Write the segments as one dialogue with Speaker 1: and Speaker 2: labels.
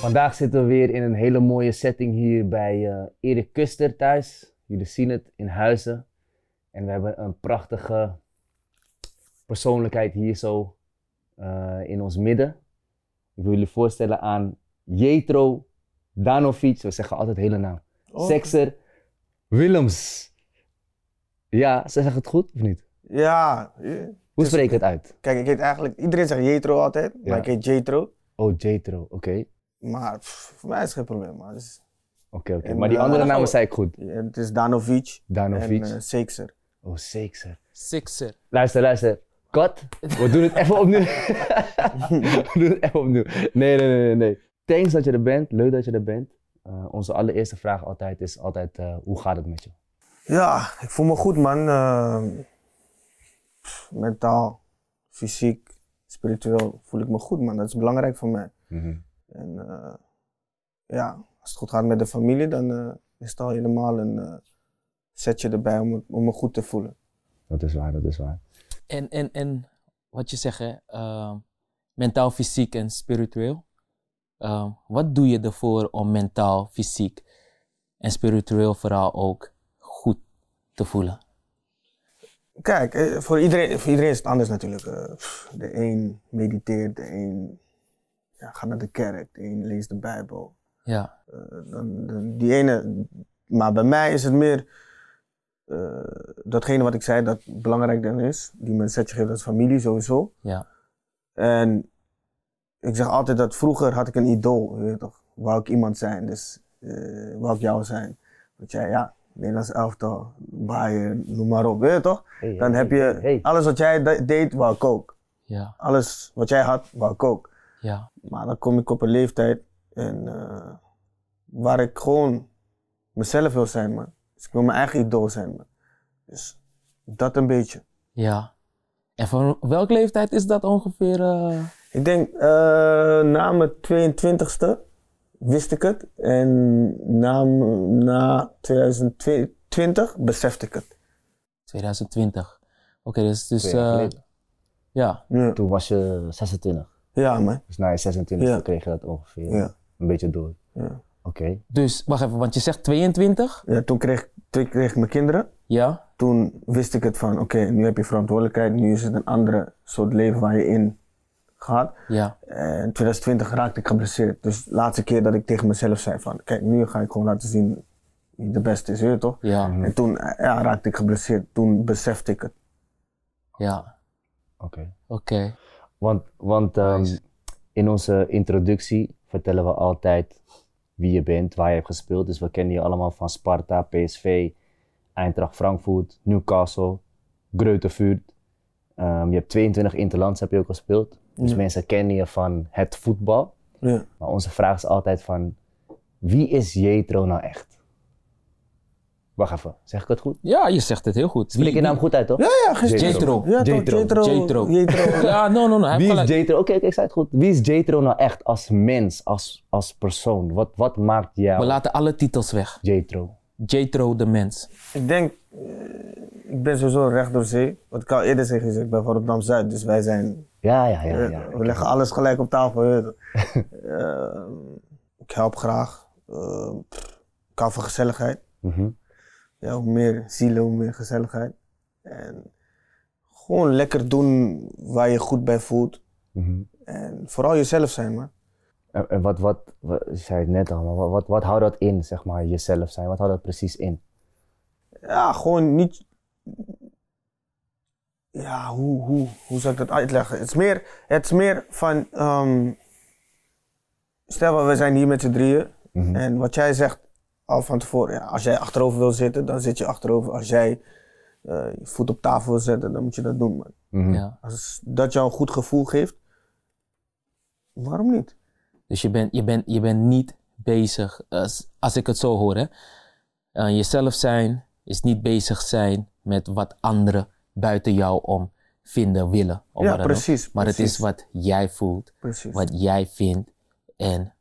Speaker 1: Vandaag zitten we weer in een hele mooie setting hier bij eh Erik Kuster thuis. Jullie zien het in Huizen. En we hebben een prachtige persoonlijkheid hier zo eh, in ons midden. Ik wil jullie voorstellen aan Jetro Danovic. We zeggen altijd hele naam.
Speaker 2: Oh.
Speaker 1: Sekser Willems. Ja, zeg ik het goed of niet?
Speaker 2: Ja.
Speaker 1: Hoe
Speaker 2: Dus-
Speaker 1: spreek ik het uit?
Speaker 2: Kijk, ik heet eigenlijk... Iedereen zegt Jetro altijd,
Speaker 1: Ja.
Speaker 2: maar ik heet Jetro.
Speaker 1: Oh, Jetro. Oké.
Speaker 2: Maar pff, voor mij is het geen probleem, man. Het is,
Speaker 1: Oké, oké.
Speaker 2: En,
Speaker 1: Maar die
Speaker 2: eh,
Speaker 1: andere
Speaker 2: dan gaan
Speaker 1: namen
Speaker 2: we-
Speaker 1: zei ik goed.
Speaker 2: het is Danovic en
Speaker 1: Danovic.
Speaker 2: eh, Sekser.
Speaker 1: oh, Sekser.
Speaker 3: Sixer.
Speaker 1: Luister, luister. Kat, we doen het even opnieuw. we doen het even opnieuw. Nee, nee, nee, nee, nee. Thanks dat je er bent. Leuk dat je er bent. Eh, onze allereerste vraag altijd is altijd, eh, hoe gaat het met je?
Speaker 2: Ja, ik voel me goed, man. Eh, pff, mentaal, fysiek, spiritueel voel ik me goed, man. Dat is belangrijk voor mij. En eh, ja, als het goed gaat met de familie, dan eh, is het al helemaal een eh, setje erbij om, het- om me goed te voelen.
Speaker 1: Dat is waar, dat is waar.
Speaker 3: En, en, en wat je zegt, hè, ehm, mentaal, fysiek en spiritueel. Ehm, wat doe je ervoor om mentaal, fysiek en spiritueel vooral ook goed te voelen?
Speaker 2: Kijk, eh, voor iedereen, voor iedereen is het anders natuurlijk. Eh, pff, de een mediteert, de een ja, gaat naar de kerk, de een leest de Bijbel.
Speaker 3: Ja,
Speaker 2: Eh, dan, dan die ene, maar bij mij is het meer eh, datgene wat ik zei dat belangrijk dan is. Die me een setje geeft als familie sowieso.
Speaker 3: ja,
Speaker 2: En ik zeg altijd dat vroeger had ik een idool, je weet toch? Wou ik iemand zijn, dus eh wou ik jou zijn. Want jij, ja, Nederlands elftal, Bayern, noem maar op, weet je toch?
Speaker 1: Hey,
Speaker 2: Dan
Speaker 1: hey,
Speaker 2: heb je Ah,
Speaker 1: hey, hey.
Speaker 2: alles wat jij de- deed, wou ik ook.
Speaker 3: ja,
Speaker 2: Alles wat jij had, wou ik ook.
Speaker 3: ja,
Speaker 2: Maar dan kom ik op een leeftijd en, eh, waar ik gewoon mezelf wil zijn, man. Dus ik wil mijn eigen idool zijn, man. Dus dat een beetje.
Speaker 3: ja. En van welke leeftijd is dat ongeveer? eh?
Speaker 2: Ik denk, eh, na mijn 22e wist ik het. En na, m- na 2020 besefte ik het.
Speaker 3: 2020. Oké, dus, dus
Speaker 1: Twee jaar
Speaker 3: eh,
Speaker 1: geleden.
Speaker 3: ja,
Speaker 2: Ja,
Speaker 1: Toen was je 26.
Speaker 2: ja man.
Speaker 1: Dus na je 26
Speaker 2: Ja.
Speaker 1: kreeg je dat ongeveer
Speaker 2: Ja.
Speaker 1: een beetje door.
Speaker 2: Ja.
Speaker 1: Oké.
Speaker 3: dus wacht even, want je zegt 22?
Speaker 2: Ja, toen, kreeg, toen kreeg ik mijn kinderen.
Speaker 3: Ja,
Speaker 2: toen wist ik het van, oké, nu heb je verantwoordelijkheid, nu is het een andere soort leven waar je in gaat.
Speaker 3: ja,
Speaker 2: En in 2020 raakte ik geblesseerd. Dus de laatste keer dat ik tegen mezelf zei van, kijk, nu ga ik gewoon laten zien wie de beste is, weet je toch?
Speaker 3: ja,
Speaker 2: En toen eh, ja, raakte ik geblesseerd, toen besefte ik het.
Speaker 3: ja.
Speaker 1: Oké.
Speaker 3: Oké,
Speaker 1: Want, want ehm,
Speaker 3: Nice.
Speaker 1: in onze introductie vertellen we altijd wie je bent, waar je hebt gespeeld. Dus we kennen je allemaal van Sparta, PSV, Eintracht Frankfurt, Newcastle, Greutevuurt. Ehm, je hebt 22 interlands heb je ook gespeeld. Dus mensen kennen je van het voetbal.
Speaker 2: Ja.
Speaker 1: Maar onze vraag is altijd van, wie is Jetro nou echt? Wacht even, zeg ik het goed?
Speaker 3: Ja, je zegt het heel goed.
Speaker 1: Spreek je naam goed uit, toch?
Speaker 2: Ja, ja, gisteren.
Speaker 3: Jetro.
Speaker 2: Ja, toch,
Speaker 1: Jetro.
Speaker 2: Jetro.
Speaker 3: Jetro.
Speaker 2: Jetro.
Speaker 3: Ja, no, no, no. Hij heeft
Speaker 1: Wie is
Speaker 3: gelijk.
Speaker 1: Jetro? Oké, oké, ik zei het goed. Wie is Jetro nou echt als mens, als, als persoon? Wat, wat maakt
Speaker 3: We
Speaker 1: jou
Speaker 3: laten alle titels weg.
Speaker 1: Jetro?
Speaker 3: Jethro de mens.
Speaker 2: Ik denk, eh, ik ben sowieso recht door zee. Wat ik al eerder zeg, is, ik ben van Rotterdam-Zuid, dus wij zijn
Speaker 1: Ja, ja, ja.
Speaker 2: Ja,
Speaker 1: ja.
Speaker 2: Eh, we leggen alles gelijk op tafel. je weet het. Ehm, ik help graag. Ehm, pff, ik hou van gezelligheid.
Speaker 1: Mhm.
Speaker 2: Ja, hoe meer zielen, hoe meer gezelligheid. En gewoon lekker doen waar je goed bij voelt.
Speaker 1: mhm.
Speaker 2: En vooral jezelf zijn, man.
Speaker 1: En, en wat, wat, wat, je zei het net al, maar wat, wat, wat houdt dat in, zeg maar, jezelf zijn? Wat houdt dat precies in?
Speaker 2: Ja, gewoon niet. Ja, hoe, hoe, hoe zou ik dat uitleggen? Het is meer, het is meer van. ehm, stel, we zijn hier met z'n drieën.
Speaker 1: Mhm.
Speaker 2: En wat jij zegt al van tevoren, ja, als jij achterover wil zitten, dan zit je achterover. Als jij eh, je voet op tafel wil zetten, dan moet je dat doen. Man.
Speaker 1: Mhm.
Speaker 3: Ja.
Speaker 2: Als dat jou een goed gevoel geeft, waarom niet?
Speaker 3: Dus je bent je bent je bent niet bezig, als, als ik het zo hoor, hè. Eh, jezelf zijn is niet bezig zijn met wat anderen buiten jou om vinden, willen. Of
Speaker 2: Ja,
Speaker 3: wat dan ook.
Speaker 2: precies,
Speaker 3: Maar het is
Speaker 2: precies.
Speaker 3: wat jij voelt,
Speaker 2: Precies.
Speaker 3: wat jij vindt. En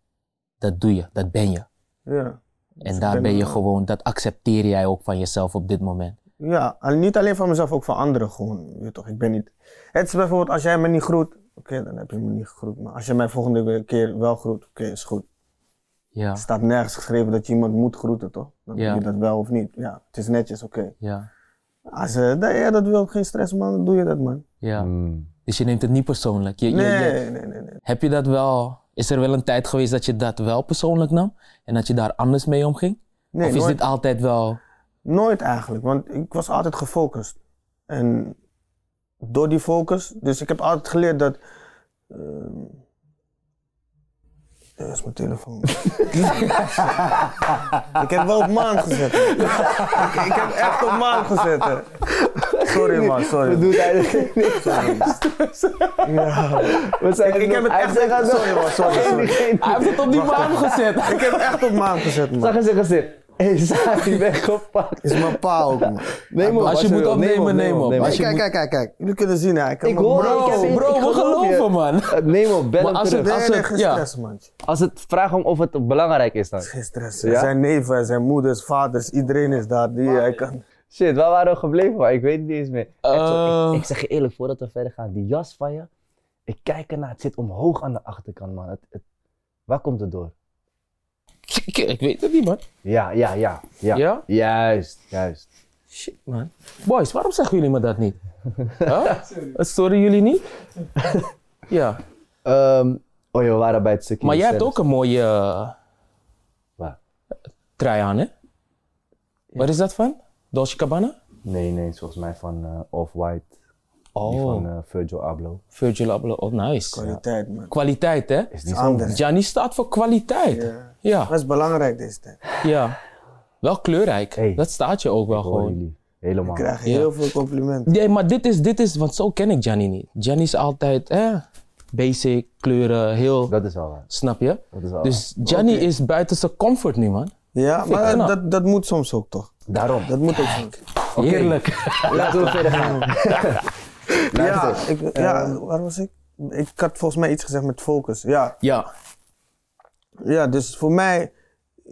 Speaker 3: dat doe je, dat ben je.
Speaker 2: Ja. Dus
Speaker 3: En
Speaker 2: ik
Speaker 3: daar ben je
Speaker 2: eh,
Speaker 3: gewoon, dat accepteer jij ook van jezelf op dit moment.
Speaker 2: Ja, al- niet alleen van mezelf, ook van anderen gewoon. Je weet toch, ik ben niet... Het is bijvoorbeeld, als jij me niet groet, oké, dan heb je me niet gegroet. Maar als je mij volgende keer wel groet, oké, is goed.
Speaker 3: Ja,
Speaker 2: Er staat nergens geschreven dat je iemand moet groeten, toch? Dan
Speaker 3: Ja.
Speaker 2: doe je dat wel of niet. Ja, het is netjes, oké.
Speaker 3: ja,
Speaker 2: Als eh, dat- ja, dat wil, geen stress man, dan doe je dat man.
Speaker 3: ja.
Speaker 1: Mm.
Speaker 3: Dus je neemt het niet persoonlijk. Je, je-
Speaker 2: Nee,
Speaker 3: je-
Speaker 2: nee, nee, nee. nee.
Speaker 3: heb je dat wel... Is er wel een tijd geweest dat je dat wel persoonlijk nam? En dat je daar anders mee omging?
Speaker 2: Nee,
Speaker 3: of is
Speaker 2: nooit.
Speaker 3: dit altijd wel...
Speaker 2: Nooit eigenlijk, want ik was altijd gefocust. En door die focus, dus ik heb altijd geleerd dat. ehm, dat is mijn telefoon. ik heb wel op maan gezet. ik, ik heb echt op maan gezet. hè. Sorry man,
Speaker 1: Wat
Speaker 2: sorry.
Speaker 1: doet hij? Nee,
Speaker 2: Ja.
Speaker 1: Wat zei
Speaker 2: Ik,
Speaker 1: hij
Speaker 2: ik heb
Speaker 1: nog?
Speaker 2: het
Speaker 1: Hij
Speaker 2: echt.
Speaker 1: zegt het nog.
Speaker 2: Sorry man, sorry. sorry.
Speaker 3: Hij heeft het op die baan gezet.
Speaker 2: Ik heb echt op maan gezet man.
Speaker 1: Zag in zijn gezicht. Hé, Saad, ik ben gepakt.
Speaker 2: Is mijn pa ook man.
Speaker 1: Neem op.
Speaker 3: Als je
Speaker 1: er-
Speaker 3: moet opnemen, neem op.
Speaker 2: Maar
Speaker 3: Als je
Speaker 2: kijk,
Speaker 3: moet-
Speaker 2: kijk, kijk, kijk. Jullie kunnen zien hè. Ik, heb
Speaker 1: Ik
Speaker 2: mijn
Speaker 1: hoor
Speaker 2: brood.
Speaker 1: het, ik heb
Speaker 3: Bro,
Speaker 1: het.
Speaker 3: bro,
Speaker 1: Ik
Speaker 3: we
Speaker 1: geloof je.
Speaker 3: geloven, man.
Speaker 1: Neem op, bel
Speaker 3: Maar
Speaker 1: hem
Speaker 3: als
Speaker 1: terug.
Speaker 3: het-
Speaker 2: Nee, nee, geen
Speaker 3: ja.
Speaker 2: stress man.
Speaker 1: Als het vraag om of het belangrijk is dan.
Speaker 2: Geen stress.
Speaker 1: Ja?
Speaker 2: Er zijn neven, er zijn moeders, vaders, iedereen is daar. Die, hij kan...
Speaker 1: Shit, waar waren we gebleven? man? Ik weet het niet eens meer. Echt zo,
Speaker 3: Eh.
Speaker 1: ik, ik zeg je eerlijk, voordat we verder gaan, die jas van je, ik kijk ernaar, het zit omhoog aan de achterkant, man. Het, het, waar komt het door?
Speaker 3: Ik, ik weet het niet, man.
Speaker 1: Ja, ja, ja, ja.
Speaker 3: Ja?
Speaker 1: Juist, juist.
Speaker 3: Shit, man. Boys, waarom zeggen jullie me dat niet? Huh? Het storen jullie niet? ja.
Speaker 1: Ehm, oh joh, we waren bij het stukje.
Speaker 3: Maar jij hebt
Speaker 1: zelf.
Speaker 3: ook een mooie eh,
Speaker 1: Waar?
Speaker 3: trui aan, hè? Waar is dat van? Dolce Cabana?
Speaker 1: Nee, nee, het is volgens mij van eh, Off-White. Die
Speaker 3: Oh,
Speaker 1: van eh, Virgil Abloh.
Speaker 3: Virgil Abloh. Oh, nice.
Speaker 2: Kwaliteit, man.
Speaker 3: Kwaliteit, hè?
Speaker 1: Is die
Speaker 2: is
Speaker 1: zo?
Speaker 2: anders.
Speaker 3: Gianni staat voor kwaliteit.
Speaker 2: Ja.
Speaker 3: Ja,
Speaker 2: Dat is belangrijk deze tijd. Ik
Speaker 3: ja. Wel kleurrijk.
Speaker 1: Hey.
Speaker 3: Dat staat je ook wel
Speaker 1: Hoor
Speaker 3: gewoon.
Speaker 1: jullie. Helemaal.
Speaker 2: krijg heel veel complimenten.
Speaker 3: Nee, maar dit is, dit is, want zo ken ik Gianni niet. Gianni is altijd, eh, basic, kleuren, heel,
Speaker 1: Dat is wel waar.
Speaker 3: snap je?
Speaker 1: Dat is wel waar.
Speaker 3: Dus Gianni is buiten zijn comfort nu, man.
Speaker 2: Ja,
Speaker 3: ik
Speaker 2: maar
Speaker 3: knap.
Speaker 2: dat, dat moet soms ook toch?
Speaker 1: Daarom.
Speaker 2: Dat moet ook soms.
Speaker 3: Heerlijk.
Speaker 1: Laten we verder gaan.
Speaker 2: Ja, ik, ja, waar was ik? Ik had volgens mij iets gezegd met focus. Ja,
Speaker 3: Ja,
Speaker 2: ja dus voor mij,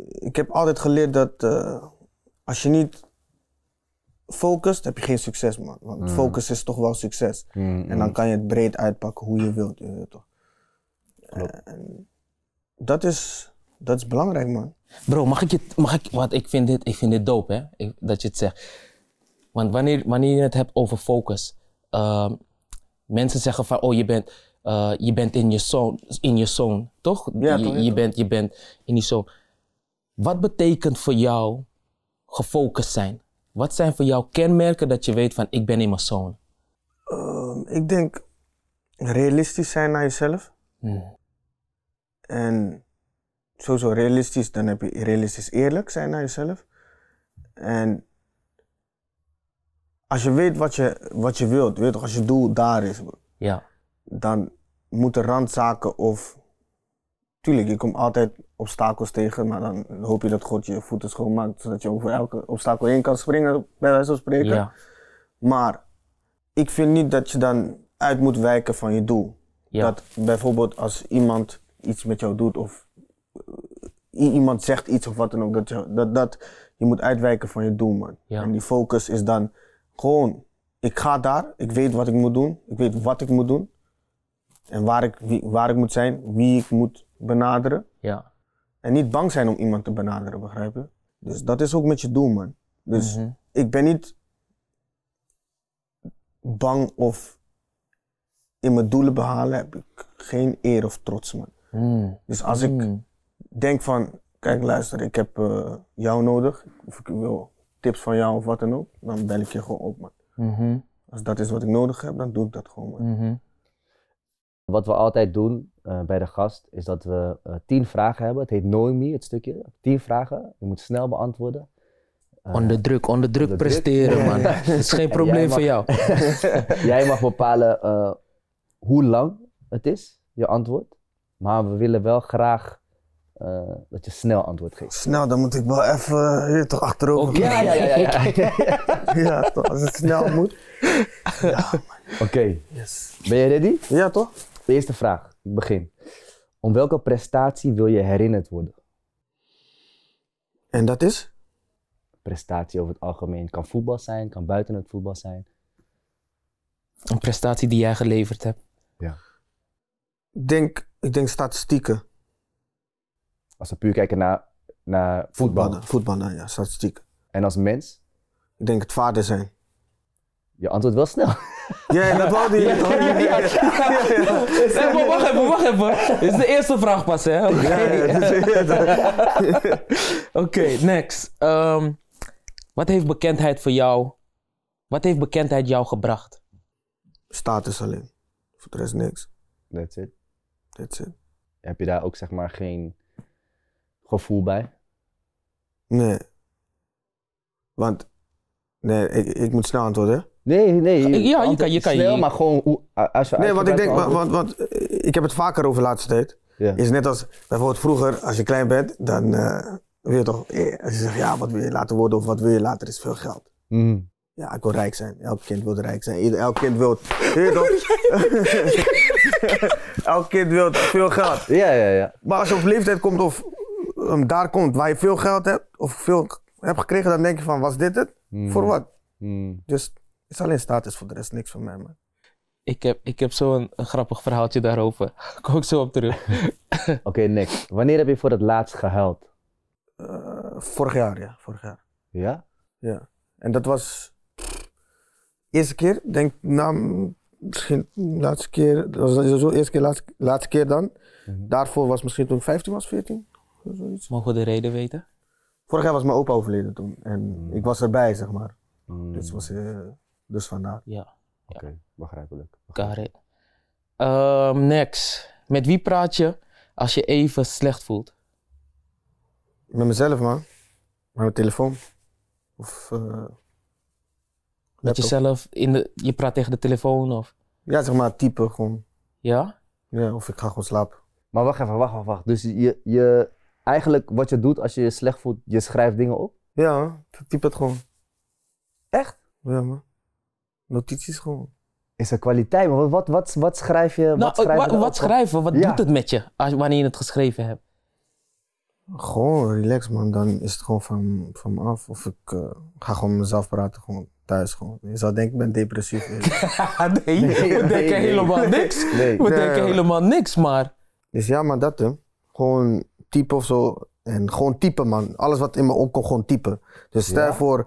Speaker 2: ik heb altijd geleerd dat eh, als je niet focust, heb je geen succes, man. Want focus is toch wel succes. En dan kan je het breed uitpakken hoe je wilt. Je weet toch? Eh, En dat, is, dat is belangrijk, man.
Speaker 3: Bro, mag ik je, mag ik, want ik vind dit, ik vind dit dope, hè, ik- dat je het zegt. Want wanneer, wanneer je het hebt over focus, ehm, mensen zeggen van, oh, je bent, eh, je bent in je zone, in je zone, toch?
Speaker 2: Ja,
Speaker 3: je,
Speaker 2: toch, ja,
Speaker 3: je
Speaker 2: toch.
Speaker 3: bent, je bent in die zone. Wat betekent voor jou gefocust zijn? Wat zijn voor jou kenmerken dat je weet van, ik ben in mijn zone?
Speaker 2: Ehm, ik denk realistisch zijn naar jezelf.
Speaker 3: Hmm.
Speaker 2: En sowieso realistisch, dan heb je realistisch eerlijk zijn naar jezelf. En als je weet wat je, wat je wilt, weet je toch, als je doel daar is,
Speaker 3: Ja,
Speaker 2: dan moeten randzaken of. Tuurlijk, je komt altijd obstakels tegen, maar dan hoop je dat God je voeten schoonmaakt, zodat je over elke obstakel heen kan springen, bij wijze van spreken.
Speaker 3: ja,
Speaker 2: Maar ik vind niet dat je dan uit moet wijken van je doel.
Speaker 3: Ja.
Speaker 2: Dat bijvoorbeeld als iemand iets met jou doet of eh, i- iemand zegt iets of wat dan ook, dat je, dat, dat, je moet uitwijken van je doel, man.
Speaker 3: Ja.
Speaker 2: En die focus is dan gewoon, ik ga daar, ik weet wat ik moet doen, ik weet wat ik moet doen en waar ik, wie- waar ik moet zijn, wie ik moet benaderen.
Speaker 3: ja.
Speaker 2: En niet bang zijn om iemand te benaderen, begrijp je? Dus dat is ook met je doel, man. Dus ik ben niet bang of in mijn doelen behalen heb ik geen eer of trots, man.
Speaker 3: Hmm.
Speaker 2: Dus als ik
Speaker 3: Hmm.
Speaker 2: denk van, kijk luister, ik heb eh, jou nodig, of ik wil tips van jou of wat dan ook, dan bel ik je gewoon op, man.
Speaker 3: Mhm.
Speaker 2: Als dat is wat ik nodig heb, dan doe ik dat gewoon, man.
Speaker 3: Mhm.
Speaker 1: Wat we altijd doen eh, bij de gast is dat we eh, tien vragen hebben. Het heet Know Me, het stukje. Tien vragen. Je moet snel beantwoorden.
Speaker 3: Onder druk, onder druk
Speaker 1: onder druk.
Speaker 3: presteren, man. Dat is geen
Speaker 1: jij
Speaker 3: probleem voor jou.
Speaker 1: Jij mag bepalen eh, hoe lang het is, je antwoord. Maar we willen wel graag eh, dat je snel antwoord geeft.
Speaker 2: Snel, dan moet ik wel even eh, toch achterover
Speaker 3: Oké. Ja, ja, ja,
Speaker 2: gaan. ja, toch, als het snel moet.
Speaker 1: Oké, ben je ready?
Speaker 2: Ja, toch?
Speaker 1: De eerste vraag, ik begin. Om welke prestatie wil je herinnerd worden?
Speaker 2: En dat is?
Speaker 1: Prestatie over het algemeen kan voetbal zijn, kan buiten het voetbal zijn.
Speaker 3: Een prestatie die jij geleverd hebt.
Speaker 2: Ik denk, ik denk statistieken.
Speaker 1: Als we puur kijken naar, naar voetbal.
Speaker 2: Voetballen, voetballen, ja, statistiek.
Speaker 1: En als mens?
Speaker 2: Ik denk het vader zijn.
Speaker 1: Je antwoordt wel snel.
Speaker 2: Ja, ja, dat wou die. Ja, ja, ja, ja.
Speaker 3: Hey, Eh, maar wacht even, wacht even. Dit is de eerste vraag pas, hè? Oké,
Speaker 2: Ja, ja, dus, ja, dat-
Speaker 3: Oké, next. Ehm, wat heeft bekendheid voor jou... Wat heeft bekendheid jou gebracht?
Speaker 2: Status alleen. Voor de rest niks.
Speaker 1: That's it.
Speaker 2: That's it.
Speaker 1: Heb je daar ook zeg maar geen gevoel bij?
Speaker 2: Nee. Want, nee, ik, ik moet snel antwoorden. hè?
Speaker 1: Nee, nee.
Speaker 3: Ja, je
Speaker 1: antwoord
Speaker 3: kan- je
Speaker 1: is
Speaker 3: kan
Speaker 1: snel,
Speaker 3: je-
Speaker 1: maar gewoon hoe- a- als je
Speaker 2: Nee, want ik
Speaker 1: uitgebreid
Speaker 2: denk, want,
Speaker 1: antwoordt-
Speaker 2: want, want, eh, ik heb het vaker over de laatste tijd.
Speaker 1: Ja.
Speaker 2: Is net als, bijvoorbeeld vroeger, als je klein bent, dan eh wil je toch, eh, als je zegt, ja, wat wil je later worden of wat wil je later, is veel geld.
Speaker 1: Mhm.
Speaker 2: Ja, ik wil rijk zijn. Elk kind wil rijk zijn. Ieder- Elk kind wil. Weet je toch? Elk kind wil veel geld.
Speaker 1: Ja, ja, ja.
Speaker 2: Maar als je op leeftijd komt of ehm, daar komt waar je veel geld hebt of veel k- hebt gekregen, dan denk je van, was dit het?
Speaker 1: Mhm.
Speaker 2: Voor wat?
Speaker 1: Mhm.
Speaker 2: Dus het is alleen status, voor de rest niks van mij, man.
Speaker 3: Ik heb, ik heb zo'n een grappig verhaaltje daarover. Kom ik zo op terug.
Speaker 1: Oké, next. Wanneer heb je voor het laatst gehuild?
Speaker 2: Eh, vorig jaar, ja, vorig jaar.
Speaker 1: Ja?
Speaker 2: Ja. En dat was eerste keer, denk na m- misschien laatste keer, dat was zo eerste keer, laatste, laatste keer dan.
Speaker 1: Mhm.
Speaker 2: Daarvoor was misschien toen ik 15 was, 14, of zoiets.
Speaker 3: Mogen we de reden weten?
Speaker 2: Vorig jaar was mijn opa overleden toen en
Speaker 1: Mm.
Speaker 2: ik was erbij, zeg maar.
Speaker 1: Mm.
Speaker 2: Dus, was, eh, dus vandaar.
Speaker 3: Ja,
Speaker 1: Oké, begrijpelijk.
Speaker 3: got it. Ehm, next. Met wie praat je als je even slecht voelt?
Speaker 2: Met mezelf, man. Met mijn telefoon. Of. eh
Speaker 3: Met
Speaker 2: laptop.
Speaker 3: jezelf, in de, je praat tegen de telefoon of...
Speaker 2: Ja, zeg maar typen gewoon.
Speaker 3: Ja?
Speaker 2: Ja, of ik ga gewoon slapen.
Speaker 1: Maar wacht even, wacht, wacht, wacht. Dus je, je, eigenlijk wat je doet als je je slecht voelt, je schrijft dingen op?
Speaker 2: Ja, man. typ het gewoon.
Speaker 1: Echt?
Speaker 2: Ja, man. Notities gewoon.
Speaker 1: Is er kwaliteit? Maar wat, wat, wat, wat schrijf je?
Speaker 3: Nou,
Speaker 1: wat schrijf je
Speaker 3: wa-
Speaker 1: dan
Speaker 3: wat
Speaker 1: op?
Speaker 3: schrijven? Wat
Speaker 1: Ja.
Speaker 3: doet het met je als, wanneer je het geschreven hebt?
Speaker 2: Gewoon relax, man. Dan is het gewoon van, van me af. Of ik eh, ga gewoon met mezelf praten, gewoon thuis. Gewoon. Je zou denken, ik ben depressief.
Speaker 3: Ah, nee,
Speaker 1: Nee,
Speaker 3: we
Speaker 1: nee,
Speaker 3: denken
Speaker 1: nee.
Speaker 3: helemaal niks.
Speaker 1: Nee.
Speaker 3: We
Speaker 2: Nee,
Speaker 3: denken
Speaker 2: nee.
Speaker 3: helemaal niks, maar...
Speaker 2: dus ja, maar dat, hè. Gewoon typen of zo. En gewoon typen, man. Alles wat in me opkomt, gewoon typen. Dus stel
Speaker 1: Ja?
Speaker 2: voor,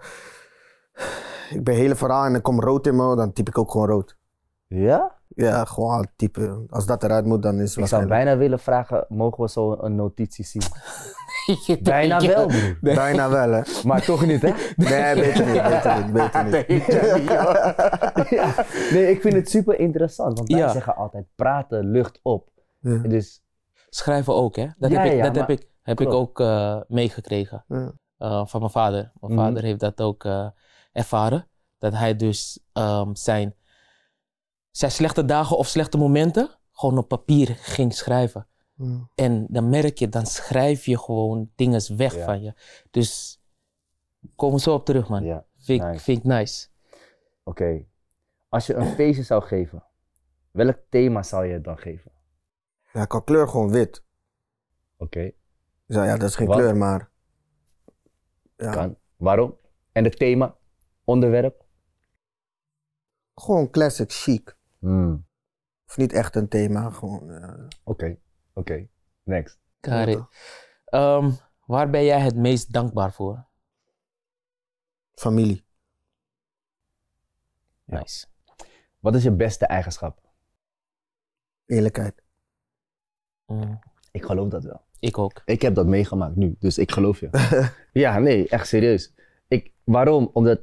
Speaker 2: ik ben hele verhaal en er komt rood in me, dan typ ik ook gewoon rood.
Speaker 1: Ja?
Speaker 2: Ja, gewoon al typen. Als dat eruit moet, dan is het
Speaker 1: Ik zou
Speaker 2: waarschijnlijk-
Speaker 1: bijna willen vragen, mogen we zo een notitie zien? Bijna wel, broer.
Speaker 2: Bijna wel, hè.
Speaker 1: Maar toch niet, hè?
Speaker 2: Nee, beter niet, beter niet, beter niet.
Speaker 1: Ja. Nee, ik vind het super interessant. Want wij
Speaker 3: Ja.
Speaker 1: zeggen altijd, praten lucht op.
Speaker 2: Ja.
Speaker 1: Dus,
Speaker 3: Schrijven ook, hè? Dat
Speaker 1: Ja,
Speaker 3: heb ik,
Speaker 1: ja,
Speaker 3: dat
Speaker 1: maar-
Speaker 3: heb ik, heb ik
Speaker 1: klopt.
Speaker 3: ook eh, meegekregen
Speaker 2: Ja.
Speaker 3: eh, van mijn vader. Mijn
Speaker 1: Mhm.
Speaker 3: vader heeft dat ook eh, ervaren. Dat hij dus ehm, zijn, zijn slechte dagen of slechte momenten gewoon op papier ging schrijven.
Speaker 2: Ja.
Speaker 3: En dan merk je, dan schrijf je gewoon dingen weg
Speaker 1: Ja.
Speaker 3: van je. Dus kom er zo op terug, man.
Speaker 1: ja.
Speaker 3: Vind, ik-
Speaker 1: nice.
Speaker 3: vind ik nice.
Speaker 1: Oké. Als je een feestje zou geven, welk thema zou je het dan geven?
Speaker 2: Ja, qua kleur gewoon wit.
Speaker 1: Oké,
Speaker 2: Dus ja, ja, dat is geen
Speaker 1: Wat?
Speaker 2: kleur, maar... Ja,
Speaker 1: kan. Waarom? En het thema? Onderwerp?
Speaker 2: gewoon classic chic.
Speaker 1: Hmm.
Speaker 2: Of niet echt een thema, gewoon... eh,
Speaker 1: Oké, oké. Next.
Speaker 3: Got
Speaker 2: ja,
Speaker 3: it. Ehm, waar ben jij het meest dankbaar voor?
Speaker 2: Familie.
Speaker 1: Ja.
Speaker 3: Nice.
Speaker 1: Wat is je beste eigenschap?
Speaker 2: Eerlijkheid.
Speaker 3: Mm,
Speaker 1: Ik geloof dat wel.
Speaker 3: ik ook.
Speaker 1: Ik heb dat meegemaakt nu, dus ik geloof je. ja, nee, echt serieus. Ik, waarom? Omdat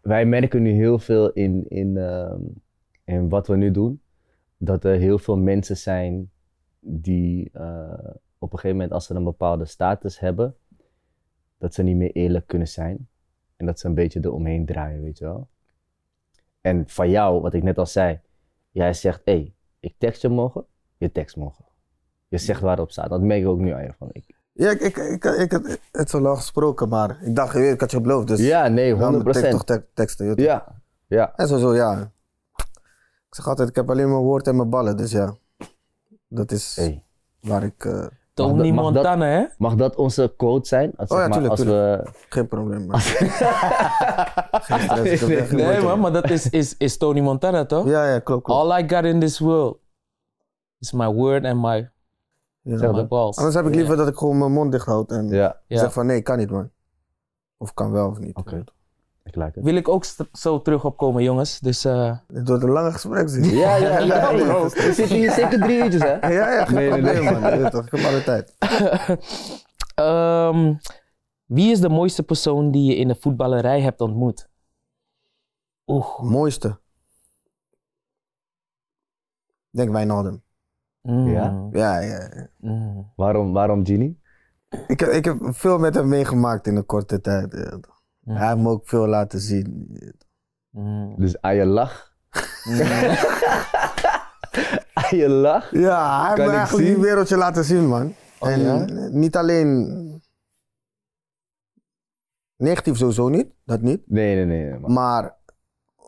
Speaker 1: wij merken nu heel veel in, in, ehm, in wat we nu doen, dat er heel veel mensen zijn die eh, op een gegeven moment, als ze een bepaalde status hebben, dat ze niet meer eerlijk kunnen zijn. En dat ze een beetje eromheen draaien, weet je wel. En van jou, wat ik net al zei, jij zegt, hé, hey, ik tekst je morgen, je tekst morgen. Je zegt waarop staat. Dat merk ik ook nu aan je van ik.
Speaker 2: Ja, ik, ik, ik, ik had het zo lang gesproken, maar ik dacht, je weet, ik had je beloofd, dus...
Speaker 1: Ja, nee, 100%.
Speaker 2: dan moet ik toch te- teksten, je weet toch.
Speaker 1: Ja, ja.
Speaker 2: En sowieso, ja. Ik zeg altijd, ik heb alleen mijn woord en mijn ballen, dus ja. Dat is
Speaker 1: Hey,
Speaker 2: waar ik... eh,
Speaker 1: Mag
Speaker 3: Tony
Speaker 1: dat- mag dat-
Speaker 3: Montana, hè?
Speaker 1: Mag dat onze quote zijn? Als,
Speaker 2: Oh
Speaker 1: zeg
Speaker 2: ja,
Speaker 1: maar,
Speaker 2: tuurlijk,
Speaker 1: als we.
Speaker 2: geen probleem mee Geen stress, ik heb
Speaker 1: Nee,
Speaker 2: echt geen
Speaker 3: Nee,
Speaker 2: woord
Speaker 3: man,
Speaker 2: in.
Speaker 3: maar dat is, is, is Tony Montana, toch?
Speaker 2: Ja, ja, klopt, klopt.
Speaker 3: All I got in this world is my word and my
Speaker 2: Ja.
Speaker 1: Zeg
Speaker 3: my
Speaker 1: dat.
Speaker 3: balls.
Speaker 2: Anders heb ik liever dat ik gewoon mijn mond dicht houd en
Speaker 1: Ja,
Speaker 3: Ja.
Speaker 2: zeg van nee, kan niet man. Of kan wel of niet.
Speaker 1: Oké. ik like het.
Speaker 3: Wil ik ook st- zo terug opkomen, jongens. Dus eh,
Speaker 2: Dit wordt een lange gesprek zie.
Speaker 1: Ja, ja,
Speaker 3: Ja,
Speaker 1: ja.
Speaker 3: bro.
Speaker 1: We zitten hier zeker drie uurtjes, hè?
Speaker 2: Ja, ja, geen
Speaker 1: Nee, nee, nee.
Speaker 2: probleem man. Je weet toch, ik heb alle tijd.
Speaker 3: ehm, wie is de mooiste persoon die je in de voetballerij hebt ontmoet? Oeh.
Speaker 2: Mooiste. Denk Wijnaldum.
Speaker 3: Mm,
Speaker 1: Ja?
Speaker 2: Ja, ja. ja.
Speaker 3: mm.
Speaker 1: Waarom, waarom Genie?
Speaker 2: Ik heb, ik heb veel met hem meegemaakt in een korte tijd. je weet toch.
Speaker 3: Ja.
Speaker 2: Hij heeft me ook veel laten zien. je weet toch.
Speaker 3: Mm.
Speaker 1: Dus aan je lach. Aan je lach.
Speaker 2: Ja, hij
Speaker 1: Kan
Speaker 2: heeft me
Speaker 1: ik
Speaker 2: eigenlijk die
Speaker 1: zien?
Speaker 2: wereldje laten zien, man.
Speaker 3: Oh,
Speaker 2: en
Speaker 3: ja?
Speaker 2: niet alleen. Negatief sowieso niet, dat niet.
Speaker 1: Nee, nee, nee. nee, man.
Speaker 2: Maar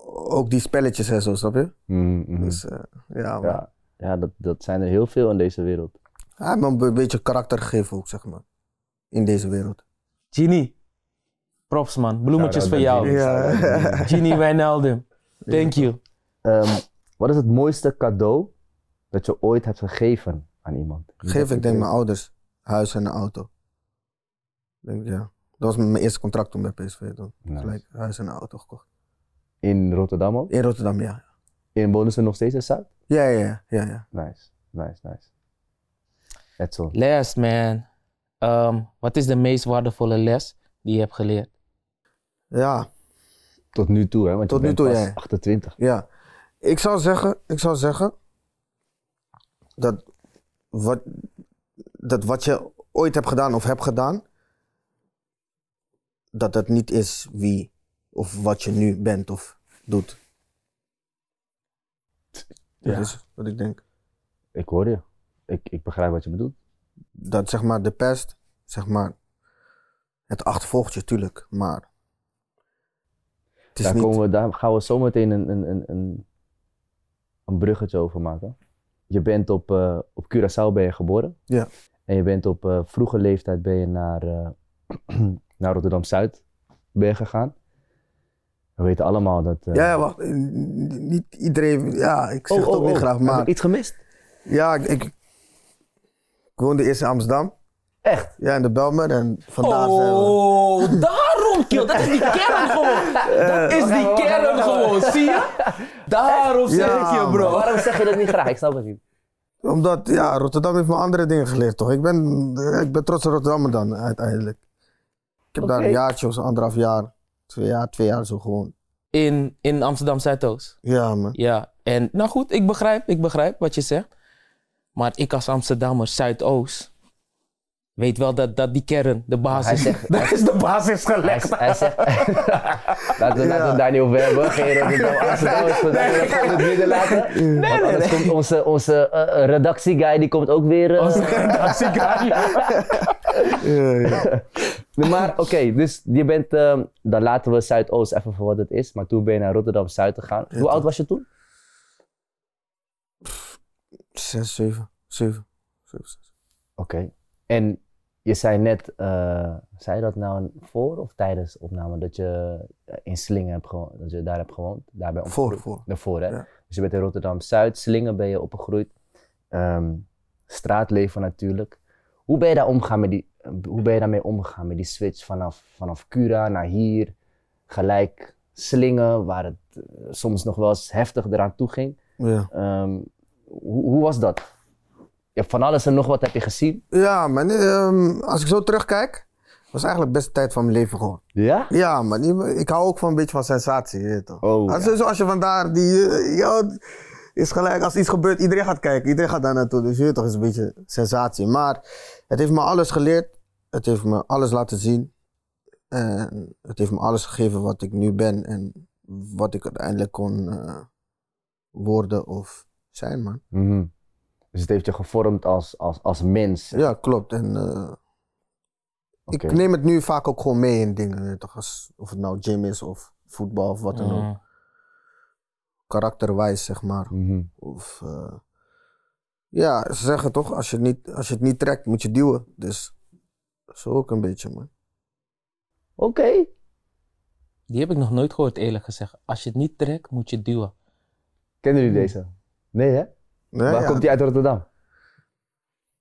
Speaker 2: ook die spelletjes en zo, snap je?
Speaker 1: Mhm, mhm.
Speaker 2: Dus eh, ja, man.
Speaker 1: Ja, ja dat, dat zijn er heel veel in deze wereld.
Speaker 2: Hij heeft me een be- beetje karakter gegeven ook, zeg maar. In deze wereld.
Speaker 3: Genie. Props, man. Bloemetjes voor
Speaker 1: Shout-out
Speaker 3: jou.
Speaker 1: naar
Speaker 2: jou.
Speaker 1: Genie.
Speaker 2: Ja.
Speaker 1: Shout-out.
Speaker 3: Genie Wijnaldum. Thank you.
Speaker 1: Ehm, wat is het mooiste cadeau dat je ooit hebt gegeven aan iemand?
Speaker 2: Geef ik denk mijn ouders huis en een auto. Denk, ik, ja. Dat was mijn eerste contract toen bij PSV. Toen.
Speaker 1: Nice.
Speaker 2: Gelijk huis en een auto gekocht.
Speaker 1: In Rotterdam ook?
Speaker 2: In Rotterdam, ja.
Speaker 1: In wonen ze nog steeds in Zuid?
Speaker 2: Ja, ja, ja. ja, ja.
Speaker 1: Nice, nice, nice. Edsel.
Speaker 3: Last, man. Ehm, wat is de meest waardevolle les die je hebt geleerd?
Speaker 2: ja.
Speaker 1: Tot nu toe, hè? Want
Speaker 2: Tot
Speaker 1: je
Speaker 2: nu
Speaker 1: bent
Speaker 2: toe,
Speaker 1: pas
Speaker 2: ja.
Speaker 1: 28.
Speaker 2: Ja, ik zou zeggen, ik zou zeggen dat wat, dat wat je ooit hebt gedaan of hebt gedaan, dat dat niet is wie of wat je nu bent of doet. Dat
Speaker 3: Ja.
Speaker 2: is wat ik denk.
Speaker 1: Ik hoor je. Ik, ik begrijp wat je bedoelt.
Speaker 2: Dat zeg maar de pest, zeg maar, het achtervolgt je tuurlijk, maar het is
Speaker 1: Daar,
Speaker 2: niet...
Speaker 1: komen we, daar gaan we zometeen een, een, een, een, een bruggetje over maken. Je bent op, eh, op Curaçao ben je geboren.
Speaker 2: Ja.
Speaker 1: En je bent op eh, vroege leeftijd ben je naar, eh, naar Rotterdam-Zuid ben je gegaan. We weten allemaal dat... eh,
Speaker 2: Ja, ja, wacht, eh, niet iedereen, ja, ik zeg
Speaker 1: Oh,
Speaker 2: het
Speaker 1: oh,
Speaker 2: ook niet
Speaker 1: oh.
Speaker 2: graag,
Speaker 1: Heb
Speaker 2: maar...
Speaker 1: ik iets gemist?
Speaker 2: Ja, ik, ik, ik woonde eerst in Amsterdam.
Speaker 1: Echt?
Speaker 2: Ja, in de Belmer. En vandaar zijn we.
Speaker 3: Oh, daarom, kill. Dat is die kern gewoon.
Speaker 1: Eh,
Speaker 3: Dat is die kern gewoon, zie je? Daarom zeg
Speaker 2: Ja,
Speaker 3: ik je, bro.
Speaker 2: man.
Speaker 1: Waarom zeg je dat niet graag? Ik snap het niet.
Speaker 2: Omdat, ja, Rotterdam heeft me andere dingen geleerd, toch? Ik ben, ik ben trots op Rotterdammer dan, uiteindelijk. Ik heb daar
Speaker 1: Oké.
Speaker 2: een jaartje of zo, anderhalf jaar. Twee jaar, twee jaar zo gewoon.
Speaker 3: In, in Amsterdam Zuidoost.
Speaker 2: Ja, man.
Speaker 3: Ja, en nou goed, ik begrijp, ik begrijp wat je zegt. Maar ik als Amsterdammer Zuidoost weet wel dat, dat die kern, de
Speaker 1: Hij
Speaker 3: basis,
Speaker 1: zegt-
Speaker 3: dat is de basis
Speaker 1: Hij,
Speaker 3: gelegd.
Speaker 1: hij zegt... laten, we, laten we
Speaker 2: Ja.
Speaker 1: het daar niet over hebben. Geen Rotterdam, Amsterdam is vandaag.
Speaker 3: Nee.
Speaker 1: Dat gaan we het midden laten.
Speaker 3: Nee, nee,
Speaker 1: Want
Speaker 3: nee.
Speaker 1: anders komt onze, onze eh, eh, redactieguy, die komt ook weer... eh,
Speaker 3: Dat zie ik graag, ja.
Speaker 2: Ja, ja.
Speaker 1: Nee, maar oké, dus je bent... ehm, dan laten we Zuidoost even voor wat het is. Maar toen ben je naar Rotterdam-Zuid gegaan. Hoe
Speaker 2: toch.
Speaker 1: oud was je toen?
Speaker 2: Zes, zeven. Zeven. Zeven, zes.
Speaker 1: Oké. En je zei net... eh, zei je dat nou voor of tijdens opname? Dat je eh, in Slingen hebt gewoond. Dat je daar hebt gewoond. Daar ben je
Speaker 2: Voor,
Speaker 1: opgegroeid?
Speaker 2: voor.
Speaker 1: Daarvoor, hè?
Speaker 2: Ja.
Speaker 1: Dus je bent in Rotterdam-Zuid, Slingen ben je opgegroeid. Ehm, straatleven natuurlijk. Hoe ben je daar omgegaan met die, eh, hoe ben je daarmee omgegaan met die switch vanaf, vanaf Cura naar hier? Gelijk Slingen, waar het eh, soms nog wel eens heftig eraan toe ging.
Speaker 2: Ja.
Speaker 1: Ehm, hoe, hoe was dat? Je hebt van alles en nog wat heb je gezien.
Speaker 2: Ja, man. ehm, als ik zo terugkijk, was eigenlijk de beste tijd van mijn leven gewoon.
Speaker 1: Ja?
Speaker 2: Ja, maar die- ik hou ook van een beetje van sensatie, je weet toch?
Speaker 1: Oh,
Speaker 2: als, als je vandaar die, eh, ja, is gelijk, als iets gebeurt, iedereen gaat kijken, iedereen gaat daar naartoe, dus je weet toch, is een beetje sensatie. Maar het heeft me alles geleerd, het heeft me alles laten zien en het heeft me alles gegeven wat ik nu ben en wat ik uiteindelijk kon eh, worden of zijn, man.
Speaker 1: Mhm. Dus het heeft je gevormd als, als, als mens.
Speaker 2: Ja, klopt. En eh,
Speaker 1: Oké.
Speaker 2: ik neem het nu vaak ook gewoon mee in dingen, je weet toch? Als, of het nou gym is of voetbal of wat dan ook.
Speaker 3: Mm,
Speaker 2: karakterwijs, zeg maar.
Speaker 1: Mhm.
Speaker 2: Of, eh, ja, ze zeggen toch, als je, het niet, als je het niet trekt, moet je duwen. Dus zo ook een beetje, man.
Speaker 1: Oké.
Speaker 3: Die heb ik nog nooit gehoord, eerlijk gezegd. Als je het niet trekt, moet je duwen.
Speaker 2: Mhm.
Speaker 1: Kennen jullie deze? Nee, hè?
Speaker 2: Nee,
Speaker 1: Waar
Speaker 2: ja.
Speaker 1: komt die uit Rotterdam?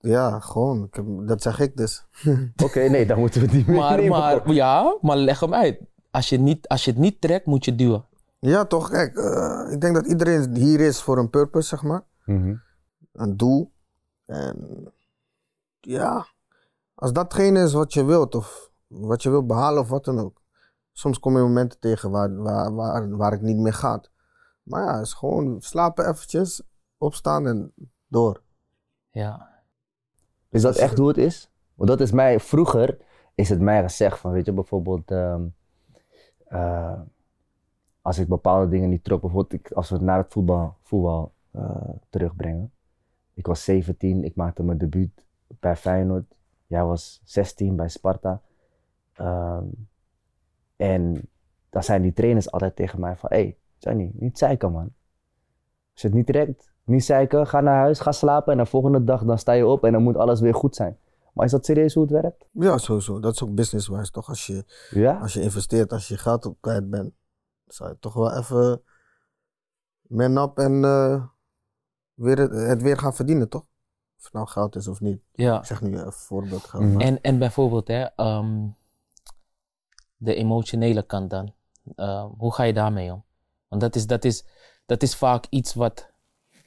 Speaker 2: ja, gewoon. Ik heb- dat zeg ik dus.
Speaker 1: Oké, nee, dan moeten we die
Speaker 3: Maar,
Speaker 1: meenemen.
Speaker 3: maar, ja, maar leg hem uit. Als je, niet, als je het niet trekt, moet je duwen.
Speaker 2: Ja, toch, kijk, eh, ik denk dat iedereen hier is voor een purpose, zeg maar.
Speaker 1: Mhm.
Speaker 2: Een doel. En ja, als datgene is wat je wilt of wat je wilt behalen of wat dan ook. Soms kom je momenten tegen waar, waar, waar, waar het niet meer gaat. Maar ja, het is gewoon slapen eventjes, opstaan en door.
Speaker 3: Ja.
Speaker 1: Is dat echt hoe het is? Want dat is mij, vroeger is het mij gezegd van, weet je, bijvoorbeeld, ehm, eh, als ik bepaalde dingen niet trok, bijvoorbeeld ik, als we het naar het voetbal, voetbal eh, terugbrengen. Ik was 17, ik maakte mijn debuut bij Feyenoord. Jij was 16 bij Sparta. Ehm, en dan zijn die trainers altijd tegen mij van, hé, hey, Johnny, niet zeiken man. Als je het niet trekt, niet zeiken, eh, ga naar huis, ga slapen en de volgende dag dan sta je op en dan moet alles weer goed zijn. Maar is dat serieus hoe het werkt?
Speaker 2: Ja, sowieso. Dat is ook business-wise, toch? Als je,
Speaker 1: Ja?
Speaker 2: als je investeert, als je geld op kwijt bent, zou je toch wel even man up en eh, weer het, het weer gaan verdienen, toch? Of het nou geld is of niet.
Speaker 3: ja.
Speaker 2: Ik zeg nu een voorbeeld. geld,
Speaker 1: Mhm.
Speaker 2: maar-
Speaker 3: En, en bijvoorbeeld hè, ehm, de emotionele kant dan. Eh, hoe ga je daarmee om? Want dat is, dat is, dat is vaak iets wat,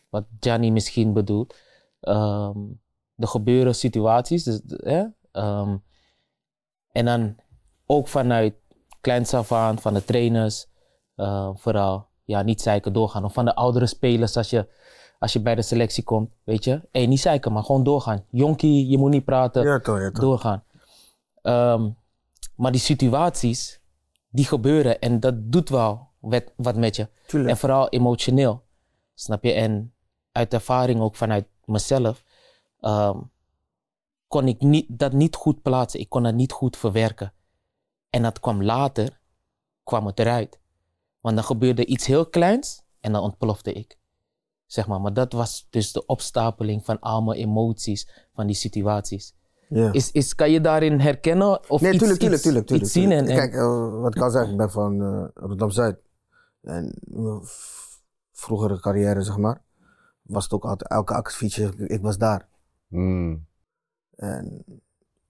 Speaker 3: wat Gianni misschien bedoelt. Ehm, er gebeuren situaties. Dus, hè, ehm, en dan ook vanuit kleins af aan, van de trainers, eh, vooral ja, niet zeiken doorgaan. Of van de oudere spelers als je, als je bij de selectie komt, weet je. Hé, niet zeiken, maar gewoon doorgaan. Jonkie, je moet niet praten
Speaker 2: Ja, toch, ja, toch.
Speaker 3: doorgaan. Ehm, maar die situaties, die gebeuren en dat doet wel wet- wat met je. En
Speaker 2: Tuurlijk.
Speaker 3: vooral emotioneel, snap je? En uit ervaring ook vanuit mezelf, ehm, kon ik niet, dat niet goed plaatsen. Ik kon dat niet goed verwerken. En dat kwam later, kwam het eruit. Want dan gebeurde iets heel kleins en dan ontplofte ik. Zeg maar, maar dat was dus de opstapeling van al mijn emoties, van die situaties.
Speaker 2: Ja.
Speaker 3: Is, is, kan je daarin herkennen? Of
Speaker 2: Nee,
Speaker 3: iets,
Speaker 2: tuurlijk, tuurlijk,
Speaker 3: iets-
Speaker 2: tuurlijk. tuurlijk,
Speaker 3: iets zien en, en-
Speaker 2: Kijk, eh, wat ik al zeg, ik ben van eh, Rotterdam-Zuid. En mijn v- vroegere carrière, zeg maar, was het ook altijd, elke actiefeetje, ik, ik was daar.
Speaker 1: Hmm.
Speaker 2: En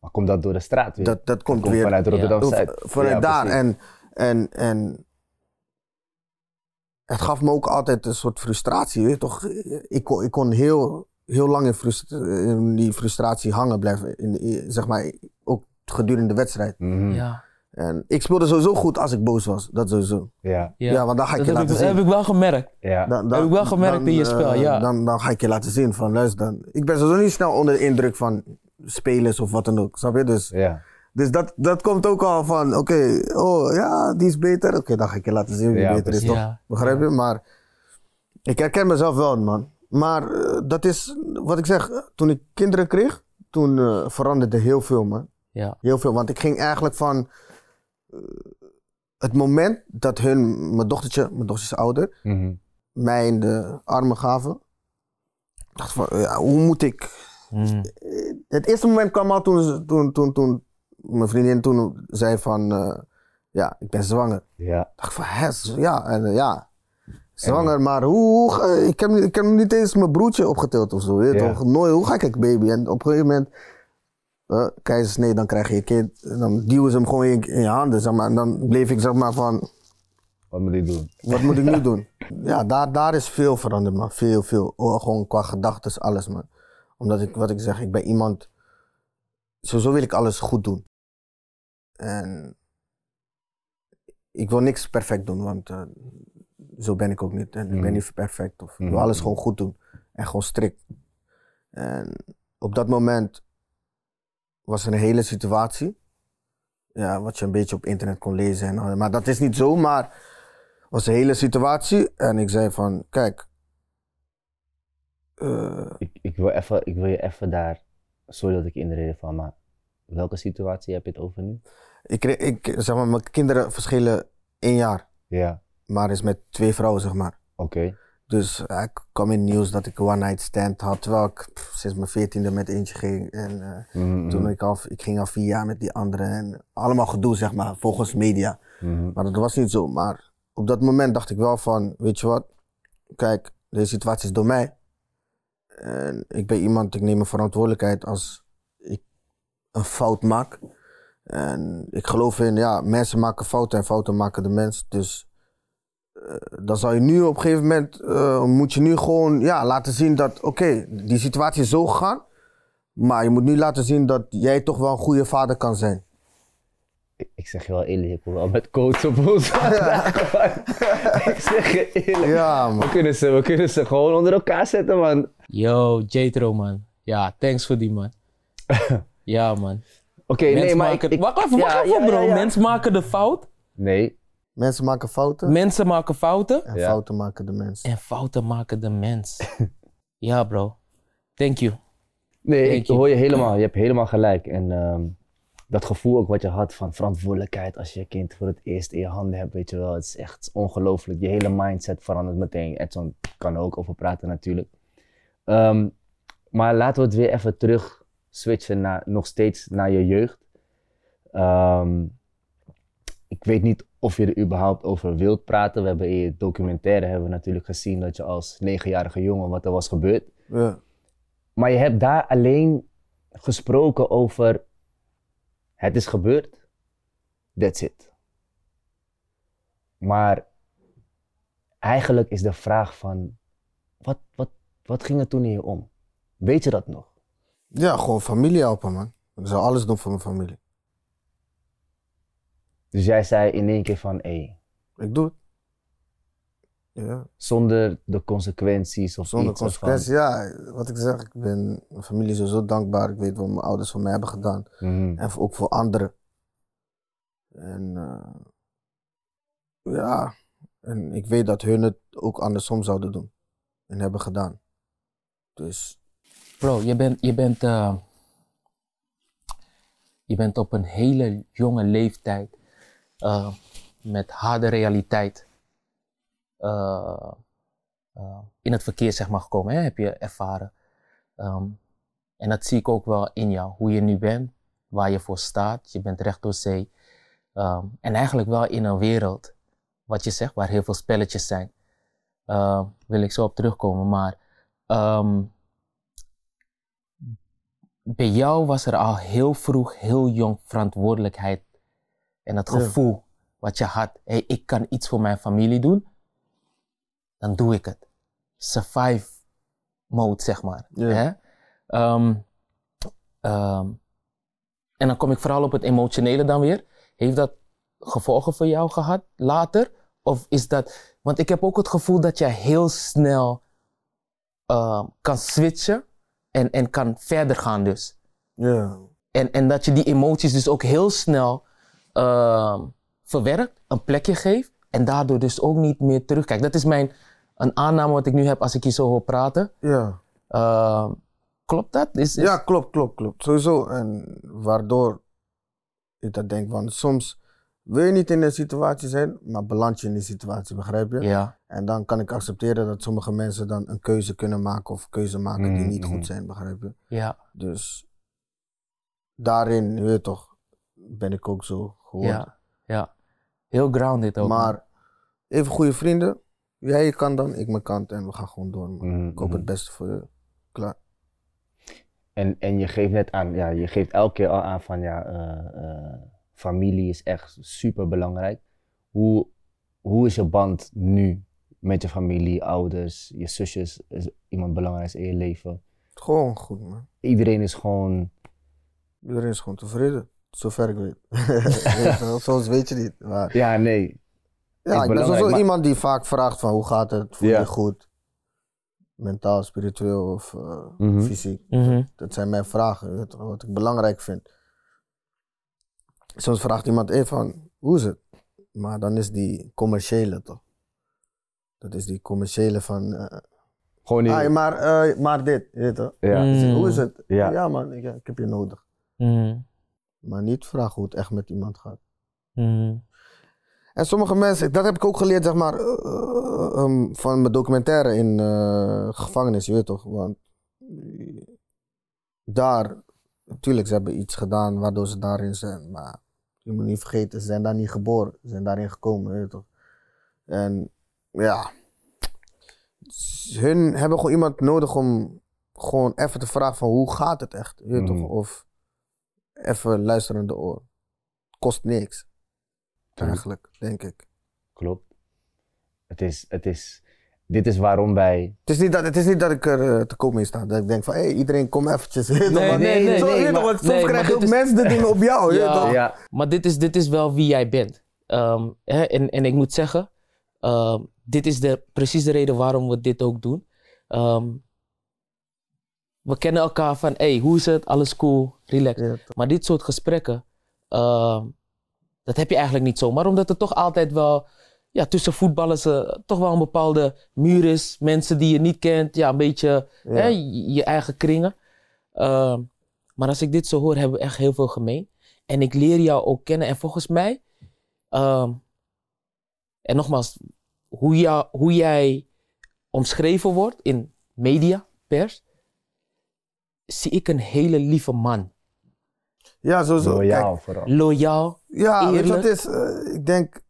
Speaker 1: Maar komt dat door de straat weer?
Speaker 2: dat, dat komt
Speaker 1: komt
Speaker 2: weer
Speaker 1: vanuit Rotterdam-Zuid.
Speaker 2: v- vanuit
Speaker 1: Ja,
Speaker 2: daar.
Speaker 1: precies.
Speaker 2: En, en, en het gaf me ook altijd een soort frustratie, weet je toch? Ik kon, ik kon heel, heel lang in, frust- in die frustratie hangen blijven, in, in- zeg maar, ook gedurende de wedstrijd.
Speaker 1: Mhm. ja.
Speaker 3: ja,
Speaker 2: En ik speelde sowieso goed als ik boos was, dat sowieso.
Speaker 1: Ja.
Speaker 3: ja.
Speaker 2: Ja, want dan ga ik
Speaker 3: dat
Speaker 2: je
Speaker 3: heb,
Speaker 2: laten
Speaker 3: ik,
Speaker 2: zien.
Speaker 3: heb ik wel gemerkt.
Speaker 2: Dan-
Speaker 3: heb ik wel gemerkt in je
Speaker 2: eh,
Speaker 3: spel, ja.
Speaker 2: Dan, dan ga ik je laten zien van, luister dan. Ik ben sowieso niet snel onder de indruk van spelers of wat dan ook, snap je? Dus,
Speaker 1: Ja.
Speaker 2: dus dat, dat komt ook al van, oké, oh ja, die is beter. Oké, dan ga ik je laten zien wie
Speaker 1: Ja,
Speaker 2: beter is,
Speaker 1: precies.
Speaker 2: toch?
Speaker 3: Ja,
Speaker 2: Begrijp je? Maar ik herken mezelf wel, man. Maar eh, dat is, wat ik zeg, eh, toen ik kinderen kreeg, toen eh, veranderde heel veel, man.
Speaker 3: Ja,
Speaker 2: Heel veel, want ik ging eigenlijk van eh, het moment dat hun, mijn dochtertje, mijn dochter is ouder,
Speaker 1: Mhm.
Speaker 2: mij in de armen gaven. Ik dacht van, ja, hoe moet ik?
Speaker 3: Mm.
Speaker 2: Eh, Het eerste moment kwam al toen, ze- toen, toen, toen mijn vriendin toen zei van, eh, ja, ik ben zwanger.
Speaker 1: ja.
Speaker 2: Ik dacht van, hè, z- ja, en, eh, ja. Zwanger, maar hoe, hoe ga- ik, heb, niet- ik heb niet eens mijn broertje opgetild of zo. Weet je
Speaker 1: Ja.
Speaker 2: toch? Nooit, hoe ga ik een baby? En op een gegeven moment, eh keizersnee, dan krijg je een kind. En dan duwen ze hem gewoon in, in je handen, zeg maar. En dan bleef ik, zeg maar, van,
Speaker 1: Wat moet ik doen?
Speaker 2: wat moet ik nu doen? Ja, daar, daar is veel veranderd, man. Veel, veel. Oh, gewoon qua gedachten, alles, man. Omdat ik, wat ik zeg, ik ben iemand. Sowieso wil ik alles goed doen. En. Ik wil niks perfect doen, want eh, zo ben ik ook niet. En ik
Speaker 1: Mhm.
Speaker 2: ben niet perfect. Of, ik wil
Speaker 1: Mhm.
Speaker 2: alles gewoon goed doen. En gewoon strikt. En op dat moment was er een hele situatie. Ja, wat je een beetje op internet kon lezen. En, al- maar dat is niet zo, maar was de hele situatie. En ik zei van, kijk, eh,
Speaker 1: Ik, ik, wil even, ik wil je even daar, sorry dat ik je in de reden van, maar welke situatie heb je het over nu?
Speaker 2: ik, kreeg- ik, zeg maar, mijn kinderen verschillen één jaar,
Speaker 1: Ja.
Speaker 2: maar is met twee vrouwen, zeg maar.
Speaker 1: Oké.
Speaker 2: Dus eh, ik kwam in het nieuws dat ik een one-night stand had, terwijl ik pff, sinds mijn veertiende met eentje ging. En eh,
Speaker 1: Mhm.
Speaker 2: toen ik al, ik ging al vier jaar met die andere en allemaal gedoe, zeg maar, volgens media.
Speaker 1: Mhm.
Speaker 2: Maar dat was niet zo. Maar op dat moment dacht ik wel van, weet je wat, kijk, deze situatie is door mij. En ik ben iemand, ik neem mijn verantwoordelijkheid als ik een fout maak. En ik geloof in, ja, mensen maken fouten en fouten maken de mens. Dus eh, dan zou je nu op een gegeven moment, eh, moet je nu gewoon ja, laten zien dat, oké, die situatie is zo gegaan. Maar je moet nu laten zien dat jij toch wel een goede vader kan zijn.
Speaker 1: Ik- Ik zeg je wel eerlijk, ik wil wel met coach op ons vandaag, man. Ik zeg je eerlijk.
Speaker 2: Ja, man.
Speaker 1: We kunnen, ze, we kunnen ze gewoon onder elkaar zetten, man.
Speaker 3: Yo, Jetro man. Ja, thanks voor die man. ja man.
Speaker 1: Oké,
Speaker 3: Mens
Speaker 1: nee, maar ik...
Speaker 3: maken...
Speaker 1: ik-
Speaker 3: Wacht even, wacht
Speaker 1: Ja,
Speaker 3: even
Speaker 1: ja,
Speaker 3: bro.
Speaker 1: ja, ja.
Speaker 3: Mensen maken de fout.
Speaker 1: Nee,
Speaker 2: Mensen maken fouten
Speaker 3: Mensen maken fouten.
Speaker 2: en
Speaker 1: Ja.
Speaker 2: fouten maken de mensen.
Speaker 3: En fouten maken de mens. ja bro. Thank you.
Speaker 1: nee
Speaker 3: Thank
Speaker 1: ik
Speaker 3: you.
Speaker 1: hoor je helemaal. Je hebt helemaal gelijk. En ehm, dat gevoel ook wat je had van verantwoordelijkheid als je je kind voor het eerst in je handen hebt, weet je wel. Het is echt ongelooflijk. Je hele mindset verandert meteen. Edson kan er ook over praten natuurlijk. Ehm, maar laten we het weer even terug switchen naar, nog steeds naar je jeugd. Ehm, ik weet niet of je er überhaupt over wilt praten. We hebben in je documentaire hebben we natuurlijk gezien dat je als negenjarige jongen wat er was gebeurd.
Speaker 2: Ja.
Speaker 1: Maar je hebt daar alleen gesproken over het is gebeurd, that's it. Maar eigenlijk is de vraag van wat, wat, wat ging er toen in je om? Weet je dat nog?
Speaker 2: Ja, gewoon familie helpen, man. Ik zou alles doen voor mijn familie.
Speaker 1: Dus jij zei in één keer van hé,
Speaker 2: Ik doe het. Ja,
Speaker 1: zonder de consequenties of
Speaker 2: zonder
Speaker 1: iets ervan.
Speaker 2: consequenties. Ja, wat ik zeg, ik ben mijn familie sowieso dankbaar. Ik weet wat mijn ouders voor mij hebben gedaan.
Speaker 1: Mhm.
Speaker 2: En ook voor anderen. En eh, ja, en ik weet dat hun het ook andersom zouden doen. En hebben gedaan. Dus
Speaker 3: Bro, je bent, je bent, eh, je bent op een hele jonge leeftijd eh, met harde realiteit eh, eh, in het verkeer zeg maar, gekomen, hè? heb je ervaren. Ehm, en dat zie ik ook wel in jou, hoe je nu bent, waar je voor staat. Je bent recht door zee. Ehm, en eigenlijk wel in een wereld, wat je zegt, waar heel veel spelletjes zijn. Ehm, wil ik zo op terugkomen, maar... ehm, bij jou was er al heel vroeg, heel jong verantwoordelijkheid. En dat
Speaker 2: Ja.
Speaker 3: gevoel wat je had. hey, ik kan iets voor mijn familie doen. Dan doe ik het. Survive mode, zeg maar.
Speaker 2: Ja.
Speaker 3: Hè? Ehm, ehm, en dan kom ik vooral op het emotionele dan weer. Heeft dat gevolgen voor jou gehad later? Of is dat... Want ik heb ook het gevoel dat jij heel snel ehm, kan switchen en, en kan verder gaan dus.
Speaker 2: ja,
Speaker 3: En, en dat je die emoties dus ook heel snel ehm, verwerkt, een plekje geeft en daardoor dus ook niet meer terugkijkt. Dat is mijn, een aanname wat ik nu heb als ik hier zo hoor praten.
Speaker 2: ja.
Speaker 3: Ehm, klopt dat? Is, is-
Speaker 2: Ja, klopt, klopt, klopt. Sowieso. En waardoor ik dat denk, want soms wil je niet in een situatie zijn, maar beland je in die situatie, begrijp je?
Speaker 3: ja.
Speaker 2: En dan kan ik accepteren dat sommige mensen dan een keuze kunnen maken of keuze maken die
Speaker 1: Mm,
Speaker 2: niet
Speaker 1: mhm.
Speaker 3: Mm-hmm.
Speaker 2: goed zijn, begrijp je?
Speaker 3: Ja,
Speaker 2: Dus daarin, je weet toch, ben ik ook zo geworden.
Speaker 3: ja, ja. Heel grounded ook. man.
Speaker 2: maar even goede vrienden, jij je kant dan, ik mijn kant en we gaan gewoon door. man.
Speaker 1: Mhm,
Speaker 2: Ik hoop
Speaker 1: mhm.
Speaker 3: Mm-hmm.
Speaker 2: het beste voor je. Klaar.
Speaker 1: En, en je geeft net aan, ja, je geeft elke keer al aan van ja, eh, eh, familie is echt super belangrijk. Hoe, hoe is je band nu met je familie, ouders, je zusjes? Is iemand belangrijk in je leven?
Speaker 2: Gewoon goed, man.
Speaker 1: Iedereen is gewoon.
Speaker 2: Iedereen is gewoon tevreden. Zover ik weet. Weet je wel, Soms weet je niet. Maar
Speaker 1: Ja, nee.
Speaker 2: ja, ik ben
Speaker 1: belangrijk,
Speaker 2: sowieso
Speaker 1: maar-
Speaker 2: iemand die vaak vraagt van hoe gaat het? Voel
Speaker 1: Ja.
Speaker 2: je goed? Mentaal, spiritueel of eh,
Speaker 1: Mhm.
Speaker 2: fysiek?
Speaker 3: Mhm.
Speaker 2: Dat zijn mijn vragen, je weet toch, wat ik belangrijk vind. Soms vraagt iemand even van, hoe is het? Maar dan is die commerciële toch? Dat is die commerciële van, eh,
Speaker 1: Gewoon
Speaker 3: Ah,
Speaker 2: "Hey,
Speaker 1: in.
Speaker 2: maar, eh, maar dit, je weet toch?
Speaker 1: Ja.
Speaker 3: Mm.
Speaker 2: Hoe is het?
Speaker 1: Ja.
Speaker 2: Ja, man, ik, ja, ik heb je nodig.
Speaker 3: Mhm.
Speaker 2: Maar niet vragen hoe het echt met iemand gaat.
Speaker 3: Mhm.
Speaker 2: En sommige mensen, dat heb ik ook geleerd, zeg maar, eh, eh, ehm, van mijn documentaire in eh, gevangenis, je weet toch? Want eh, daar, natuurlijk, ze hebben iets gedaan waardoor ze daarin zijn, maar je moet niet vergeten, ze zijn daar niet geboren, ze zijn daarin gekomen, je weet toch? En ja, hun hebben gewoon iemand nodig om gewoon even de vraag van hoe gaat het echt? Je weet
Speaker 1: Mhm.
Speaker 2: toch? Of even luisterende oor. Kost niks.
Speaker 1: True.
Speaker 2: Eigenlijk, denk ik.
Speaker 1: Klopt. Het is, het is, dit is waarom wij.
Speaker 2: Het is niet dat, het is niet dat ik er eh, te koop mee sta. Dat ik denk van, hé, hey, iedereen kom eventjes. Nee,
Speaker 3: Nee, nee, nee, nee, maar-
Speaker 2: want soms
Speaker 3: nee, maar
Speaker 2: krijg je
Speaker 3: dit
Speaker 2: ook
Speaker 3: is-
Speaker 2: mensen die dingen op jou.
Speaker 3: Ja.
Speaker 2: ja. Toch?
Speaker 1: Ja,
Speaker 3: Maar dit is, dit is wel wie jij bent. Ehm, hè, en, en ik moet zeggen, ehm, dit is de, precies de reden waarom we dit ook doen. Ehm, we kennen elkaar van, hey, hoe is het? Alles cool, relax.
Speaker 2: Ja, toch.
Speaker 3: Maar dit soort gesprekken, ehm, dat heb je eigenlijk niet zomaar. Omdat er toch altijd wel, ja, tussen voetballers eh, toch wel een bepaalde muur is. Mensen die je niet kent, ja, een beetje
Speaker 2: Ja.
Speaker 3: hè, je, je eigen kringen. Ehm, maar als ik dit zo hoor, hebben we echt heel veel gemeen. En ik leer jou ook kennen. En volgens mij, ehm, en nogmaals, hoe, jou, hoe jij omschreven wordt in media, pers, zie ik een hele lieve man.
Speaker 2: Ja, sowieso. Kijk,
Speaker 1: loyaal vooral.
Speaker 3: Loyaal,
Speaker 2: ja, weet je wat
Speaker 3: Eerlijk.
Speaker 2: het is? Eh, ik denk,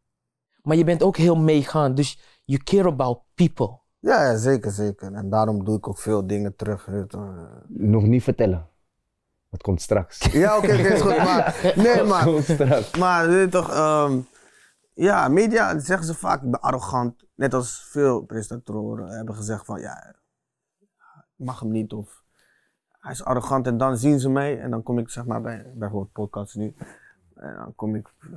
Speaker 3: maar je bent ook heel meegaan. Dus you care about people.
Speaker 2: ja, ja, zeker, zeker. En daarom doe ik ook veel dingen terug. weet je toch.
Speaker 1: Nog niet vertellen. Dat komt straks.
Speaker 2: Ja, oké, oké, is goed. Maar, nee,
Speaker 1: Dat
Speaker 2: maar,
Speaker 1: komt straks.
Speaker 2: maar weet je toch, ehm, ja, media zeggen ze vaak, ik ben arrogant. Net als veel presentatoren hebben gezegd van, ja, ik mag hem niet of hij is arrogant. En dan zien ze mij en dan kom ik, zeg maar, bij bijvoorbeeld podcasts nu. En dan kom ik eh,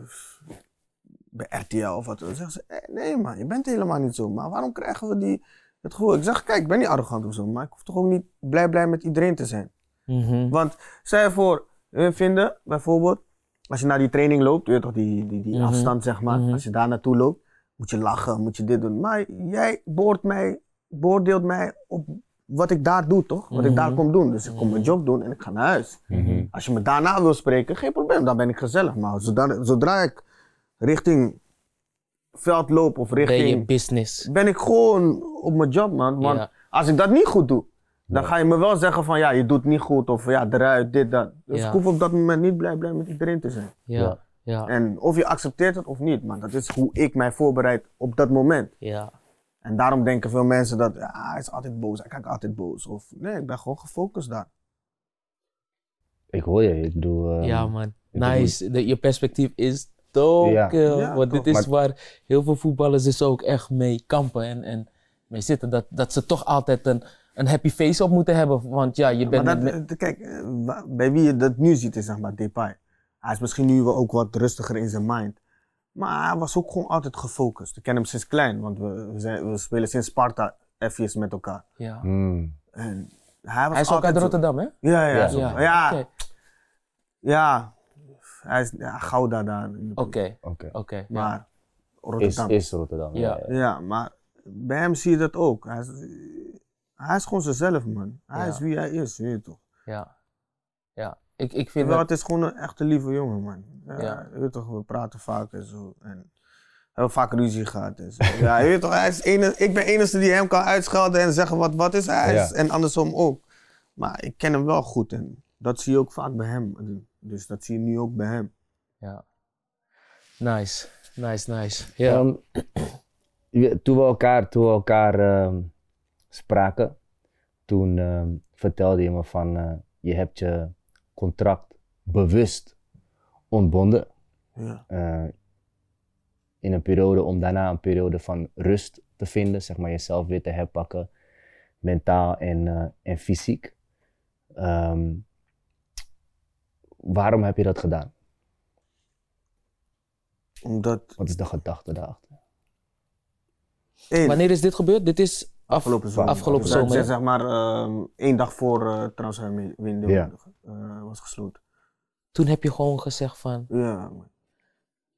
Speaker 2: bij RTL of wat. Dan zeggen ze, eh, nee man, je bent helemaal niet zo. Maar waarom krijgen we die, het gevoel? Ik zeg, kijk, ik ben niet arrogant of zo, maar ik hoef toch ook niet blij blij met iedereen te zijn.
Speaker 3: Mhm.
Speaker 2: Want zij ervoor eh, vinden, bijvoorbeeld, als je naar die training loopt, weet je toch, die, die, die
Speaker 3: Mhm.
Speaker 2: afstand zeg maar,
Speaker 3: Mhm.
Speaker 2: als je daar naartoe loopt, moet je lachen, moet je dit doen. Maar jij beoort mij, beoordeelt mij op wat ik daar doe, toch? Wat ik daar
Speaker 3: Mhm.
Speaker 2: kom doen. Dus ik kom mijn job doen en ik ga naar huis.
Speaker 1: Mhm.
Speaker 2: Als je me daarna wil spreken, geen probleem, dan ben ik gezellig. Maar zodra, zodra ik richting veld loop of
Speaker 3: Ben je
Speaker 2: richting.
Speaker 3: business.
Speaker 2: ben ik gewoon op mijn job, man. Want
Speaker 3: Ja.
Speaker 2: als ik dat niet goed doe, dan ga je me wel zeggen van ja, je doet niet goed of ja, eruit, dit, dat. Dus
Speaker 3: Ja.
Speaker 2: ik hoef op dat moment niet blij, blij met iedereen te zijn.
Speaker 3: Ja, ja, ja.
Speaker 2: En of je accepteert het of niet, maar dat is hoe ik mij voorbereid op dat moment. En daarom denken veel mensen dat ja, hij is altijd boos, hij kijkt altijd boos. Of nee, ik ben gewoon gefocust daar.
Speaker 1: Ik hoor je. Ik bedoel. eh,
Speaker 3: Ja, man.
Speaker 1: ik bedoel-
Speaker 3: Nice. De- je perspectief is dope.
Speaker 1: Ja.
Speaker 3: joh.
Speaker 2: Ja,
Speaker 3: Want dit
Speaker 2: toch.
Speaker 3: is waar heel veel voetballers dus ook echt mee kampen en, en mee zitten. Dat, dat ze toch altijd een, een happy face op moeten hebben. Want ja, je bent...
Speaker 2: Maar
Speaker 3: niet
Speaker 2: dat,
Speaker 3: me-
Speaker 2: eh, kijk, eh, wa- bij wie je dat nu ziet is zeg maar Depay. Hij is misschien nu wel ook wat rustiger in zijn mind. Maar hij was ook gewoon altijd gefocust. Ik ken hem sinds klein, want we, we, zijn, we spelen sinds Sparta F's met elkaar.
Speaker 3: ja.
Speaker 1: mm,
Speaker 2: En hij, was
Speaker 3: Hij is ook
Speaker 2: altijd
Speaker 3: uit
Speaker 2: zo-
Speaker 3: Rotterdam, hè?
Speaker 2: Ja, ja,
Speaker 1: Ja.
Speaker 2: zo. ja.
Speaker 3: Ja,
Speaker 2: ja,
Speaker 3: Oké,
Speaker 2: Hij is ja, Gouda daar. in de buurt.
Speaker 3: oké,
Speaker 1: Oké.
Speaker 3: oké. ja.
Speaker 2: Maar
Speaker 1: Is,
Speaker 2: Rotterdam.
Speaker 1: is Rotterdam. Ja.
Speaker 3: Ja.
Speaker 1: ja.
Speaker 2: Ja, maar bij hem zie je dat ook. Hij is, hij is gewoon zichzelf, man. Hij
Speaker 3: Ja.
Speaker 2: is wie hij is, weet je toch?
Speaker 3: Ja. Ja, ik, ik vind
Speaker 2: Terwijl
Speaker 3: dat...
Speaker 2: het is gewoon een echte lieve jongen, man. Ja,
Speaker 3: Ja.
Speaker 2: Je weet toch, we praten vaak en zo. En we hebben vaak ruzie gehad en zo. ja, je weet toch, hij is ene, ik ben de enige die hem kan uitschelden en zeggen wat wat is. Hij is
Speaker 1: Ja.
Speaker 2: en andersom ook. Maar ik ken hem wel goed en dat zie je ook vaak bij hem. Dus dat zie je nu ook bij hem.
Speaker 3: Ja. Nice, nice, nice. Ja.
Speaker 1: Ehm, je- toen we elkaar, toen we elkaar ehm, spraken, toen ehm, vertelde je me van eh, je hebt je contract bewust ontbonden.
Speaker 2: Ja.
Speaker 1: eh, in een periode om daarna een periode van rust te vinden, zeg maar jezelf weer te herpakken, mentaal en, eh, en fysiek. Ehm, waarom heb je dat gedaan?
Speaker 2: Omdat
Speaker 1: Wat is de gedachte daarachter?
Speaker 2: één,
Speaker 3: Wanneer is dit gebeurd? Dit is af-
Speaker 2: afgelopen zomer.
Speaker 3: afgelopen
Speaker 2: Dus
Speaker 3: zomer,
Speaker 2: Zeg,
Speaker 3: hè?
Speaker 2: zeg maar ehm, één dag voor eh transferwindow
Speaker 1: Ja.
Speaker 2: eh, was gesloten.
Speaker 3: Toen heb je gewoon gezegd van,
Speaker 2: Ja, man.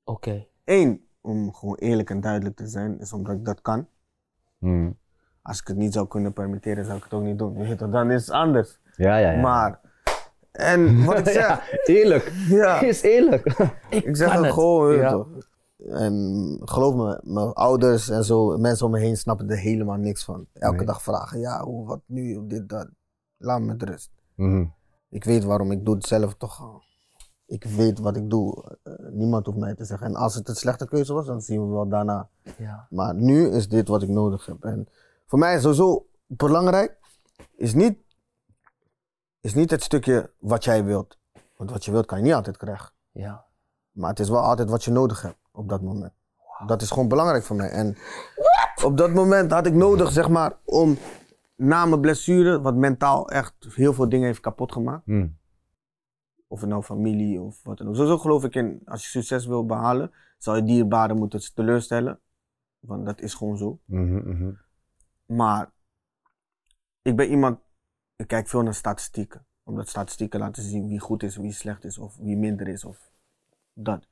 Speaker 3: oké.
Speaker 2: Eén, om gewoon eerlijk en duidelijk te zijn, is omdat ik dat kan.
Speaker 1: Hmm.
Speaker 2: Als ik het niet zou kunnen permitteren, zou ik het ook niet doen. Je weet toch, dan is het anders.
Speaker 1: Ja, ja, ja.
Speaker 2: Maar, en wat ik
Speaker 1: ja,
Speaker 2: zeg,
Speaker 1: eerlijk.
Speaker 2: ja,
Speaker 1: Is eerlijk.
Speaker 2: ik zeg
Speaker 3: kan
Speaker 2: het
Speaker 3: het.
Speaker 2: gewoon, je weet
Speaker 1: Ja.
Speaker 2: toch. En geloof me, mijn ouders en zo, mensen om me heen snappen er helemaal niks van. Elke
Speaker 1: Nee.
Speaker 2: dag vragen, ja, hoe, wat nu, of dit, dat. Laat me met rust.
Speaker 1: Mhm.
Speaker 2: Ik weet waarom, ik doe het zelf toch. Ik weet wat ik doe. Eh, niemand hoeft mij te zeggen. En als het een slechte keuze was, dan zien we wel daarna.
Speaker 3: Ja.
Speaker 2: Maar nu is dit wat ik nodig heb. En voor mij is sowieso belangrijk, is niet is niet het stukje wat jij wilt. Want wat je wilt kan je niet altijd krijgen.
Speaker 1: Ja.
Speaker 2: Maar het is wel altijd wat je nodig hebt op dat moment. Dat is gewoon belangrijk voor mij. En op dat moment had ik nodig, zeg maar, om na mijn blessure, wat mentaal echt heel veel dingen heeft kapot gemaakt.
Speaker 1: Hm.
Speaker 2: Of het nou familie of wat dan ook. Sowieso geloof ik in, als je succes wil behalen, zal je dierbaren moeten teleurstellen. Want dat is gewoon zo.
Speaker 1: Mhm, mhm.
Speaker 2: Maar ik ben iemand, ik kijk veel naar statistieken. Omdat statistieken laten zien wie goed is, wie slecht is, of wie minder is, of dat.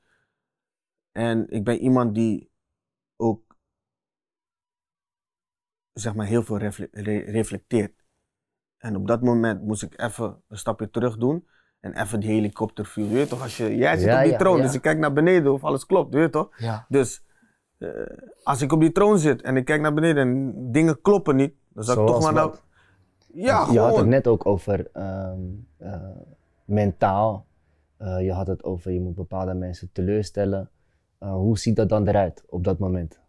Speaker 2: En ik ben iemand die ook, zeg maar, heel veel refle- re- reflecteert. En op dat moment moest ik even een stapje terug doen. En even die helikopterview, weet je toch? Als je, jij zit
Speaker 1: Ja,
Speaker 2: op die
Speaker 1: ja,
Speaker 2: troon,
Speaker 1: ja.
Speaker 2: dus je kijkt naar beneden of alles klopt, weet je toch?
Speaker 3: Ja.
Speaker 2: Dus eh, als ik op die troon zit en ik kijk naar beneden en dingen kloppen niet, dan zal ik
Speaker 1: Zoals
Speaker 2: toch maar nou-
Speaker 1: wat?
Speaker 2: naar. Ja,
Speaker 1: je had het
Speaker 2: gewoon.
Speaker 1: net ook over ehm, eh, mentaal. Eh, je had het over je moet bepaalde mensen teleurstellen. Eh, hoe ziet dat dan eruit op dat moment?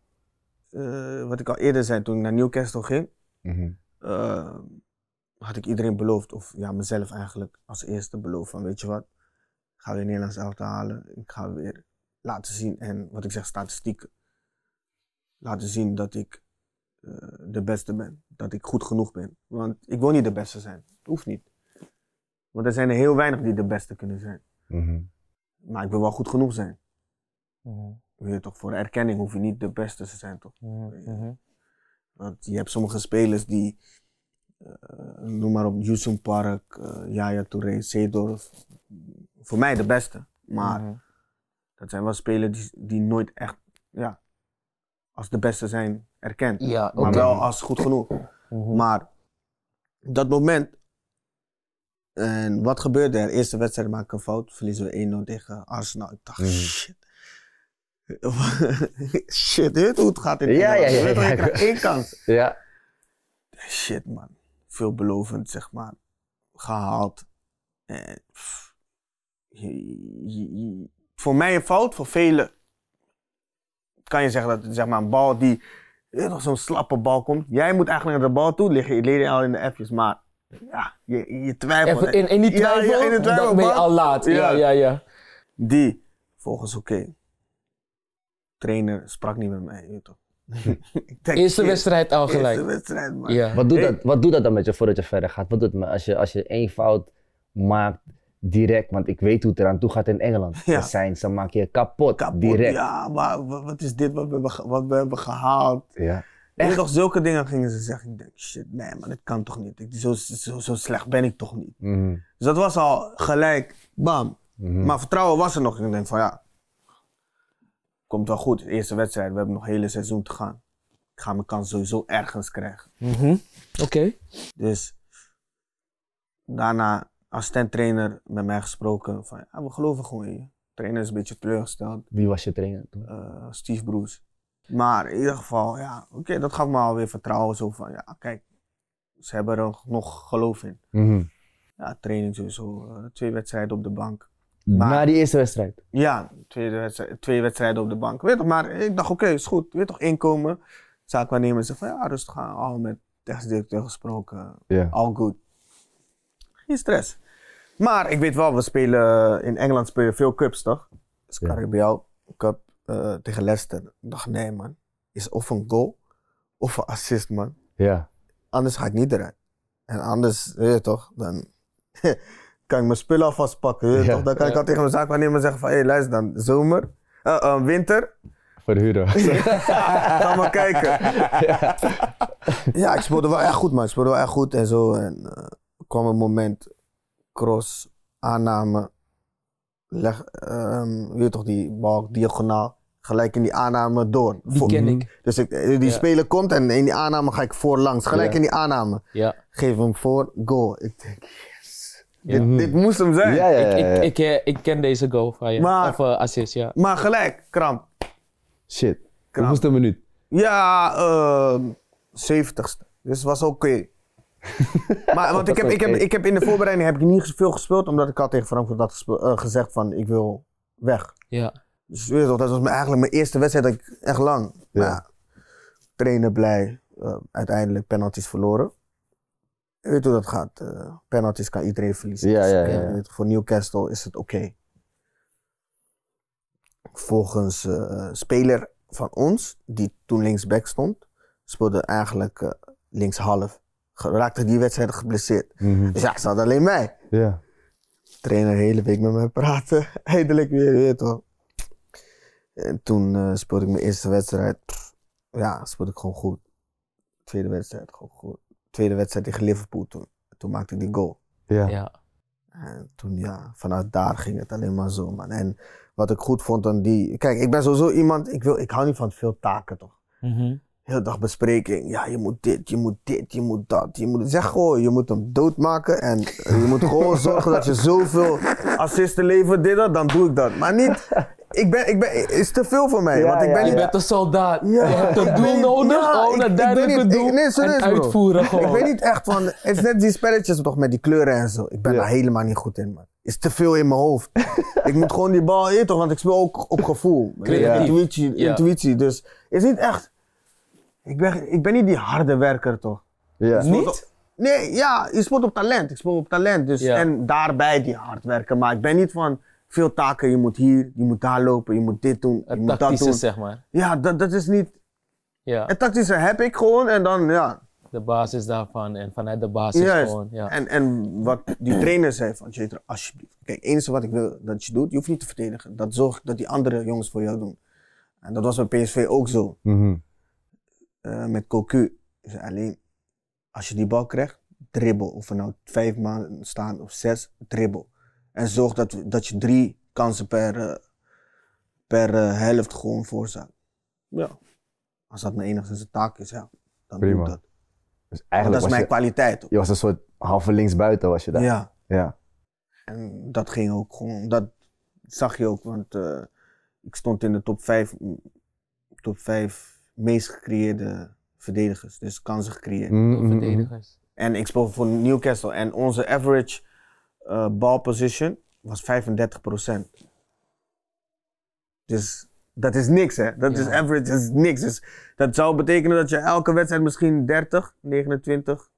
Speaker 2: Eh, wat ik al eerder zei toen ik naar Newcastle ging,
Speaker 1: Mhm,
Speaker 2: eh, had ik iedereen beloofd, of ja, mezelf eigenlijk als eerste beloofd: van weet je wat, ik ga weer Nederlands elftal halen, ik ga weer laten zien en wat ik zeg, statistieken. Laten zien dat ik eh, de beste ben, dat ik goed genoeg ben. Want ik wil niet de beste zijn, hoeft niet. Want er zijn er heel weinig die de beste kunnen zijn.
Speaker 1: mhm.
Speaker 2: Maar ik wil wel goed genoeg zijn.
Speaker 3: Mhm.
Speaker 2: Weet je toch, voor erkenning hoef je niet de beste te zijn, toch?
Speaker 3: Mhm. Mhm.
Speaker 2: Want je hebt sommige spelers die, eh, noem maar op, Yusuf Park, eh Yaya Touré, Seedorf. Voor mij de beste. Maar
Speaker 3: Mhm.
Speaker 2: dat zijn wel spelers die, die nooit echt, ja, als de beste zijn erkend.
Speaker 3: Ja,
Speaker 2: Maar
Speaker 3: oké.
Speaker 2: wel als goed genoeg.
Speaker 3: Mhm.
Speaker 2: Maar dat moment. En wat gebeurde er? Eerste wedstrijd maak ik een fout. Verliezen we 1-0 tegen Arsenal. Ik dacht,
Speaker 1: Mhm.
Speaker 2: shit. shit, je weet hoe het gaat in
Speaker 1: Ja,
Speaker 2: Engeland.
Speaker 1: ja, ja,
Speaker 2: Je weet toch,
Speaker 1: ja.
Speaker 2: Je krijgt één kans.
Speaker 1: Ja.
Speaker 2: Shit, man. Veelbelovend, zeg maar. Gehaald. En, pff, je- je- je- voor mij een fout, voor velen kan je zeggen dat het, zeg maar, een bal die je weet toch, zo'n slappe bal komt. Jij moet eigenlijk naar de bal toe liggen. Je leed je al in de appjes, maar ja, je, je twijfelt.
Speaker 3: Even in, in die
Speaker 2: Ja, ja,
Speaker 3: twijfel,
Speaker 2: in de twijfel,
Speaker 3: dan ben je
Speaker 2: man.
Speaker 3: al laat. Ja, ja,
Speaker 2: Ja.
Speaker 3: ja.
Speaker 2: Die, volgens oké. Trainer sprak niet met mij, je weet toch. Ik denk,
Speaker 3: Eerste
Speaker 2: shit,
Speaker 3: wedstrijd al
Speaker 2: Eerste
Speaker 3: gelijk.
Speaker 2: wedstrijd, man.
Speaker 3: Ja.
Speaker 1: Wat, doet
Speaker 2: Hey.
Speaker 1: dat, wat doet dat dan met je voordat je verder gaat? Wat doet het me als je, als je één fout maakt direct? Want ik weet hoe het eraan toe gaat in Engeland.
Speaker 2: Ja.
Speaker 1: Er zijn, ze maken je kapot,
Speaker 2: Kapot,
Speaker 1: direct.
Speaker 2: Ja, maar wa- wat is dit wat we hebben, ge- wat we hebben gehaald?
Speaker 1: Ja.
Speaker 2: En toch zulke dingen gingen ze zeggen. Ik denk, shit, nee, maar dit kan toch niet. Ik, zo, zo, zo slecht ben ik toch niet.
Speaker 1: Mhm.
Speaker 2: Dus dat was al gelijk, bam.
Speaker 1: Mhm.
Speaker 2: Maar vertrouwen was er nog. Ik denk van ja, komt wel goed. Eerste wedstrijd, we hebben nog een hele seizoen te gaan. Ik ga mijn kans sowieso ergens krijgen.
Speaker 3: Mhm. Oké.
Speaker 2: Dus daarna, assistent trainer met mij gesproken. Van ja, we geloven gewoon in je. Trainer is een beetje teleurgesteld.
Speaker 1: Wie was je trainer toen?
Speaker 2: eh Steve Bruce. Maar in ieder geval, ja, oké, dat gaf me alweer vertrouwen. Zo van, ja, kijk, ze hebben er nog geloof in.
Speaker 1: Mhm.
Speaker 2: Ja, training sowieso, eh, twee wedstrijden op de bank. Maar-
Speaker 1: Na die eerste wedstrijd.
Speaker 2: Ja, tweede wedstrijd, twee wedstrijden op de bank. Weet toch, maar ik dacht, oké, is goed. Weet toch, inkomen. Zaakwaarnemer zei van, ja, rustig aan. Al met technisch directeur gesproken.
Speaker 1: Ja.
Speaker 2: All good. Geen stress. Maar ik weet wel, we spelen in Engeland speel je veel cups, toch? Dus
Speaker 1: Ja.
Speaker 2: Carabao Cup eh, tegen Leicester. Ik dacht, nee man, is of een goal of een assist man.
Speaker 1: Ja.
Speaker 2: Anders ga ik niet eruit. En anders, weet je toch, dan kan ik mijn spullen alvast pakken. Weet je
Speaker 1: Ja.
Speaker 2: toch? Dan kan ik
Speaker 3: Ja.
Speaker 2: al tegen mijn zaakwaarnemer zeggen van, hé hey, luister dan, zomer, eh, eh, winter,
Speaker 1: Verhuren.
Speaker 2: Ga maar kijken. ja, ik speelde wel echt goed, man. Ik speelde wel echt goed en zo. En eh, er kwam een moment, cross, aanname. Leg, ehm, weet je toch, die bal diagonaal. Gelijk in die aanname door.
Speaker 3: Die
Speaker 2: Voor-
Speaker 3: ken ik.
Speaker 2: Dus ik, eh, die
Speaker 3: Ja.
Speaker 2: speler komt en in die aanname ga ik voorlangs. Gelijk
Speaker 1: Ja.
Speaker 2: in die aanname.
Speaker 3: Ja.
Speaker 2: Geef hem voor, goal. Ik denk, yes.
Speaker 1: Mhm.
Speaker 2: Dit, dit moest hem zijn.
Speaker 1: Ja, ja, ja.
Speaker 3: Ik,
Speaker 1: ja.
Speaker 3: ik, ik, eh, ik ken deze goal van je.
Speaker 2: Maar-
Speaker 3: Of eh, assist, ja.
Speaker 2: Maar gelijk, kramp.
Speaker 1: Shit.
Speaker 2: Knap.
Speaker 1: Hoeveel minuut?
Speaker 2: Ja, ehm 70ste. Dus was oké. maar want ik heb, ik, heb,
Speaker 1: oké.
Speaker 2: ik heb in de voorbereiding heb ik niet veel gespeeld, omdat ik al tegen Frankfurt had gespe- eh, gezegd van ik wil weg.
Speaker 3: Ja.
Speaker 2: Dus weet je toch, dat was mijn- eigenlijk mijn eerste wedstrijd dat ik echt lang.
Speaker 1: Ja.
Speaker 2: Maar ja, trainen blij, eh, uiteindelijk penalties verloren. je weet hoe dat gaat. eh penalties kan iedereen verliezen.
Speaker 4: Ja, ja,
Speaker 2: Dus,
Speaker 4: ja,
Speaker 2: eh,
Speaker 4: ja.
Speaker 2: weet je, voor Newcastle is het oké. Volgens eh, een speler van ons, die toen linksback stond, speelde eigenlijk eh, linkshalf. Ge- Raakte die wedstrijd geblesseerd. Dus ja, ze had alleen mij.
Speaker 4: Mhm. Ja.
Speaker 2: trainer de hele week met mij praten. Eindelijk weer, je weet toch. En toen eh, speelde ik mijn eerste wedstrijd. Pff, ja, speelde ik gewoon goed. Tweede wedstrijd, gewoon goed. Tweede wedstrijd tegen Liverpool toen. Toen maakte ik die goal.
Speaker 4: Ja.
Speaker 3: Ja.
Speaker 2: En toen ja, vanuit daar ging het alleen maar zo, man. En wat ik goed vond aan die... Kijk, ik ben sowieso iemand... Ik, wil, ik hou niet van veel taken, toch?
Speaker 3: Mhm.
Speaker 2: Heel dag bespreking. Ja, je moet dit, je moet dit, je moet dat. Je moet, zeg gewoon, je moet hem doodmaken. En eh, je moet gewoon zorgen dat je zoveel assisten levert, dit, dat. Dan doe ik dat. Maar niet, ik ben, ik ben, is te veel voor mij.
Speaker 4: Ja,
Speaker 2: want ik ben
Speaker 4: ja,
Speaker 3: Je
Speaker 2: niet...
Speaker 4: ja.
Speaker 3: bent een soldaat.
Speaker 2: Ja.
Speaker 3: Je hebt
Speaker 2: Ik
Speaker 3: een
Speaker 2: ben
Speaker 3: doel
Speaker 2: niet-
Speaker 3: nodig.
Speaker 2: ja,
Speaker 3: oh,
Speaker 2: ik-
Speaker 3: dat
Speaker 2: ik ben
Speaker 3: duidelijke
Speaker 2: niet- ik-
Speaker 3: doel.
Speaker 2: nee, serieus,
Speaker 3: en
Speaker 2: bro.
Speaker 3: uitvoeren gewoon.
Speaker 2: Ik ben niet echt van, het is net die spelletjes toch met die kleuren en zo. Ik ben
Speaker 4: Ja.
Speaker 2: daar helemaal niet goed in, man. Is te veel in mijn hoofd. ik moet gewoon die bal, je weet toch, want ik speel ook op gevoel.
Speaker 3: Creatief.
Speaker 2: Intuïtie,
Speaker 3: Ja.
Speaker 2: intuïtie. Dus is niet echt, ik ben, ik ben niet die harde werker toch.
Speaker 4: Ja.
Speaker 2: Ik speel
Speaker 3: Niet?
Speaker 2: op- nee, ja, je speelt op talent. Ik speel op talent. Dus,
Speaker 3: Ja.
Speaker 2: En daarbij die hard werken. Maar ik ben niet van veel taken. Je moet hier, je moet daar lopen, je moet dit doen, je
Speaker 3: Het
Speaker 2: moet dat
Speaker 3: tactische,
Speaker 2: doen.
Speaker 3: zeg maar.
Speaker 2: Ja, dat, dat is niet.
Speaker 3: Ja,
Speaker 2: Het tactische heb ik gewoon en dan ja.
Speaker 3: de basis daarvan. En vanuit de basis
Speaker 2: Juist.
Speaker 3: gewoon. Ja.
Speaker 2: En, en wat die trainer zei van Jeter, alsjeblieft. Kijk, het enige wat ik wil dat je doet, je hoeft niet te verdedigen. Dat zorgt dat die andere jongens voor jou doen. En dat was bij PSV ook zo.
Speaker 4: Mhm.
Speaker 2: eh, met Cocu. Dus alleen, als je die bal krijgt, dribbel. Of er nou vijf man staan of zes, dribbel. En zorg dat, dat je drie kansen per, eh, per eh, helft gewoon voorstaat. Ja. Als dat mijn enigszins taak is, ja, dan doe
Speaker 4: Prima.
Speaker 2: ik dat.
Speaker 4: Dus
Speaker 2: Want dat
Speaker 4: eigenlijk
Speaker 2: is
Speaker 4: was
Speaker 2: mijn
Speaker 4: je,
Speaker 2: kwaliteit.
Speaker 4: je was een soort halve linksbuiten was je daar.
Speaker 2: Ja.
Speaker 4: Ja.
Speaker 2: En dat ging ook gewoon, dat zag je ook, want eh, ik stond in de top 5, top 5 meest gecreëerde verdedigers. Dus kansen gecreëerd.
Speaker 3: mm,
Speaker 4: Mhm, mhm, mhm.
Speaker 3: Verdedigers.
Speaker 2: En ik speel voor Newcastle. En onze average eh ball position was 35%. Dus dat is niks, hè? Dat
Speaker 3: Ja.
Speaker 2: is average, dat is niks. Dus dat zou betekenen dat je elke wedstrijd misschien 30, 29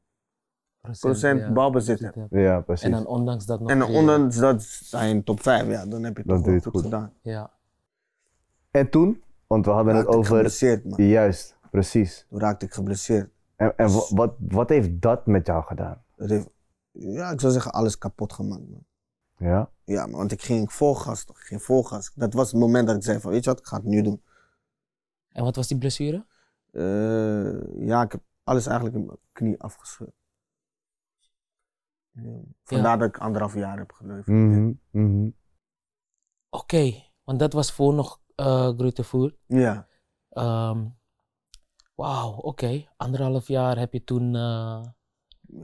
Speaker 2: procent
Speaker 3: ja.
Speaker 2: balbezit hebt.
Speaker 4: Ja,
Speaker 3: En
Speaker 4: precies.
Speaker 3: dan ondanks dat nog.
Speaker 2: En
Speaker 3: creëren.
Speaker 2: ondanks dat sta je in top 5, ja, dan heb je
Speaker 4: Dan
Speaker 2: toch
Speaker 4: doe je
Speaker 2: wel
Speaker 4: het
Speaker 2: goed
Speaker 4: goed.
Speaker 2: gedaan.
Speaker 3: Ja.
Speaker 4: En toen, want we hadden
Speaker 2: Toen
Speaker 4: het
Speaker 2: raakte ik
Speaker 4: over.
Speaker 2: geblesseerd, man.
Speaker 4: Juist, precies.
Speaker 2: Toen raakte ik geblesseerd.
Speaker 4: En, en wa- wat, wat heeft dat met jou gedaan?
Speaker 2: Dat heeft, ja, ik zou zeggen, alles kapot gemaakt, man.
Speaker 4: Ja.
Speaker 2: Ja, maar want ik ging vol gas, toch? Ik ging vol gas. Dat was het moment dat ik zei van, weet je wat, ik ga het nu doen.
Speaker 3: En wat was die blessure?
Speaker 2: Eh, ja, ik heb alles eigenlijk in mijn knie afgescheurd. Ja. Vandaar dat ik anderhalf jaar heb geleefd.
Speaker 4: Mhm, mhm.
Speaker 3: Oké, want dat was voor nog eh Groetevoer.
Speaker 2: Ja,
Speaker 3: Ehm Wauw, oké. Anderhalf jaar heb je toen. eh,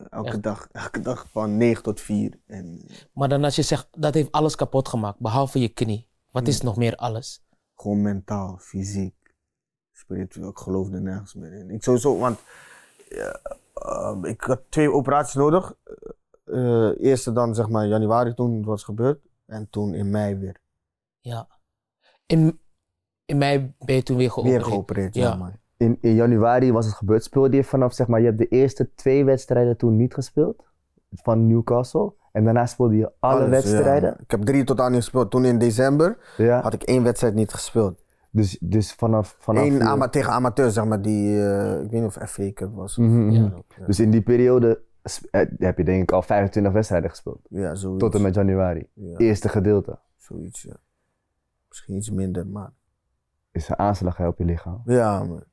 Speaker 2: elke
Speaker 3: Echt.
Speaker 2: dag. Elke dag van 9 tot 4. En eh,
Speaker 3: Maar dan als je zegt dat heeft alles kapot gemaakt, behalve je knie. Wat is
Speaker 2: Hmm.
Speaker 3: nog meer alles?
Speaker 2: gewoon mentaal, fysiek, spiritueel. Ik geloofde nergens meer in. Ik sowieso, want ja, eh, ik had twee operaties nodig. Eh, eerste dan zeg maar januari toen het was gebeurd. En toen in mei weer.
Speaker 3: Ja. In, in mei ben je toen weer
Speaker 2: Weer
Speaker 3: geopereerd.
Speaker 2: geopereerd,
Speaker 3: Ja.
Speaker 2: ja man.
Speaker 4: In, in januari was het gebeurd. Speelde je vanaf, zeg maar, je hebt de eerste twee wedstrijden toen niet gespeeld. Van Newcastle. En daarna speelde je alle
Speaker 2: Alles,
Speaker 4: wedstrijden.
Speaker 2: Oh, dus, ja. Ik heb drie tot aan niet gespeeld. Toen in december
Speaker 4: Ja.
Speaker 2: had ik één wedstrijd niet gespeeld.
Speaker 4: Dus, dus vanaf. vanaf
Speaker 2: Eén
Speaker 4: je-
Speaker 2: ama tegen amateur, zeg maar, die, eh, ik weet niet of FA Cup was.
Speaker 4: Mhm, mhm.
Speaker 3: Ja.
Speaker 4: Dus in die periode sp- eh, heb je denk ik al 25 wedstrijden gespeeld.
Speaker 2: Ja, zoiets.
Speaker 4: Tot en met januari.
Speaker 2: Ja,
Speaker 4: Eerste gedeelte.
Speaker 2: zoiets, ja. Misschien iets minder, maar...
Speaker 4: Is een aanslag hè, op je lichaam.
Speaker 2: Ja, man.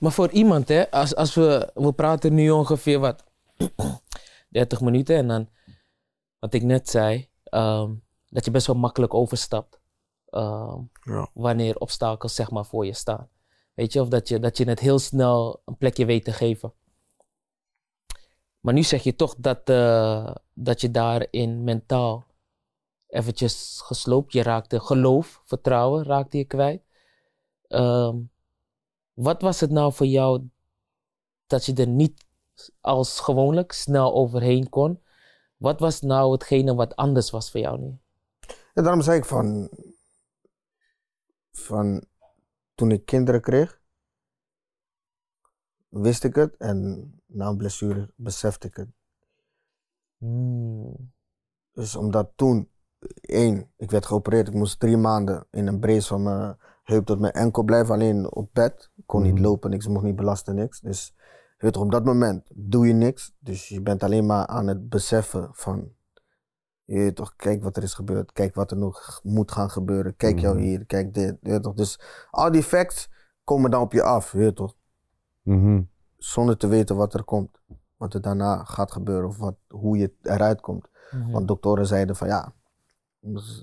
Speaker 3: Maar voor iemand, hè, als, als we, we praten nu ongeveer wat 30 minuten en dan, wat ik net zei, ehm, dat je best wel makkelijk overstapt ehm,
Speaker 2: Ja.
Speaker 3: wanneer obstakels zeg maar voor je staan. Weet je, of dat je, dat je het heel snel een plekje weet te geven. Maar nu zeg je toch dat, eh, dat je daarin mentaal eventjes gesloopt. Je raakte geloof, vertrouwen raakte je kwijt. Ehm, wat was het nou voor jou dat je er niet als gewoonlijk snel overheen kon? Wat was nou hetgene wat anders was voor jou nu?
Speaker 2: En daarom zei ik van... Van... Toen ik kinderen kreeg... Wist ik het en na een blessure besefte ik het.
Speaker 3: Mm.
Speaker 2: Dus omdat toen, één, ik werd geopereerd. Ik moest drie maanden in een brace van mijn heup tot mijn enkel blijven. Alleen op bed. Ik kon niet
Speaker 4: Mhm.
Speaker 2: lopen, niks, mocht niet belasten, niks. Dus je weet toch, op dat moment doe je niks. Dus je bent alleen maar aan het beseffen van... Je weet toch, kijk wat er is gebeurd. Kijk wat er nog moet gaan gebeuren. Kijk jou
Speaker 4: Mhm.
Speaker 2: hier, kijk dit. Je weet toch. Dus al die facts komen dan op je af, je weet toch.
Speaker 4: Mhm.
Speaker 2: Zonder te weten wat er komt. Wat er daarna gaat gebeuren of wat, hoe je eruit komt.
Speaker 3: Mhm.
Speaker 2: Want doktoren zeiden van ja,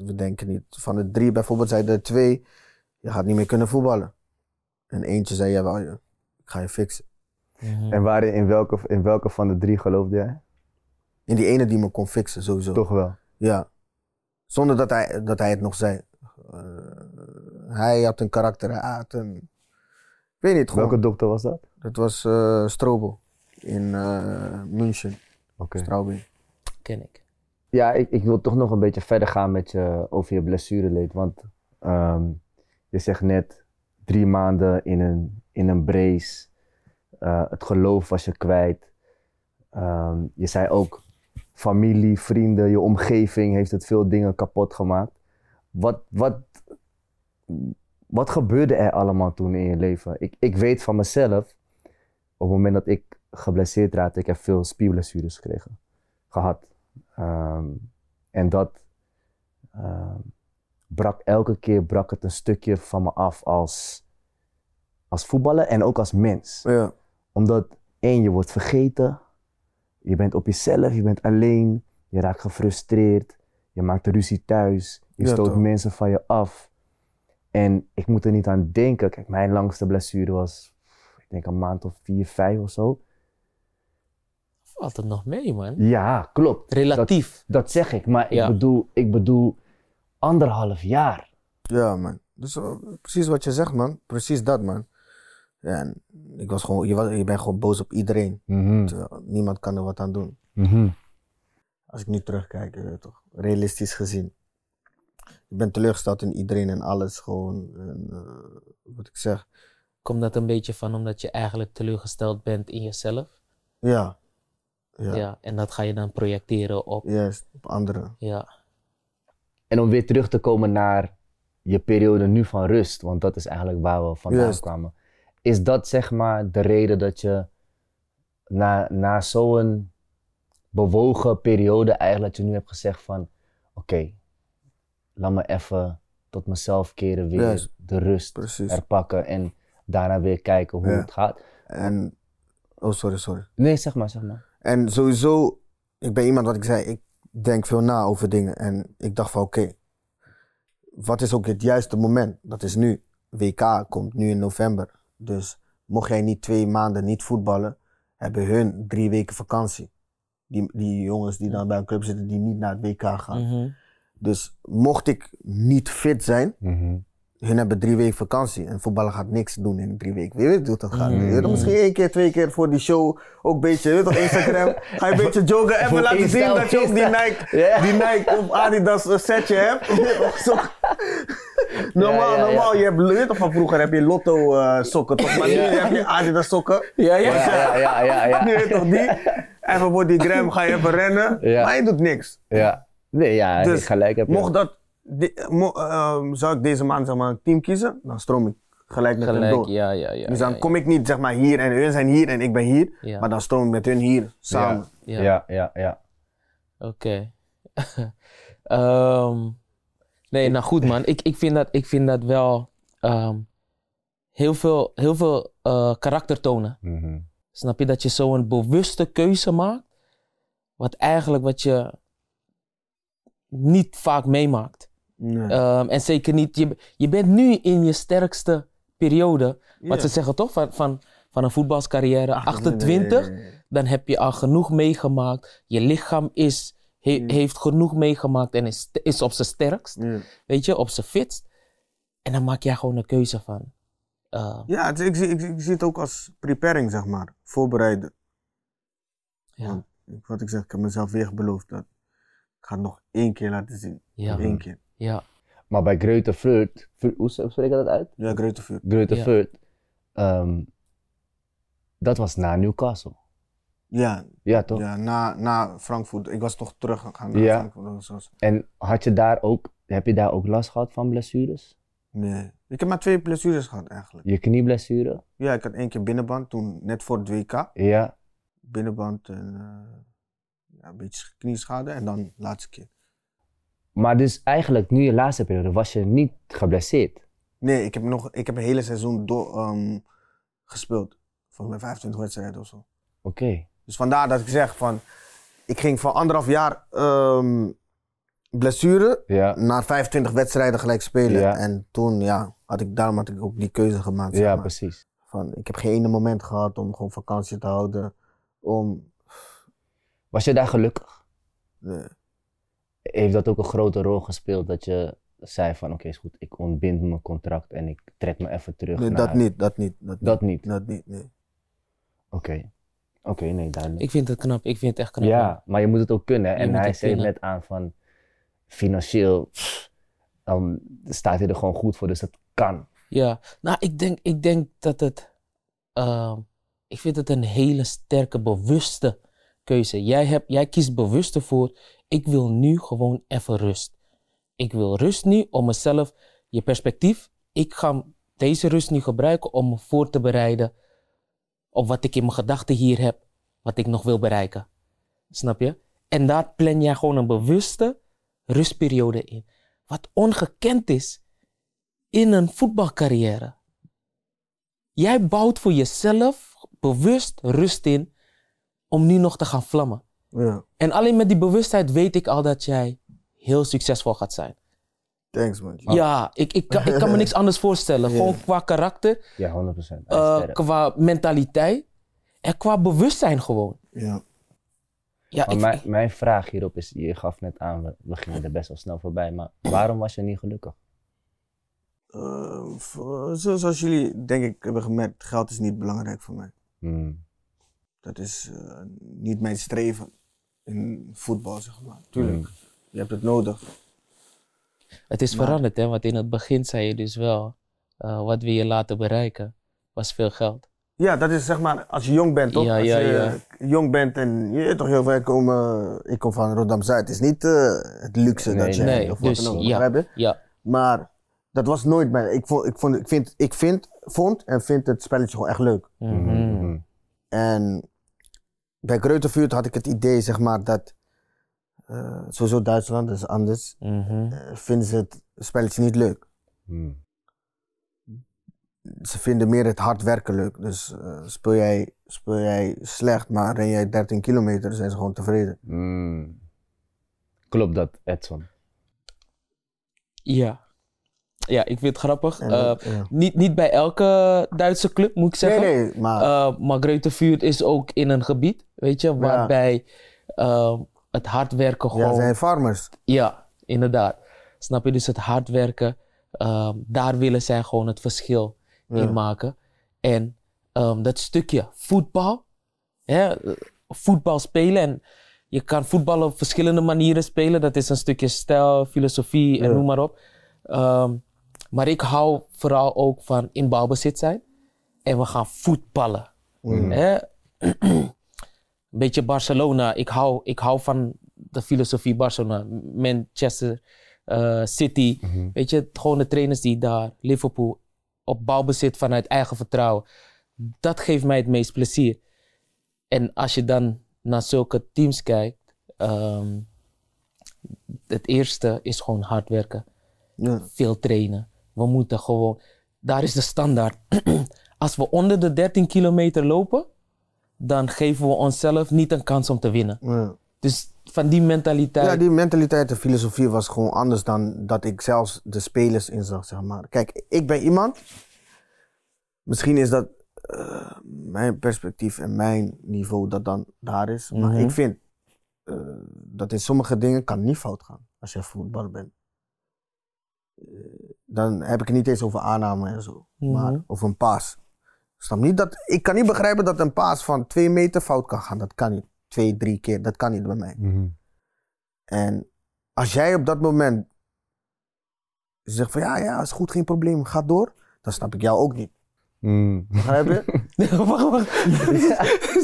Speaker 2: we denken niet. Van de drie bijvoorbeeld zeiden er twee, je gaat niet meer kunnen voetballen. En eentje zei ja, wel, ja, ik ga je fixen.
Speaker 3: Mhm.
Speaker 4: En waarin, in welke, in welke van de drie geloofde jij?
Speaker 2: En die ene die me kon fixen sowieso.
Speaker 4: Toch wel.
Speaker 2: Ja. Zonder dat hij, dat hij het nog zei. Eh, hij had een karakter, hij had een... Ik weet niet, gewoon.
Speaker 4: Welke dokter was dat?
Speaker 2: Dat was eh Strobel in eh, München,
Speaker 4: Oké.
Speaker 2: Straubing.
Speaker 3: Ken ik.
Speaker 4: Ja, ik, ik wil toch nog een beetje verder gaan met je, over je blessureleed. Want ehm, je zegt net drie maanden in een, in een brace. Eh, het geloof was je kwijt. Ehm, je zei ook familie, vrienden, je omgeving heeft het veel dingen kapot gemaakt. Wat, wat, wat gebeurde er allemaal toen in je leven? Ik, ik weet van mezelf, op het moment dat ik geblesseerd raakte, ik heb veel spierblessures gekregen, gehad. Ehm, en dat ehm, brak elke keer brak het een stukje van me af als, als voetballer en ook als mens.
Speaker 2: Ja.
Speaker 4: Omdat één, je wordt vergeten. Je bent op jezelf, je bent alleen. Je raakt gefrustreerd. Je maakt ruzie thuis. Je
Speaker 2: Ja,
Speaker 4: stoot
Speaker 2: toch.
Speaker 4: mensen van je af. En ik moet er niet aan denken. Kijk, mijn langste blessure was, ik denk een maand of vier, vijf of zo.
Speaker 3: Valt het nog mee, man?
Speaker 4: Ja, klopt.
Speaker 3: Relatief.
Speaker 4: Dat zeg ik. Maar
Speaker 3: Ja.
Speaker 4: ik, bedoel, ik bedoel anderhalf jaar.
Speaker 2: Ja, man. Dus eh, precies wat je zegt, man. Precies dat, man. Ja, en ik was gewoon, je, was, je bent gewoon boos op iedereen. Terwijl niemand kan er wat aan doen. Als ik nu terugkijk, eh, toch, realistisch gezien. Ik ben teleurgesteld in iedereen en alles gewoon. En, eh, wat ik zeg.
Speaker 3: Komt dat een beetje van omdat je eigenlijk teleurgesteld bent in jezelf?
Speaker 2: Ja. Ja.
Speaker 3: Ja. En dat ga je dan projecteren op.
Speaker 2: Juist, op anderen.
Speaker 3: Ja.
Speaker 1: En om weer terug te komen naar je periode nu van rust, want dat is eigenlijk waar we vandaan
Speaker 2: Juist.
Speaker 1: kwamen. Is dat zeg maar de reden dat je na, na zo'n bewogen periode eigenlijk dat je nu hebt gezegd van oké, laat me even tot mezelf keren weer
Speaker 2: Juist.
Speaker 1: de rust
Speaker 2: Precies.
Speaker 1: herpakken en daarna weer kijken hoe
Speaker 2: Ja.
Speaker 1: het gaat.
Speaker 2: En. Oh, sorry, sorry.
Speaker 1: Nee, zeg maar, zeg maar.
Speaker 2: En sowieso, ik ben iemand wat ik zei, ik denk veel na over dingen. En ik dacht van oké, wat is ook het juiste moment? Dat is nu. WK komt nu in november. Dus mocht jij niet twee maanden niet voetballen, hebben hun drie weken vakantie. Die, die jongens die dan bij een club zitten, die niet naar het WK gaan.
Speaker 3: Mhm.
Speaker 2: Dus mocht ik niet fit zijn, hun hebben drie weken vakantie. En voetballer gaat niks doen in drie weken. Je weet hoe dat gaat. Je weet
Speaker 1: Mm.
Speaker 2: toch, Misschien één keer, twee keer voor die show. Ook een beetje, je weet toch, Instagram. Ga je een beetje joggen. Even
Speaker 1: Voor
Speaker 2: laten zien
Speaker 1: Insta,
Speaker 2: dat je ook die
Speaker 1: Insta.
Speaker 2: Nike,
Speaker 1: Ja.
Speaker 2: die Nike of Adidas eh, setje hebt. Je weet toch, zo. Normaal,
Speaker 1: Ja, ja, ja.
Speaker 2: normaal. Je hebt, je weet toch, van vroeger heb je lotto eh, sokken toch? Maar nu heb je Adidas sokken.
Speaker 3: Ja, ja.
Speaker 2: Want, eh,
Speaker 1: Ja, ja, ja, ja.
Speaker 2: Nu weet je toch die. Even voor die gram ga je even rennen.
Speaker 1: Ja.
Speaker 2: Maar je doet niks.
Speaker 1: ja. Nee, ja,
Speaker 2: Dus
Speaker 1: gelijk heb je.
Speaker 2: Mocht dat, de- mo- ehm, zou ik deze maand zeg maar, een team kiezen, dan stroom ik gelijk met hen
Speaker 3: Gelijk,
Speaker 2: door.
Speaker 3: ja, ja, ja.
Speaker 2: dus
Speaker 3: ja,
Speaker 2: dan
Speaker 3: ja.
Speaker 2: kom ik niet zeg maar hier en hun zijn hier en ik ben hier,
Speaker 3: Ja.
Speaker 2: maar dan stroom ik met hun hier samen.
Speaker 3: Ja.
Speaker 1: Ja, ja, ja.
Speaker 3: Oké. Ehm, nee, nou goed man. Ik, ik, vind, dat, ik vind dat wel ehm, heel veel, heel veel eh, karakter tonen.
Speaker 1: Mhm.
Speaker 3: Snap je dat je zo'n bewuste keuze maakt? Wat eigenlijk wat je niet vaak meemaakt.
Speaker 2: Nee.
Speaker 3: Ehm, en zeker niet, je, je bent nu in je sterkste periode. Want
Speaker 2: Ja.
Speaker 3: ze zeggen toch van, van, van een voetbalscarrière
Speaker 2: Nee,
Speaker 3: 28
Speaker 2: nee, nee, nee.
Speaker 3: dan heb je al genoeg meegemaakt. Je lichaam is, he- heeft genoeg meegemaakt en is, is op zijn sterkst,
Speaker 2: Ja.
Speaker 3: weet je, op zijn fitst. En dan maak jij gewoon een keuze van. Eh,
Speaker 2: Ja, het, is- ik, zie- ik, ik zie het ook als preparing, zeg maar. Voorbereiden.
Speaker 3: ja,
Speaker 2: Want ik- Wat ik zeg, ik heb mezelf weer beloofd dat ik ga het nog één keer laten zien.
Speaker 3: ja,
Speaker 2: Eén keer.
Speaker 3: ja,
Speaker 1: Maar bij Greuter Flirt, hoe spreek je dat uit?
Speaker 2: Ja, Greutervuur.
Speaker 1: Greuter
Speaker 3: Ja.
Speaker 1: Flirt, ehm, dat was na Newcastle.
Speaker 2: Ja,
Speaker 1: Ja, toch?
Speaker 2: ja na, na Frankfurt. Ik was toch terug gegaan naar
Speaker 1: Ja.
Speaker 2: Frankfurt. dat was- dat was-
Speaker 1: En had je daar ook, heb je daar ook last gehad van blessures?
Speaker 2: Nee. Ik heb maar twee blessures gehad eigenlijk.
Speaker 1: Je knieblessure?
Speaker 2: Ja, ik had één keer binnenband toen, net voor het WK.
Speaker 1: Ja.
Speaker 2: Binnenband en eh, ja, een beetje knieschade. En dan de laatste keer.
Speaker 1: Maar dus eigenlijk, nu je laatste periode, was je niet geblesseerd.
Speaker 2: Nee, ik heb, nog, ik heb een hele seizoen door, ehm, gespeeld. Volgens mij 25 wedstrijden of zo.
Speaker 1: Oké.
Speaker 2: Dus vandaar dat ik zeg van, ik ging van anderhalf jaar ehm, blessure
Speaker 1: Ja.
Speaker 2: naar 25 wedstrijden gelijk spelen.
Speaker 1: Ja.
Speaker 2: En toen, ja, had ik, daarom had ik ook die keuze gemaakt. zeg
Speaker 1: Ja,
Speaker 2: maar.
Speaker 1: precies.
Speaker 2: van, ik heb geen ene moment gehad om gewoon vakantie te houden. Om, eh,
Speaker 1: Was je daar gelukkig?
Speaker 2: nee,
Speaker 1: Heeft dat ook een grote rol gespeeld dat je zei van, oké, is goed, ik ontbind mijn contract en ik trek me even terug
Speaker 2: nee,
Speaker 1: naar...
Speaker 2: dat niet, dat niet. Dat,
Speaker 1: Dat niet? Oké.
Speaker 2: dat niet, nee.
Speaker 1: Oké, nee, duidelijk.
Speaker 3: Ik vind het knap, ik vind het echt knap. man.
Speaker 1: Ja, maar je moet het ook kunnen. en
Speaker 3: moet
Speaker 1: hij
Speaker 3: het
Speaker 1: zei
Speaker 3: kunnen.
Speaker 1: net aan van financieel pff, ehm, staat hij er gewoon goed voor, dus dat kan.
Speaker 3: Ja, nou, ik denk, ik denk dat het. ehm, ik vind het een hele sterke, bewuste keuze. Jij, hebt, jij kiest bewust ervoor. Ik wil nu gewoon even rust. Ik wil rust nu om mezelf, je perspectief. Ik ga deze rust nu gebruiken om me voor te bereiden op wat ik in mijn gedachten hier heb, wat ik nog wil bereiken. Snap je? En daar plan jij gewoon een bewuste rustperiode in. Wat ongekend is in een voetbalcarrière. Jij bouwt voor jezelf bewust rust in om nu nog te gaan vlammen.
Speaker 2: Ja,
Speaker 3: En alleen met die bewustheid weet ik al dat jij heel succesvol gaat zijn.
Speaker 2: thanks man.
Speaker 3: Ja, ik, ik, kan, ik kan me niks anders voorstellen. Gewoon qua karakter,
Speaker 1: Ja, 100%. Hij is
Speaker 3: eh,
Speaker 1: sterk.
Speaker 3: qua mentaliteit en qua bewustzijn gewoon.
Speaker 2: Ja.
Speaker 3: Ja,
Speaker 1: Maar
Speaker 3: ik,
Speaker 1: mijn, mijn vraag hierop is, je gaf net aan, we, we gingen er best wel snel voorbij, maar waarom was je niet gelukkig?
Speaker 2: Eh, voor- zoals jullie denk ik hebben gemerkt, geld is niet belangrijk voor mij.
Speaker 1: Hmm,
Speaker 2: Dat is eh, niet mijn streven in voetbal, zeg maar. Tuurlijk,
Speaker 3: Hmm.
Speaker 2: je hebt het nodig.
Speaker 3: Het is
Speaker 2: Maar-
Speaker 3: veranderd, hè? Want in het begin zei je dus wel, eh, wat wil je laten bereiken, was veel geld.
Speaker 2: Ja, dat is zeg maar als je jong bent, toch?
Speaker 3: Ja,
Speaker 2: als
Speaker 3: ja,
Speaker 2: je
Speaker 3: ja.
Speaker 2: eh, jong bent en je weet toch heel ver komen. Ik kom van Rotterdam-Zuid. Het is niet eh, het luxe
Speaker 1: Nee,
Speaker 2: dat je
Speaker 1: nee,
Speaker 2: hebt of wat
Speaker 3: dus
Speaker 2: dan ook,
Speaker 3: ja.
Speaker 2: begrijp je?
Speaker 3: Ja,
Speaker 2: Maar dat was nooit mijn... Ik, vond, ik, vond, ik, vind, ik vind, vond en vind het spelletje gewoon echt leuk.
Speaker 1: mhm,
Speaker 3: Mhm.
Speaker 1: mhm.
Speaker 2: En bij Greutervuurt had ik het idee, zeg maar, dat... eh, sowieso Duitsland, dat is anders.
Speaker 3: Mhm.
Speaker 2: eh, vinden ze het spelletje niet leuk.
Speaker 1: Hmm.
Speaker 2: Ze vinden meer het hard werken leuk. Dus eh, speel, jij, speel jij slecht, maar ren jij 13 kilometer, zijn ze gewoon tevreden.
Speaker 1: Hmm. Klopt dat, Edson?
Speaker 3: ja. Ja, ik vind het grappig.
Speaker 2: En
Speaker 3: Eh,
Speaker 2: dat- ja.
Speaker 3: niet, niet bij elke Duitse club, moet ik zeggen.
Speaker 2: Nee, nee, maar...
Speaker 3: Eh, maar Greutervuurt is ook in een gebied, weet je, waarbij eh, het hard werken
Speaker 2: ja,
Speaker 3: gewoon...
Speaker 2: ze zijn farmers.
Speaker 3: Ja, inderdaad. Snap je? Dus het hard werken, ehm, daar willen zij gewoon het verschil in maken. En ehm, dat stukje voetbal, hè, eh, voetbal spelen en je kan voetbal op verschillende manieren spelen. Dat is een stukje stijl, filosofie en noem maar op. Ehm, maar ik hou vooral ook van in balbezit zijn en we gaan voetballen. Hè? Een beetje Barcelona. Ik hou, ik hou van de filosofie Barcelona, Manchester eh, City. Weet je, het- gewoon de trainers die daar, Liverpool, op balbezit vanuit eigen vertrouwen. Dat geeft mij het meest plezier. En als je dan naar zulke teams kijkt, ehm, het eerste is gewoon hard werken
Speaker 2: Ja.
Speaker 3: veel trainen. We moeten gewoon, daar is de standaard. Als we onder de 13 kilometer lopen, dan geven we onszelf niet een kans om te winnen.
Speaker 2: Ja.
Speaker 3: Dus van die mentaliteit.
Speaker 2: Ja, die mentaliteit en filosofie was gewoon anders dan dat ik zelfs de spelers inzag, zeg maar. Kijk, ik ben iemand. Misschien is dat eh, mijn perspectief en mijn niveau dat dan daar is. Maar ik vind eh, dat in sommige dingen kan niet fout gaan als je voetballer bent. Eh, dan heb ik het niet eens over aanname en zo,
Speaker 3: Mhm.
Speaker 2: maar over een paas. Ik Snap niet dat, ik kan niet begrijpen dat een paas van twee meter fout kan gaan. Dat kan niet. Twee, drie keer, dat kan niet bij mij. En als jij op dat moment zegt van ja, ja, is goed, geen probleem, ga door, dan snap ik jou ook niet.
Speaker 4: Mm.
Speaker 2: Begrijp je?
Speaker 3: wacht, wacht.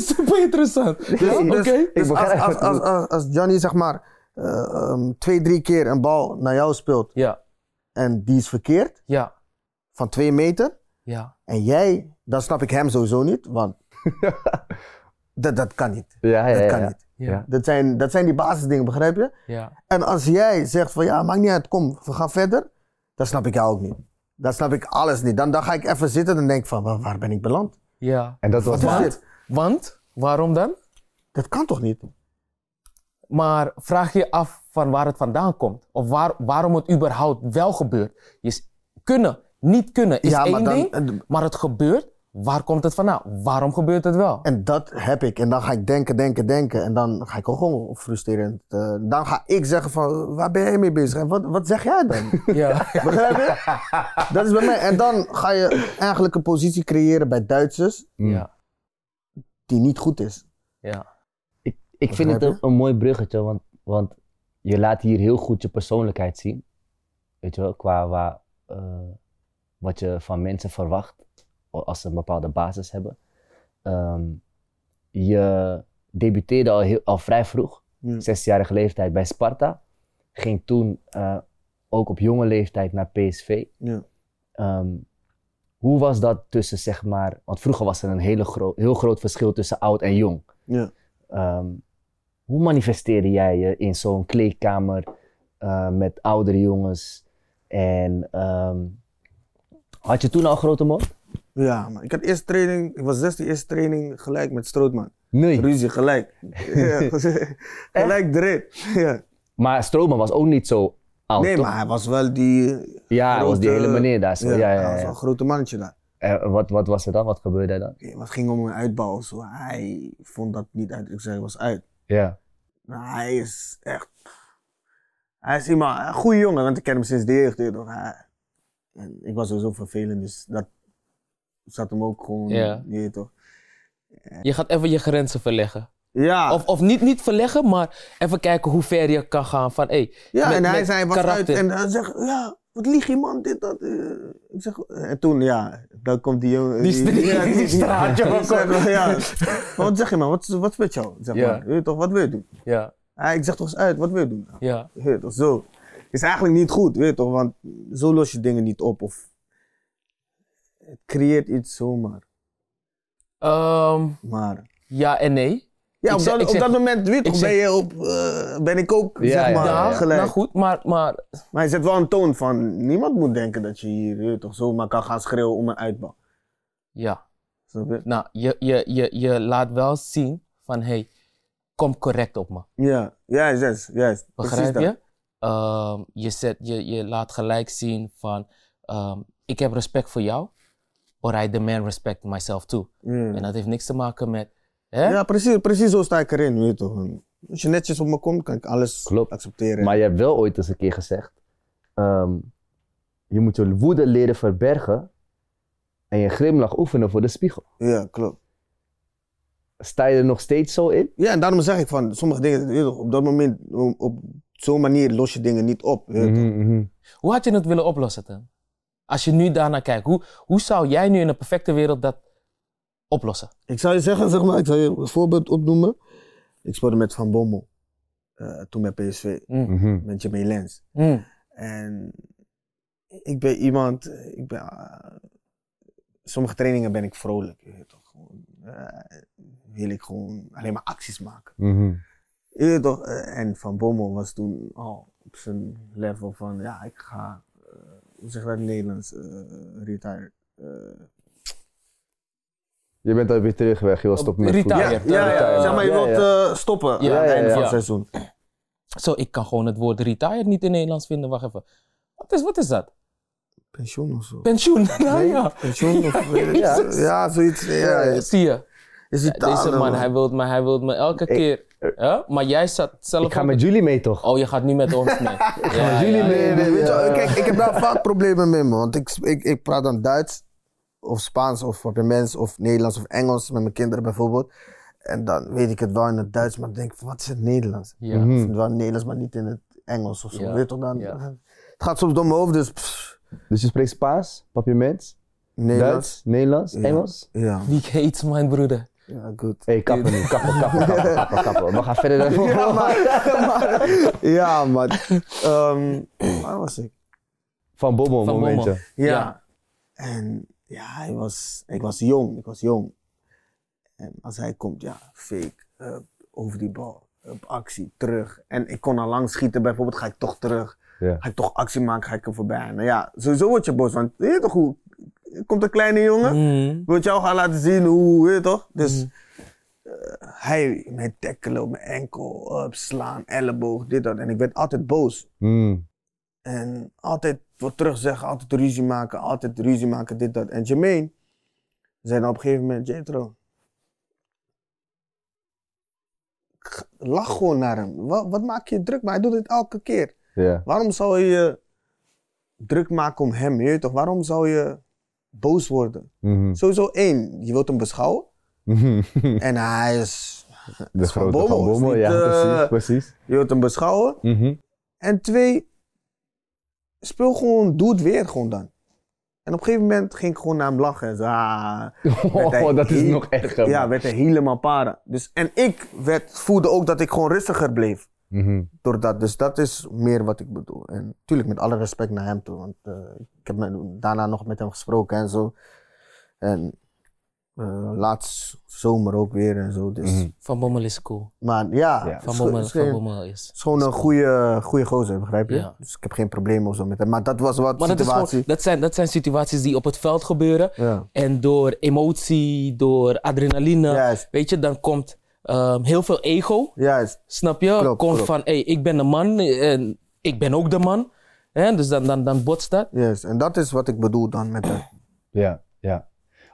Speaker 3: Super interessant.
Speaker 2: Dus,
Speaker 4: Ja,
Speaker 2: dus-
Speaker 4: oké. Ik
Speaker 2: dus als,
Speaker 4: begrijp
Speaker 2: als,
Speaker 4: het.
Speaker 2: als, als, als Johnny zeg maar eh, ehm, twee, drie keer een bal naar jou speelt
Speaker 3: Ja,
Speaker 2: en die is verkeerd,
Speaker 3: ja,
Speaker 2: van twee meter,
Speaker 3: ja.
Speaker 2: en jij, dan snap ik hem sowieso niet, want dat, dat kan niet.
Speaker 4: Ja, ja,
Speaker 2: Dat
Speaker 4: ja.
Speaker 2: kan
Speaker 4: ja.
Speaker 2: niet.
Speaker 3: Ja,
Speaker 2: Dat zijn, dat zijn die basisdingen, begrijp je?
Speaker 3: ja,
Speaker 2: En als jij zegt van ja, maakt niet uit, kom, we gaan verder, dan snap ik jou ook niet. Dan snap ik alles niet. Dan, dan ga ik even zitten en denk ik van waar, waar ben ik beland?
Speaker 3: ja.
Speaker 4: En dat was
Speaker 2: Wat is
Speaker 3: Want,
Speaker 2: dit?
Speaker 3: want, waarom dan?
Speaker 2: Dat kan toch niet?
Speaker 3: Maar vraag je af van waar het vandaan komt. Of waar, waarom het überhaupt wel gebeurt. Je s- kunnen, niet kunnen is één ding.
Speaker 2: en,
Speaker 3: Maar het gebeurt, waar komt het vandaan? Waarom gebeurt het wel?
Speaker 2: en dat heb ik. En dan ga ik denken, denken, denken. En dan ga ik ook gewoon frustrerend. eh, dan ga ik zeggen van waar ben jij mee bezig? En wat, wat zeg jij dan?
Speaker 3: Ja.
Speaker 2: Begrijp je? Dat is bij mij. En dan ga je eigenlijk een positie creëren bij Duitsers
Speaker 1: Hmm.
Speaker 3: ja.
Speaker 2: die niet goed is.
Speaker 3: ja.
Speaker 1: Ik vind het
Speaker 2: Begrijp
Speaker 1: een, een mooi bruggetje, want, want je laat hier heel goed je persoonlijkheid zien. Weet je wel, qua wa- eh, wat je van mensen verwacht o- als ze een bepaalde basis hebben. Ehm, je debuteerde al, heel, al vrij vroeg,
Speaker 2: Ja.
Speaker 1: 16-jarige leeftijd bij Sparta. Ging toen eh, ook op jonge leeftijd naar PSV.
Speaker 2: Ja.
Speaker 1: Ehm, hoe was dat tussen, zeg maar, want vroeger was er een hele gro- heel groot verschil tussen oud en jong.
Speaker 2: Ja.
Speaker 1: Ehm, hoe manifesteerde jij je in zo'n kleedkamer eh, met oudere jongens? En ehm, had je toen al grote mond?
Speaker 2: Ja, man. Ik had eerste training, ik was 16, eerste training gelijk met Strootman.
Speaker 1: Nee.
Speaker 2: Ruzie, gelijk. Ja, gelijk erin. Ja.
Speaker 1: Maar Stroman was ook niet zo oud,
Speaker 2: Nee,
Speaker 1: Oh, toch?
Speaker 2: maar hij was wel die...
Speaker 1: ja, hij was die
Speaker 2: grote-
Speaker 1: hele meneer daar. Zo. Ja, ja,
Speaker 2: Hij
Speaker 1: ja,
Speaker 2: was wel een grote mannetje daar.
Speaker 1: Eh, wat, wat was er dan? Wat gebeurde er dan?
Speaker 2: Het ging om een uitbouw of zo. Hij vond dat niet uit. Ik zei, hij was uit.
Speaker 1: Ja.
Speaker 2: Nou, hij is echt... Hij is iemand, een goede jongen, want ik ken hem sinds de jeugd. weet je toch. Hij- en ik was sowieso vervelend, dus dat zat hem ook gewoon...
Speaker 3: Ja.
Speaker 2: Je weet toch.
Speaker 3: Je gaat even je grenzen verleggen.
Speaker 2: Ja,
Speaker 3: Of, of niet, niet verleggen, maar even kijken hoe ver je kan gaan. Van, hey,
Speaker 2: Ja,
Speaker 3: Met-
Speaker 2: en hij
Speaker 3: met
Speaker 2: zei, was uit.
Speaker 3: karakter.
Speaker 2: En hij zegt, ja, wat lieg je man, dit, dat. eh. Ik zeg, en toen, ja, dan komt die jongen.
Speaker 3: Die stra- die straatje
Speaker 2: die
Speaker 3: van
Speaker 2: zegt, Ja, maar wat zeg je man, wat, wat is met jou? Zeg
Speaker 3: Ja.
Speaker 2: maar, weet je toch, wat wil je doen?
Speaker 3: ja,
Speaker 2: Hij, ik zeg toch eens uit, wat wil je doen? Nou,
Speaker 3: ja,
Speaker 2: Weet je toch, zo. Is eigenlijk niet goed, weet je toch, want zo los je dingen niet op. Of het creëert iets zomaar.
Speaker 3: Ehm,
Speaker 2: Maar...
Speaker 3: ja en nee.
Speaker 2: Ja,
Speaker 3: Ik
Speaker 2: op,
Speaker 3: zeg-
Speaker 2: dat,
Speaker 3: ik zeg-
Speaker 2: op dat moment, weet je toch,
Speaker 3: zeg-
Speaker 2: ben, je op, eh, ben ik ook,
Speaker 1: Ja,
Speaker 2: zeg
Speaker 1: ja,
Speaker 2: maar,
Speaker 3: ja,
Speaker 2: gelijk.
Speaker 3: nou goed, maar, maar
Speaker 2: Maar hij zet wel een toon van, niemand moet denken dat je hier je, weet toch zomaar kan gaan schreeuwen om een uitbouw.
Speaker 3: ja.
Speaker 2: Snap je?
Speaker 3: Nou, je, je, je, je laat wel zien van, hey, kom correct op me.
Speaker 2: Ja, juist, juist, juist. Precies
Speaker 3: Begrijp
Speaker 2: dat.
Speaker 3: je? Ehm, je, zet, je? Je laat gelijk zien van, ehm, ik heb respect voor jou, or I demand respect myself too. En
Speaker 2: Ja.
Speaker 3: dat heeft niks te maken met, hè?
Speaker 2: Ja, precies, precies zo sta ik erin, weet je toch. Als je netjes op me komt, kan ik alles
Speaker 1: Klopt.
Speaker 2: accepteren.
Speaker 1: Maar je hebt wel ooit eens een keer gezegd: ehm, je moet je woede leren verbergen en je glimlach oefenen voor de spiegel.
Speaker 2: Ja, klopt.
Speaker 1: Sta je er nog steeds zo in?
Speaker 2: Ja, en daarom zeg ik van, sommige dingen, weet je toch, op dat moment, op, op zo'n manier los je dingen niet op. weet je
Speaker 4: Mhm.
Speaker 2: toch.
Speaker 3: Hoe had je het willen oplossen dan? Als je nu daarnaar kijkt, hoe, hoe zou jij nu in een perfecte wereld dat oplossen?
Speaker 2: Ik zou je zeggen, zeg maar, ik zou je een voorbeeld opnoemen. Ik speelde met Van Bommel, eh, toen met PSV, met Jamie Lens.
Speaker 3: Mm.
Speaker 2: En ik ben iemand, ik ben, eh, sommige trainingen ben ik vrolijk. Je weet toch, gewoon, eh, wil ik gewoon alleen maar acties maken. Je weet toch, eh, en Van Bommel was toen al op zijn level van, ja, ik ga, eh, hoe zeg je dat in het Nederlands, eh retired. eh,
Speaker 4: Je bent alweer terug weg, je was stop met
Speaker 3: Retire.
Speaker 4: voetbal.
Speaker 2: ja, ja, ja,
Speaker 4: retired.
Speaker 2: zeg maar, je
Speaker 4: Ja,
Speaker 2: wilt eh, stoppen
Speaker 3: Ja,
Speaker 2: aan het
Speaker 4: ja,
Speaker 2: einde
Speaker 4: ja.
Speaker 2: van het
Speaker 3: Ja.
Speaker 2: seizoen.
Speaker 3: Zo, ik kan gewoon het woord retired niet in Nederlands vinden. Wacht even. Wat is, wat is dat?
Speaker 2: Pensioen of zo.
Speaker 3: Pensioen. Nou ja. Eh,
Speaker 2: Pensioen of weet ik- ja. zoiets. Ja, is,
Speaker 3: Zie je.
Speaker 2: is die
Speaker 3: Deze
Speaker 2: talen,
Speaker 3: man, hij wil me, hij wil me elke keer. hè? Maar jij zat zelf...
Speaker 1: Ik ga
Speaker 3: op-
Speaker 1: met jullie mee toch?
Speaker 3: Oh, je gaat nu met ons mee. ik ga
Speaker 1: met jullie mee.
Speaker 2: Nee,
Speaker 1: Ja.
Speaker 2: nee, weet je wel, kijk, ik heb daar vaak problemen mee, man. Want ik, ik, ik praat dan Duits of Spaans of Papiaments of Nederlands of Engels met mijn kinderen bijvoorbeeld. En dan weet ik het wel in het Duits, maar dan denk ik van wat is het Nederlands?
Speaker 3: Ja.
Speaker 2: Ik vind het wel in het Nederlands, maar niet in het Engels of zo.
Speaker 3: Ja,
Speaker 2: Weet je toch dan?
Speaker 3: ja.
Speaker 2: Het gaat soms door mijn hoofd, dus pff,
Speaker 4: Dus je spreekt Spaans, papiaments,
Speaker 2: Nederlands.
Speaker 4: Duits, Nederlands,
Speaker 2: Ja.
Speaker 4: Engels.
Speaker 2: Ja.
Speaker 3: Wie hates mijn broeder?
Speaker 2: Ja, goed.
Speaker 4: Hé, hey, kappen nu. Kappen, kappen, kappen, kappen, kappen. We gaan verder. Dan...
Speaker 2: Ja, maar. maar- ja, maar. ehm, waar was ik?
Speaker 4: Van Bommel,
Speaker 3: Van Bommel.
Speaker 4: momentje.
Speaker 2: Ja.
Speaker 3: Ja.
Speaker 2: En ja, hij was, ik was jong, ik was jong. En als hij komt, ja, fake, eh, over die bal, op actie, terug. En ik kon al lang schieten, bijvoorbeeld, ga ik toch terug.
Speaker 4: Ja.
Speaker 2: Ga ik toch actie maken, ga ik er voorbij. Nou ja, sowieso word je boos, want je weet toch hoe, er komt een kleine jongen,
Speaker 3: Mm.
Speaker 2: wil jou gaan laten zien hoe, weet je toch? Dus eh, hij, mijn tackelen, op mijn enkel, up, slaan, elleboog, dit, dat. En ik werd altijd boos.
Speaker 4: Hmm.
Speaker 2: En altijd wat terugzeggen, altijd ruzie maken, altijd ruzie maken, dit, dat. En Jermaine zei dan op een gegeven moment, Jetro, k- lach gewoon naar hem. Wa- Wat, maak je druk? Maar hij doet het elke keer.
Speaker 4: Ja.
Speaker 2: Waarom zou je je druk maken om hem, je weet toch? Waarom zou je boos worden?
Speaker 4: Mhm.
Speaker 2: Sowieso één, je wilt hem beschouwen. en hij is,
Speaker 4: De
Speaker 2: is van
Speaker 4: grote
Speaker 2: Bommel,
Speaker 4: Van
Speaker 2: is
Speaker 4: Bommel,
Speaker 2: niet,
Speaker 4: ja,
Speaker 2: eh,
Speaker 4: precies. precies.
Speaker 2: je wilt hem beschouwen.
Speaker 4: Mhm.
Speaker 2: En twee, speel gewoon, doe het weer gewoon dan. En op een gegeven moment ging ik gewoon naar hem lachen. En zo, ah. Werd hij
Speaker 1: Oh, dat is
Speaker 2: heel-
Speaker 1: nog erger.
Speaker 2: ja,
Speaker 1: man.
Speaker 2: werd hij helemaal para. Dus, en ik werd, voelde ook dat ik gewoon rustiger bleef
Speaker 4: Mhm.
Speaker 2: door dat. Dus dat is meer wat ik bedoel. En natuurlijk met alle respect naar hem toe. Want eh, ik heb me- daarna nog met hem gesproken en zo. En eh, laatst zomer ook weer en zo. Dus,
Speaker 4: Mhm.
Speaker 3: Van Bommel is cool.
Speaker 2: Maar ja,
Speaker 4: Ja.
Speaker 2: het is
Speaker 3: Van
Speaker 2: ge-
Speaker 3: Bommel,
Speaker 2: het is
Speaker 3: van
Speaker 2: geen-
Speaker 3: Bommel is.
Speaker 2: het is gewoon een goede, goede gozer, begrijp je?
Speaker 3: Ja.
Speaker 2: Dus ik heb geen probleem of zo met hem. Maar dat was wat
Speaker 3: Maar dat, is gewoon-
Speaker 2: situatie.
Speaker 3: dat, zijn, dat zijn situaties die op het veld gebeuren.
Speaker 2: Ja.
Speaker 3: En door emotie, door adrenaline,
Speaker 2: Juist,
Speaker 3: weet je, dan komt ehm, heel veel ego.
Speaker 2: juist.
Speaker 3: Snap je?
Speaker 2: Klopt,
Speaker 3: komt
Speaker 2: klopt.
Speaker 3: van, hey, ik ben de man en ik ben ook de man. Hè? Dus dan, dan, dan botst dat.
Speaker 2: Yes, en dat is wat ik bedoel dan met dat.
Speaker 1: ja. ja.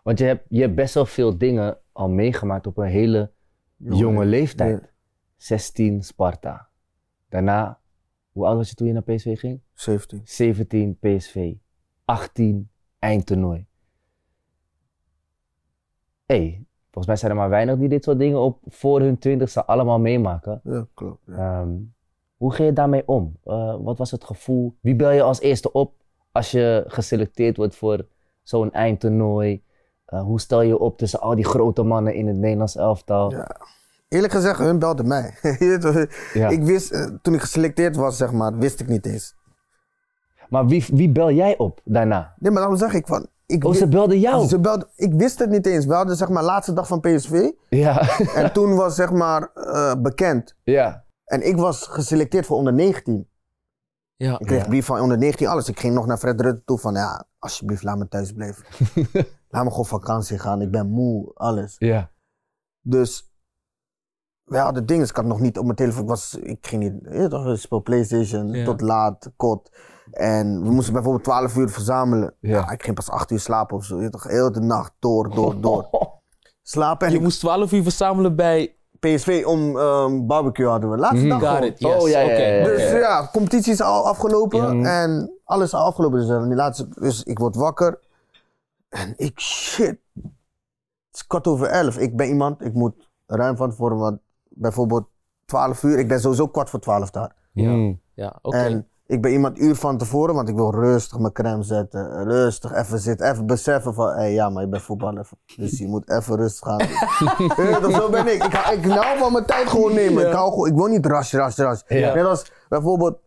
Speaker 4: Want je hebt, je hebt best wel veel dingen al meegemaakt op een hele jonge leeftijd. 16 Sparta. Daarna, hoe oud was je toen je naar PSV ging?
Speaker 2: 17.
Speaker 4: 17 PSV. 18 eindtoernooi. Hé, hey, volgens mij zijn er maar weinig die dit soort dingen op voor hun 20ste allemaal meemaken.
Speaker 2: Ja, klopt. Ja.
Speaker 4: Ehm, hoe ging je daarmee om? Eh, wat was het gevoel? Wie bel je als eerste op als je geselecteerd wordt voor zo'n eindtoernooi? Eh, hoe stel je je op tussen al die grote mannen in het Nederlands elftal?
Speaker 2: Ja. Eerlijk gezegd, hun belde mij. Je weet toch,
Speaker 4: Ja.
Speaker 2: Ik wist, eh, toen ik geselecteerd was, zeg maar, wist ik niet eens.
Speaker 4: Maar wie, wie bel jij op daarna?
Speaker 2: Nee, maar daarom zeg ik van. Ik
Speaker 4: Oh,
Speaker 2: wi-
Speaker 4: ze belden jou?
Speaker 2: ze belde- ik wist het niet eens. We hadden zeg maar laatste dag van PSV.
Speaker 4: Ja.
Speaker 2: En toen was zeg maar eh, bekend.
Speaker 4: ja.
Speaker 2: En ik was geselecteerd voor onder 19.
Speaker 3: Ja.
Speaker 2: Ik kreeg brief van onder 19, alles. Ik ging nog naar Fred Rutte toe van, ja, alsjeblieft, laat me thuis blijven. laat me gewoon vakantie gaan. Ik ben moe, alles.
Speaker 4: Ja.
Speaker 2: Dus we hadden dingen. Dus Ik had nog niet op mijn telefoon. Ik, was, ik ging niet. je weet toch, Ik speel PlayStation
Speaker 3: Ja.
Speaker 2: tot laat, kot. En we moesten bijvoorbeeld 12 uur verzamelen. Ja.
Speaker 4: Ja.
Speaker 2: ik ging pas 8 uur slapen of zo. je weet toch, heel de nacht door, door, door. Slapen en
Speaker 3: Je
Speaker 2: ik moest
Speaker 3: moest 12 uur verzamelen bij
Speaker 2: PSV om ehm, barbecue hadden we. Laatste dag.
Speaker 3: Got
Speaker 2: gewoon.
Speaker 3: It. Yes.
Speaker 4: Oh, ja, ja,
Speaker 3: oké.
Speaker 4: ja, ja.
Speaker 2: Dus ja, competitie is al afgelopen
Speaker 4: Ja.
Speaker 2: en alles is al afgelopen. Dus, dan die laatste, dus ik word wakker en ik shit. Het is kwart over elf. Ik ben iemand, ik moet ruim van tevoren, want bijvoorbeeld 12 uur, ik ben sowieso kwart voor 12 daar.
Speaker 4: Mm.
Speaker 3: Ja, oké.
Speaker 2: En ik ben iemand uur van tevoren, want ik wil rustig mijn crème zetten. Rustig even zitten, even beseffen van, hé ja, maar je bent voetballer. Dus je moet even rustig gaan. Ja, dat- zo ben ik. Ik, hou- ik hou van mijn tijd gewoon nemen. Ik, hou gewoon, ik wil niet ras, ras, ras.
Speaker 4: Ja.
Speaker 2: Net als bijvoorbeeld,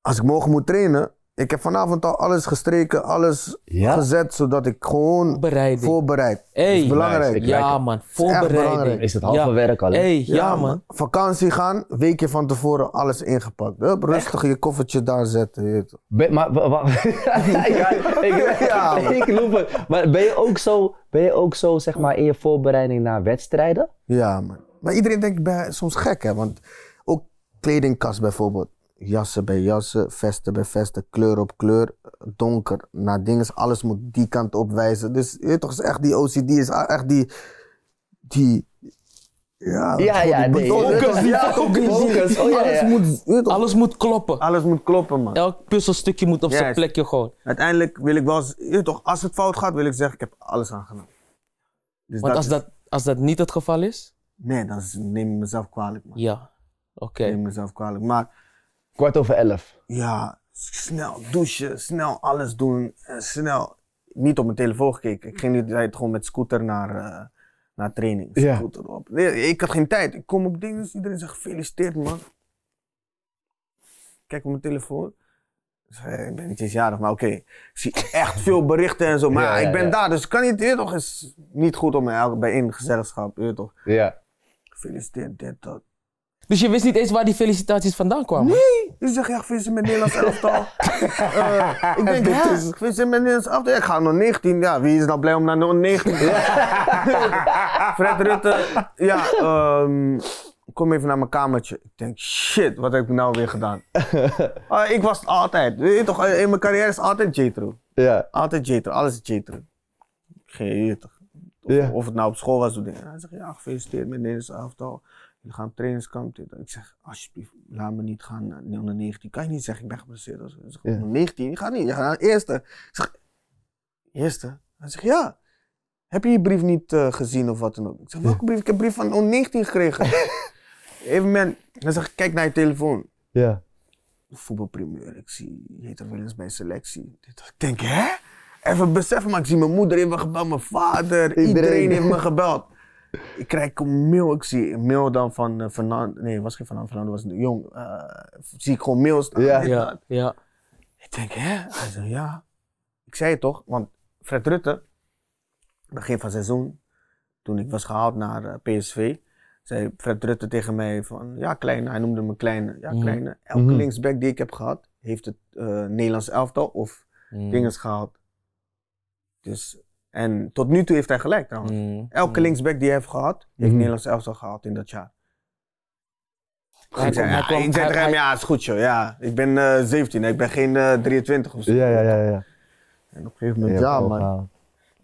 Speaker 2: als ik morgen moet trainen, ik heb vanavond al alles gestreken, alles
Speaker 4: Ja?
Speaker 2: gezet, zodat ik gewoon
Speaker 3: Voorbereiding.
Speaker 2: voorbereid. Dat is
Speaker 3: Hey.
Speaker 2: belangrijk.
Speaker 4: Nice. Ik
Speaker 3: ja,
Speaker 4: kijk-
Speaker 3: man.
Speaker 2: is echt
Speaker 3: Voorbereiding.
Speaker 2: belangrijk.
Speaker 4: Is het halve werk al? hè?
Speaker 3: Hey, ja, man.
Speaker 2: Vakantie gaan, weekje van tevoren alles ingepakt. Hup, rustig je koffertje daar zetten. je weet toch.
Speaker 4: Ben- maar wa- wa- ja, ik,
Speaker 2: Ja, man.
Speaker 4: ik loop het. Maar ben je ook zo, ben je ook zo zeg maar, in je voorbereiding naar wedstrijden?
Speaker 2: Ja, man. Maar iedereen denkt bij, soms gek, hè? Want ook kledingkast bijvoorbeeld. Jassen bij jassen, vesten bij vesten, kleur op kleur, donker naar dingen. Alles moet die kant op wijzen. Dus je weet toch, is echt die OCD is a- echt die. die ja,
Speaker 4: Ja, ja,
Speaker 2: die
Speaker 4: nee.
Speaker 2: bedoel- je weet toch,
Speaker 4: Focus,
Speaker 2: ja, ook die-
Speaker 4: focus.
Speaker 2: die-
Speaker 4: Oh, ja,
Speaker 2: Alles
Speaker 4: ja.
Speaker 2: moet, je weet toch,
Speaker 3: Alles moet kloppen.
Speaker 2: alles moet kloppen, man.
Speaker 3: Elk puzzelstukje moet op zijn
Speaker 2: Ah. Juist.
Speaker 3: plekje gewoon.
Speaker 2: Uiteindelijk wil ik wel, eens- je weet toch, als het fout gaat, wil ik zeggen: ik heb alles aangenomen. Dus
Speaker 3: Want als
Speaker 2: is-
Speaker 3: dat, als dat niet het geval is,
Speaker 2: Nee, dan is- neem ik mezelf kwalijk, man.
Speaker 3: ja. Oké.
Speaker 2: Neem ik mezelf kwalijk. Maar
Speaker 4: Kwart over elf.
Speaker 2: ja, eh, snel douchen, snel alles doen, en snel. niet op mijn telefoon gekeken. Ik ging de tijd gewoon met scooter naar, eh, naar training.
Speaker 4: Ja.
Speaker 2: Scooter op. Nee, ik had geen tijd. Ik kom op dingen, dus iedereen zegt gefeliciteerd man. Kijk op mijn telefoon. Dus, eh, ik ben niet eens jarig, maar oké. Ik zie echt veel berichten en zo. Maar
Speaker 1: Ja, ja,
Speaker 2: ik ben
Speaker 1: ja.
Speaker 2: daar, dus ik kan niet. Eer toch is niet goed om elke bij één gezelschap. Eer toch.
Speaker 1: Ja.
Speaker 2: Gefeliciteerd, dit, dat.
Speaker 3: Dus je wist niet eens waar die felicitaties vandaan kwamen?
Speaker 2: Dus ik zeg, ja, gefeliciteerd met Nederlands elftal. Eh, ik denk, ja, gefeliciteerd met Nederlands elftal. Ik ga naar 19. Ja, wie is nou blij om naar 19 te gaan? Fred Rutte. Ja, ehm, kom even naar mijn kamertje. Ik denk, shit, wat heb ik nou weer gedaan? Ah, ik was altijd, weet je toch, eh, in mijn carrière is altijd Jetro.
Speaker 4: Ja,
Speaker 2: Altijd Jetro, alles is Jetro. Geen idee toch. Of,
Speaker 4: Ja.
Speaker 2: of het nou op school was, of dingen. Hij zegt, ja, gefeliciteerd met Nederlands elftal. Jullie gaan op trainingskamp. dit. Ik zeg, alsjeblieft, laat me niet gaan naar onder 19. Kan je niet zeggen, ik ben geblesseerd. Hij zegt,
Speaker 4: Ja.
Speaker 2: onder 19? Je gaat niet, je gaat naar de eerste. Ik zeg, eerste? Hij zegt, ja. Heb je je brief niet eh, gezien of wat dan ook? Ik zeg, welke brief? Ik heb een brief van onder 19 gekregen. Even men, hij zegt, kijk naar je telefoon
Speaker 4: ja.
Speaker 2: voetbalprimeur. Ik zie Jeter Willens bij selectie. Dit- Ik denk, hè? Even beseffen, maar ik zie mijn moeder heeft me gebeld, mijn vader, iedereen,
Speaker 4: Iedereen.
Speaker 2: heeft me gebeld. Ik krijg een mail, ik zie een mail dan van eh, Fernando, nee, was geen Fernando, Fernando was een jong. eh, zie ik gewoon mails. staan,
Speaker 4: Ja.
Speaker 2: dit, dat.
Speaker 3: Ja, ja.
Speaker 2: Ik denk, hè? Hij zei, ja. Ik zei het toch, want Fred Rutte, begin van seizoen, toen ik was gehaald naar eh, PSV, zei Fred Rutte tegen mij van, ja, kleine, hij noemde me kleine, ja,
Speaker 3: Mhm.
Speaker 2: kleine. Elke
Speaker 4: Mhm.
Speaker 2: linksback die ik heb gehad, heeft het eh, Nederlands elftal of
Speaker 3: Mm.
Speaker 2: dinges gehaald. Dus, en tot nu toe heeft hij gelijk trouwens.
Speaker 3: Mm.
Speaker 2: Elke
Speaker 3: Mm.
Speaker 2: linksback die hij heeft gehad, heeft
Speaker 4: Mhm.
Speaker 2: Nederlands elftal gehaald in dat jaar.
Speaker 3: Hij
Speaker 2: ik zei,
Speaker 3: kwam- hij
Speaker 2: ja,
Speaker 3: kwam-
Speaker 2: ik zei
Speaker 3: hij-
Speaker 2: tegen hem,
Speaker 3: hij-
Speaker 2: ja, is goed joh, ja. Ik ben eh, 17, ik ben geen eh, 23 of zo.
Speaker 4: Ja, ja, ja. ja.
Speaker 2: En op een gegeven moment, ja,
Speaker 4: Ja,
Speaker 2: man.
Speaker 4: opgehaald.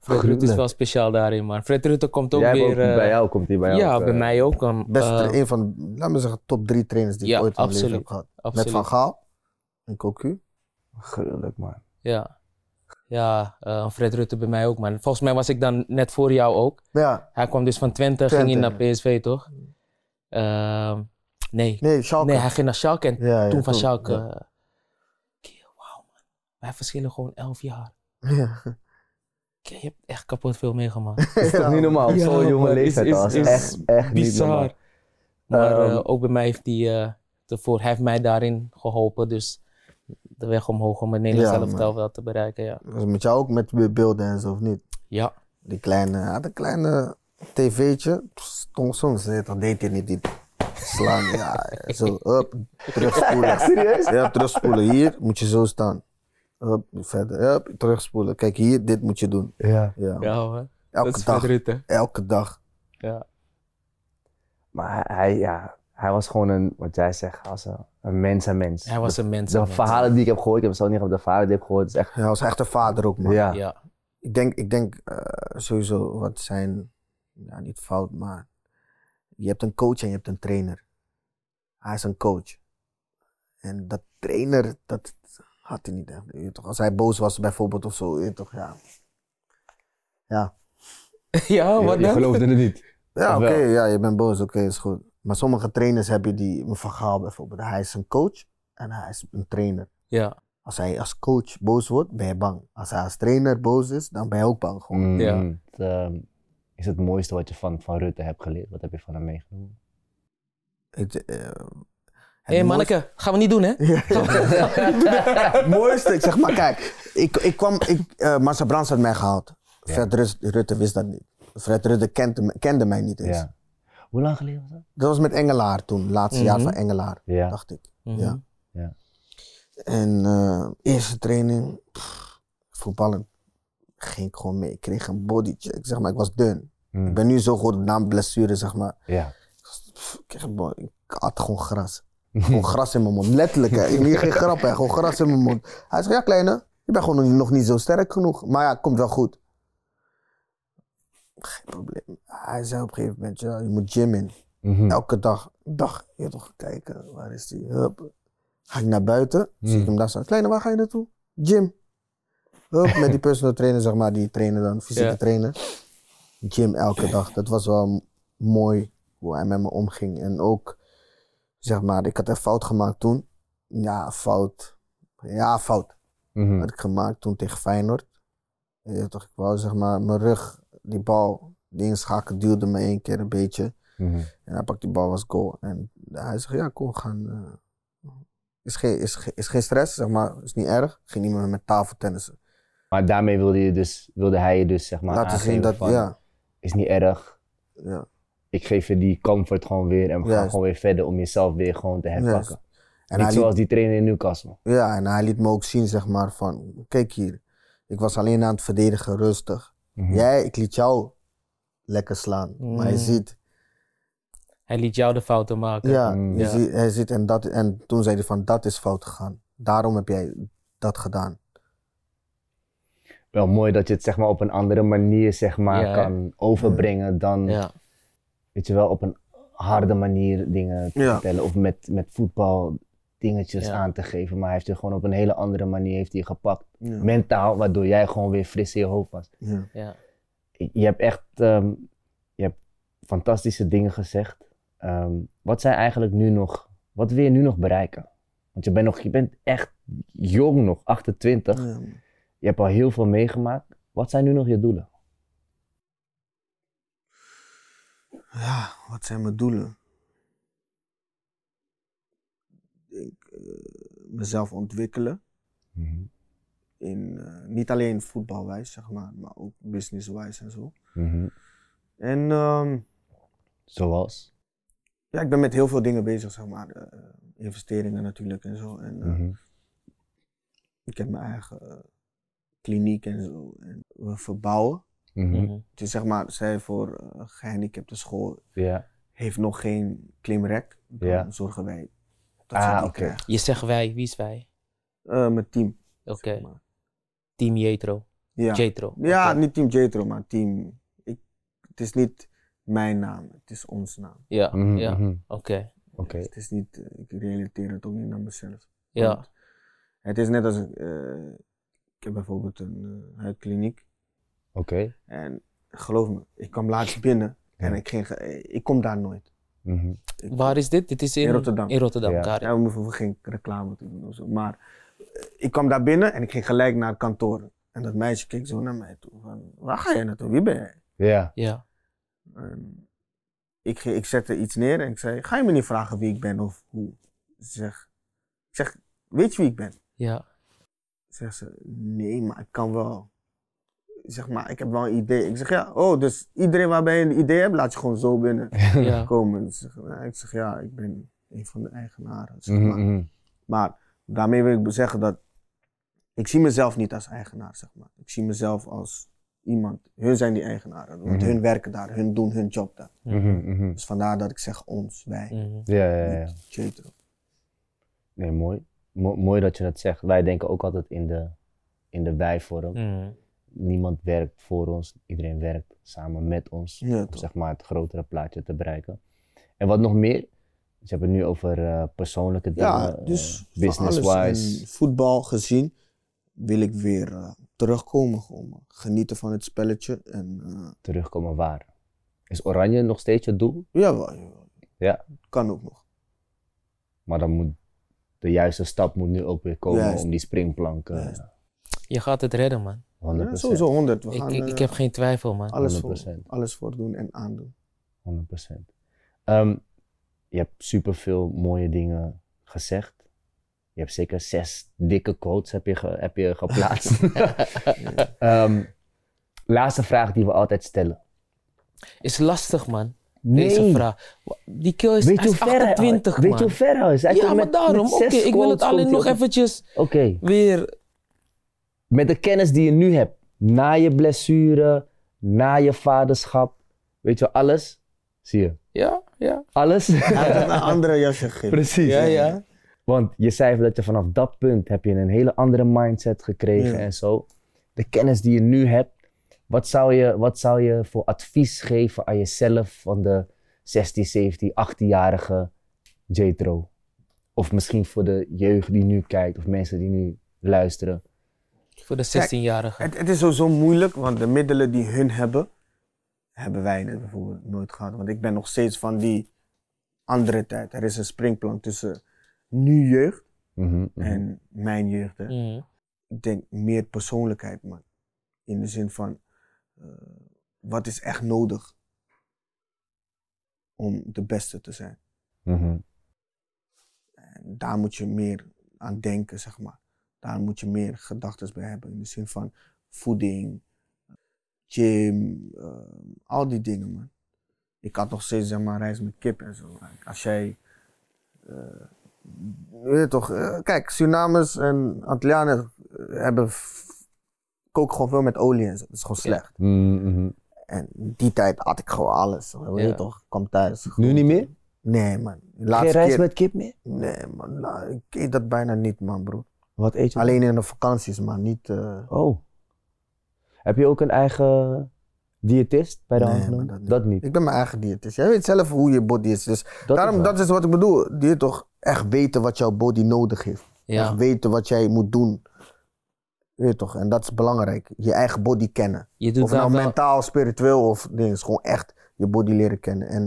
Speaker 3: Fred Rutte is
Speaker 4: gruwelijk.
Speaker 3: wel speciaal daarin, maar Fred Rutte komt ook
Speaker 4: Jij hebt
Speaker 3: weer...
Speaker 4: ook-
Speaker 3: eh,
Speaker 4: bij jou komt die bij jou.
Speaker 3: ja,
Speaker 4: ook,
Speaker 3: bij
Speaker 4: eh,
Speaker 3: mij ook. Um,
Speaker 2: Best
Speaker 3: eh,
Speaker 2: een van, de- laat me zeggen, top drie trainers die
Speaker 3: Ja,
Speaker 2: ik ooit in mijn leven heb
Speaker 3: absoluut.
Speaker 2: gehad.
Speaker 3: absoluut.
Speaker 2: Met Van Gaal en Cocu.
Speaker 4: Gruwelijk, man.
Speaker 3: Ja, ja eh, Fred Rutte bij mij ook. Maar volgens mij was ik dan net voor jou ook.
Speaker 2: Ja,
Speaker 3: Hij kwam dus van Twente,
Speaker 2: Twente,
Speaker 3: ging hij
Speaker 2: ja.
Speaker 3: naar PSV, toch? Ehm, nee.
Speaker 2: nee, Schalke.
Speaker 3: nee, hij ging naar Schalke en
Speaker 2: ja, ja,
Speaker 3: toen van
Speaker 2: toen,
Speaker 3: Schalke.
Speaker 2: ja.
Speaker 3: eh, kerel, Wauw, man. Wij verschillen gewoon elf jaar.
Speaker 2: Ja.
Speaker 3: Kerel, je hebt echt kapot veel meegemaakt.
Speaker 4: Is toch
Speaker 2: Ja.
Speaker 4: niet normaal? Op
Speaker 3: Ja,
Speaker 4: Zo'n jonge
Speaker 3: man, is-
Speaker 4: leeftijd
Speaker 3: is-
Speaker 4: al. Is
Speaker 3: is
Speaker 4: echt, echt niet normaal.
Speaker 3: Bizar. Maar eh,
Speaker 4: Ehm,
Speaker 3: ook bij mij heeft die, eh, ervoor, hij heeft mij daarin geholpen. Dus de weg omhoog om het Nederlands
Speaker 2: Ja,
Speaker 3: elftal wel te bereiken, ja.
Speaker 2: Was het met jou ook met be- beelden en zo, of niet?
Speaker 3: Ja,
Speaker 2: Die kleine, hij had een kleine tv'tje. Stond soms, hè, dan deed hij niet die slaan. ja, zo, up, terugspoelen.
Speaker 4: serieus?
Speaker 2: Ja, terugspoelen. Hier moet je zo staan. Up, verder, up, terugspoelen. Kijk, hier, dit moet je doen.
Speaker 4: Ja.
Speaker 2: Ja,
Speaker 3: ja hoor. dat
Speaker 2: elke
Speaker 3: is
Speaker 2: dag.
Speaker 3: Fred Rutte.
Speaker 2: Elke dag.
Speaker 3: Ja.
Speaker 4: Maar hij, ja, hij was gewoon een, wat jij zegt, hij was een, een mens aan mens.
Speaker 3: Hij was een mens.
Speaker 4: de
Speaker 3: aan mens.
Speaker 4: verhalen die ik heb gehoord, ik heb het zo niet gehoord, de verhalen die ik heb gehoord, is echt...
Speaker 2: Hij was echt een vader ook, man.
Speaker 4: Ja.
Speaker 3: Ja.
Speaker 2: ik denk, ik denk eh, sowieso wat zijn, ja, niet fout, maar je hebt een coach en je hebt een trainer. Hij is een coach. En dat trainer, dat had hij niet echt. Je weet toch, als hij boos was bijvoorbeeld of zo, je weet toch, ja. Ja,
Speaker 3: ja, Oh, wat dan?
Speaker 4: geloofde het niet.
Speaker 2: ja
Speaker 4: Of
Speaker 2: oké,
Speaker 4: wel?
Speaker 2: ja, je bent boos, oké, is goed. Maar sommige trainers heb je die, een Van Gaal bijvoorbeeld, hij is een coach en hij is een trainer.
Speaker 3: Ja,
Speaker 2: Als hij als coach boos wordt, ben je bang. Als hij als trainer boos is, dan ben je ook bang gewoon.
Speaker 3: Ja.
Speaker 1: Wat ehm, is het mooiste wat je van, van Rutte hebt geleerd? Wat heb je van hem meegenomen?
Speaker 2: Ik, eh, het
Speaker 3: Hé
Speaker 2: mooiste-
Speaker 3: hey, manneke, gaan we niet doen, hè?
Speaker 2: Ja. Het mooiste. Ik zeg maar, kijk, ik, ik kwam, ik, eh Marcel Brands had mij gehaald. Fred Rus- Rutte wist dat niet. Fred Rutte kende, me- kende mij niet eens.
Speaker 1: Ja. Hoe lang geleden was dat?
Speaker 2: Dat was met Engelaar toen, laatste jaar
Speaker 3: Mhm.
Speaker 2: van Engelaar,
Speaker 1: Ja.
Speaker 2: dacht ik.
Speaker 3: Mhm.
Speaker 2: Ja.
Speaker 1: Ja.
Speaker 2: En eh, eerste training, pff, voetballen, ging ik gewoon mee. Ik kreeg een bodycheck, zeg maar, ik was dun.
Speaker 1: Mm.
Speaker 2: Ik ben nu zo goed na blessure, zeg maar.
Speaker 1: Ja.
Speaker 2: Ik was- pff, Ik, kreeg een bo- ik at gewoon gras. Gewoon gras in mijn mond. Letterlijk, hè. Niet geen grap, hè. Gewoon gras in mijn mond. Hij zegt, ja, kleine, je bent gewoon nog niet zo sterk genoeg. Maar ja, komt wel goed. Geen probleem. Hij zei op een gegeven moment, ja, je moet gym in.
Speaker 1: Mhm.
Speaker 2: Elke dag. Dag, je toch kijken, waar is die? Hup. Ga ik naar buiten, zie ik hem daar staan. Kleine, waar ga je naartoe? Gym. Hup, met die personal trainer, zeg maar, die trainer dan, fysieke
Speaker 3: Ja.
Speaker 2: trainer. Gym elke dag. Dat was wel m- mooi hoe hij met me omging. En ook, zeg maar, ik had een fout gemaakt toen. Ja, fout. Ja, fout
Speaker 1: Mhm.
Speaker 2: had ik gemaakt toen tegen Feyenoord. Ja, toch, ik wou zeg maar, mijn rug, die bal, die inschakel duwde me één keer een beetje.
Speaker 4: Mhm.
Speaker 2: En hij pakt die bal als goal. En hij zegt, ja, kom, we gaan. eh, is, geen, is, geen- is geen stress, zeg maar. Is niet erg. Ging niet meer met tafel tennissen.
Speaker 1: Maar daarmee wilde, je dus, wilde hij je dus zeg maar
Speaker 2: Laten zien
Speaker 1: aangeven
Speaker 2: dat,
Speaker 1: van,
Speaker 2: ja,
Speaker 1: is niet erg.
Speaker 2: ja.
Speaker 1: Ik geef je die comfort gewoon weer en we gaan
Speaker 2: Juist.
Speaker 1: gewoon weer verder om jezelf weer gewoon te herpakken.
Speaker 2: En
Speaker 1: Niet
Speaker 2: hij liet,
Speaker 1: zoals die trainer in Newcastle.
Speaker 2: ja, en hij liet me ook zien, zeg maar, van, kijk hier. Ik was alleen aan het verdedigen, rustig.
Speaker 4: Mhm.
Speaker 2: Jij, ik liet jou lekker slaan. Maar je
Speaker 3: Mm.
Speaker 2: ziet,
Speaker 3: Hij liet jou de fouten maken.
Speaker 2: ja,
Speaker 4: Mm.
Speaker 2: je
Speaker 3: Ja.
Speaker 2: ziet, hij ziet en, dat, en toen zei hij van, dat is fout gegaan. Daarom heb jij dat gedaan.
Speaker 1: Wel mooi dat je het zeg maar op een andere manier zeg maar
Speaker 3: Ja, hè?
Speaker 1: kan overbrengen dan
Speaker 3: Ja.
Speaker 1: weet je wel op een harde manier dingen te
Speaker 2: Ja.
Speaker 1: vertellen of met, met voetbal dingetjes
Speaker 3: Ja.
Speaker 1: aan te geven. Maar hij heeft je gewoon op een hele andere manier heeft hij je gepakt.
Speaker 2: Ja.
Speaker 1: Mentaal, waardoor jij gewoon weer fris in je hoofd was.
Speaker 2: Ja.
Speaker 3: ja.
Speaker 1: Ik- Je hebt echt ehm, je hebt fantastische dingen gezegd. Ehm, wat zijn eigenlijk nu nog, wat wil je nu nog bereiken? Want je bent, nog, je bent echt jong nog, 28.
Speaker 2: Ja.
Speaker 1: Je hebt al heel veel meegemaakt. Wat zijn nu nog je doelen?
Speaker 2: Ja, wat zijn mijn doelen? Ik, eh, mezelf ontwikkelen. In, eh, niet alleen voetbalwijs, zeg maar, maar ook businesswijs en zo. En ehm,
Speaker 1: Zoals?
Speaker 2: ja, ik ben met heel veel dingen bezig, zeg maar. eh, investeringen natuurlijk en zo. En, eh,
Speaker 1: Mhm.
Speaker 3: Mhm.
Speaker 2: Ik heb mijn eigen eh, kliniek en zo. En we verbouwen.
Speaker 3: Mhm.
Speaker 2: Het is zeg maar, zij voor eh, gehandicapte school
Speaker 1: Ja.
Speaker 2: heeft nog geen klimrek. Dan
Speaker 1: Ja.
Speaker 2: zorgen wij dat ze
Speaker 1: Ah,
Speaker 2: die
Speaker 1: oké.
Speaker 2: krijgen.
Speaker 3: Je zegt wij, wie is wij?
Speaker 2: Eh, mijn team.
Speaker 3: Oké,
Speaker 2: zeg maar.
Speaker 3: team Jetro.
Speaker 2: Ja,
Speaker 3: Jetro.
Speaker 2: ja
Speaker 3: Oké.
Speaker 2: niet team Jetro, maar team. Ik, het is niet mijn naam, het is ons naam.
Speaker 3: Ja,
Speaker 4: Mhm,
Speaker 3: ja.
Speaker 4: mhm.
Speaker 3: Oké.
Speaker 1: Oké.
Speaker 2: Dus het is niet, eh, ik relateer het ook niet naar mezelf.
Speaker 3: Ja.
Speaker 2: Want Het is net als, eh, ik heb bijvoorbeeld een eh, huidkliniek
Speaker 1: Oké.
Speaker 2: en geloof me, ik kwam laatst binnen en
Speaker 1: Ja.
Speaker 2: ik, ging, ge- eh, ik kom daar nooit.
Speaker 1: Mhm.
Speaker 2: Ik-
Speaker 3: Waar is dit? Dit is in,
Speaker 2: In Rotterdam.
Speaker 3: In Rotterdam,
Speaker 1: Ja.
Speaker 3: Karin.
Speaker 2: Ja, we hoeven geen reclame te doen of zo. Maar eh, ik kwam daar binnen en ik ging gelijk naar het kantoor. En dat meisje keek zo naar mij toe van, waar ga jij naartoe? Wie ben jij?
Speaker 1: Ja.
Speaker 3: Ja.
Speaker 2: En Ehm, ik, ge- ik zette iets neer en ik zei: Ga je me niet vragen wie ik ben of hoe? Ze zegt: Ik zeg, Weet je wie ik ben?
Speaker 3: Ja.
Speaker 2: Zegt ze: Nee, maar ik kan wel. Zeg maar, ik heb wel een idee. Ik zeg: Ja, oh, dus iedereen waarbij je een idee hebt, laat je gewoon zo binnenkomen.
Speaker 3: Ja.
Speaker 2: Ze zegt, nou, ik zeg: Ja, ik ben een van de eigenaren. Zeg
Speaker 4: Mhm,
Speaker 2: maar.
Speaker 4: mhm.
Speaker 2: Maar daarmee wil ik zeggen dat ik zie mezelf niet als eigenaar, zeg maar. Ik zie mezelf als iemand. Hun zijn die eigenaren, want
Speaker 4: Mhm.
Speaker 2: hun werken daar, hun doen hun job daar.
Speaker 4: Mhm, mhm.
Speaker 2: Dus vandaar dat ik zeg ons, wij,
Speaker 3: Mhm.
Speaker 1: Ja, ja, ja.
Speaker 2: niet Jetro.
Speaker 1: Nee, mooi. Mo- mooi dat je dat zegt. Wij denken ook altijd in de, in de wij-vorm.
Speaker 3: Mhm.
Speaker 1: Niemand werkt voor ons. Iedereen werkt samen met ons.
Speaker 2: Ja,
Speaker 1: Om
Speaker 2: toch.
Speaker 1: zeg maar het grotere plaatje te bereiken. En wat nog meer? Dus je hebt het nu over eh, persoonlijke dingen.
Speaker 2: ja dus
Speaker 1: eh,
Speaker 2: van alles.
Speaker 1: Business-wise.
Speaker 2: En voetbal gezien wil ik weer eh, terugkomen. Gewoon. eh, Genieten van het spelletje. En eh
Speaker 1: Terugkomen waar? Is oranje nog steeds je doel?
Speaker 2: jawel, jawel.
Speaker 1: Ja.
Speaker 2: Kan ook nog.
Speaker 1: Maar dan moet dus de juiste stap moet nu ook weer komen
Speaker 2: Juist.
Speaker 1: om die springplank eh,
Speaker 2: Juist.
Speaker 3: Je gaat het redden, man.
Speaker 1: 100%.
Speaker 2: Ja, sowieso 100. We
Speaker 3: Ik,
Speaker 2: gaan
Speaker 3: ik,
Speaker 2: eh,
Speaker 3: ik heb geen twijfel, man.
Speaker 2: alles, voor,
Speaker 1: 100%.
Speaker 2: alles voor doen en aandoen.
Speaker 1: 100%. Ehm je hebt superveel mooie dingen gezegd. Je hebt zeker zes dikke quotes heb je, ge- heb je geplaatst. Ehm, laatste vraag die we altijd stellen.
Speaker 3: Is lastig, man.
Speaker 1: Nee.
Speaker 3: Deze vraag. Wa- Die kill is,
Speaker 1: Weet
Speaker 3: hij
Speaker 1: je
Speaker 3: is
Speaker 1: hoe ver hij
Speaker 3: 28, man.
Speaker 1: Weet je hoe ver hij is? Hij
Speaker 3: ja,
Speaker 1: komt
Speaker 3: maar
Speaker 1: met-
Speaker 3: daarom.
Speaker 1: met
Speaker 3: Oké,
Speaker 1: zes
Speaker 3: ik wil het
Speaker 1: quotes
Speaker 3: alleen
Speaker 1: komt
Speaker 3: nog
Speaker 1: hij op-
Speaker 3: eventjes
Speaker 1: Oké,
Speaker 3: weer...
Speaker 1: met de kennis die je nu hebt, na je blessure, na je vaderschap, weet je wel, alles, zie je,
Speaker 3: Ja, ja.
Speaker 1: alles.
Speaker 2: Hij had een andere jasje gegeven.
Speaker 1: Precies.
Speaker 3: Ja, ja.
Speaker 1: Want je zei dat je vanaf dat punt heb je een hele andere mindset gekregen
Speaker 2: Ja.
Speaker 1: en zo. De kennis die je nu hebt, wat zou je, wat zou je voor advies geven aan jezelf van de 16, 17, 18-jarige Jetro? Of misschien voor de jeugd die nu kijkt of mensen die nu luisteren.
Speaker 3: Voor de 16-jarige.
Speaker 2: Het, het is sowieso moeilijk, want de middelen die hun hebben, hebben wij net bijvoorbeeld nooit gehad. Want ik ben nog steeds van die andere tijd. Er is een springplank tussen nu jeugd
Speaker 1: Mhm, mhm.
Speaker 2: en mijn jeugd. hè.
Speaker 3: Mhm.
Speaker 2: Ik denk meer persoonlijkheid, man. In de zin van, eh, wat is echt nodig om de beste te zijn?
Speaker 4: Mhm.
Speaker 2: En daar moet je meer aan denken, zeg maar. Daar moet je meer gedachten bij hebben. In de zin van voeding, gym, eh, al die dingen, man. Ik had nog steeds, zeg maar, reis met kip en zo. Als jij. eh, weet je toch, eh, kijk, Surinamers en Antillianen eh, hebben. f- koken gewoon veel met olie en zo. Dat is gewoon slecht.
Speaker 4: Mm, mhm.
Speaker 2: En in die tijd had ik gewoon alles. Weet je
Speaker 4: Ja.
Speaker 2: toch, ik kwam thuis.
Speaker 4: Nu niet meer?
Speaker 2: Nee, man. De
Speaker 4: Geen
Speaker 2: Laatste
Speaker 4: reis
Speaker 2: keer-
Speaker 4: met kip meer?
Speaker 2: Nee, man. la- Ik eet dat bijna niet, man, broer.
Speaker 4: Wat eet je?
Speaker 2: Alleen in de vakanties, maar niet. eh,
Speaker 4: Ah, Oh. Heb je ook een eigen diëtist bij de
Speaker 2: Nee,
Speaker 4: hand
Speaker 2: maar
Speaker 4: genomen?
Speaker 2: dat niet.
Speaker 4: Dat niet.
Speaker 2: Ik ben mijn eigen diëtist. Jij weet zelf hoe je body is. Dus
Speaker 4: Dat
Speaker 2: daarom,
Speaker 4: is waar.
Speaker 2: dat is wat ik bedoel. Je toch echt weten wat jouw body nodig heeft. Echt
Speaker 3: Ja,
Speaker 2: weten wat jij moet doen. Weet je toch? En dat is belangrijk. Je eigen body kennen.
Speaker 3: je doet
Speaker 2: of nou
Speaker 3: daar wel,
Speaker 2: mentaal, spiritueel of dingen. Gewoon echt je body leren kennen. En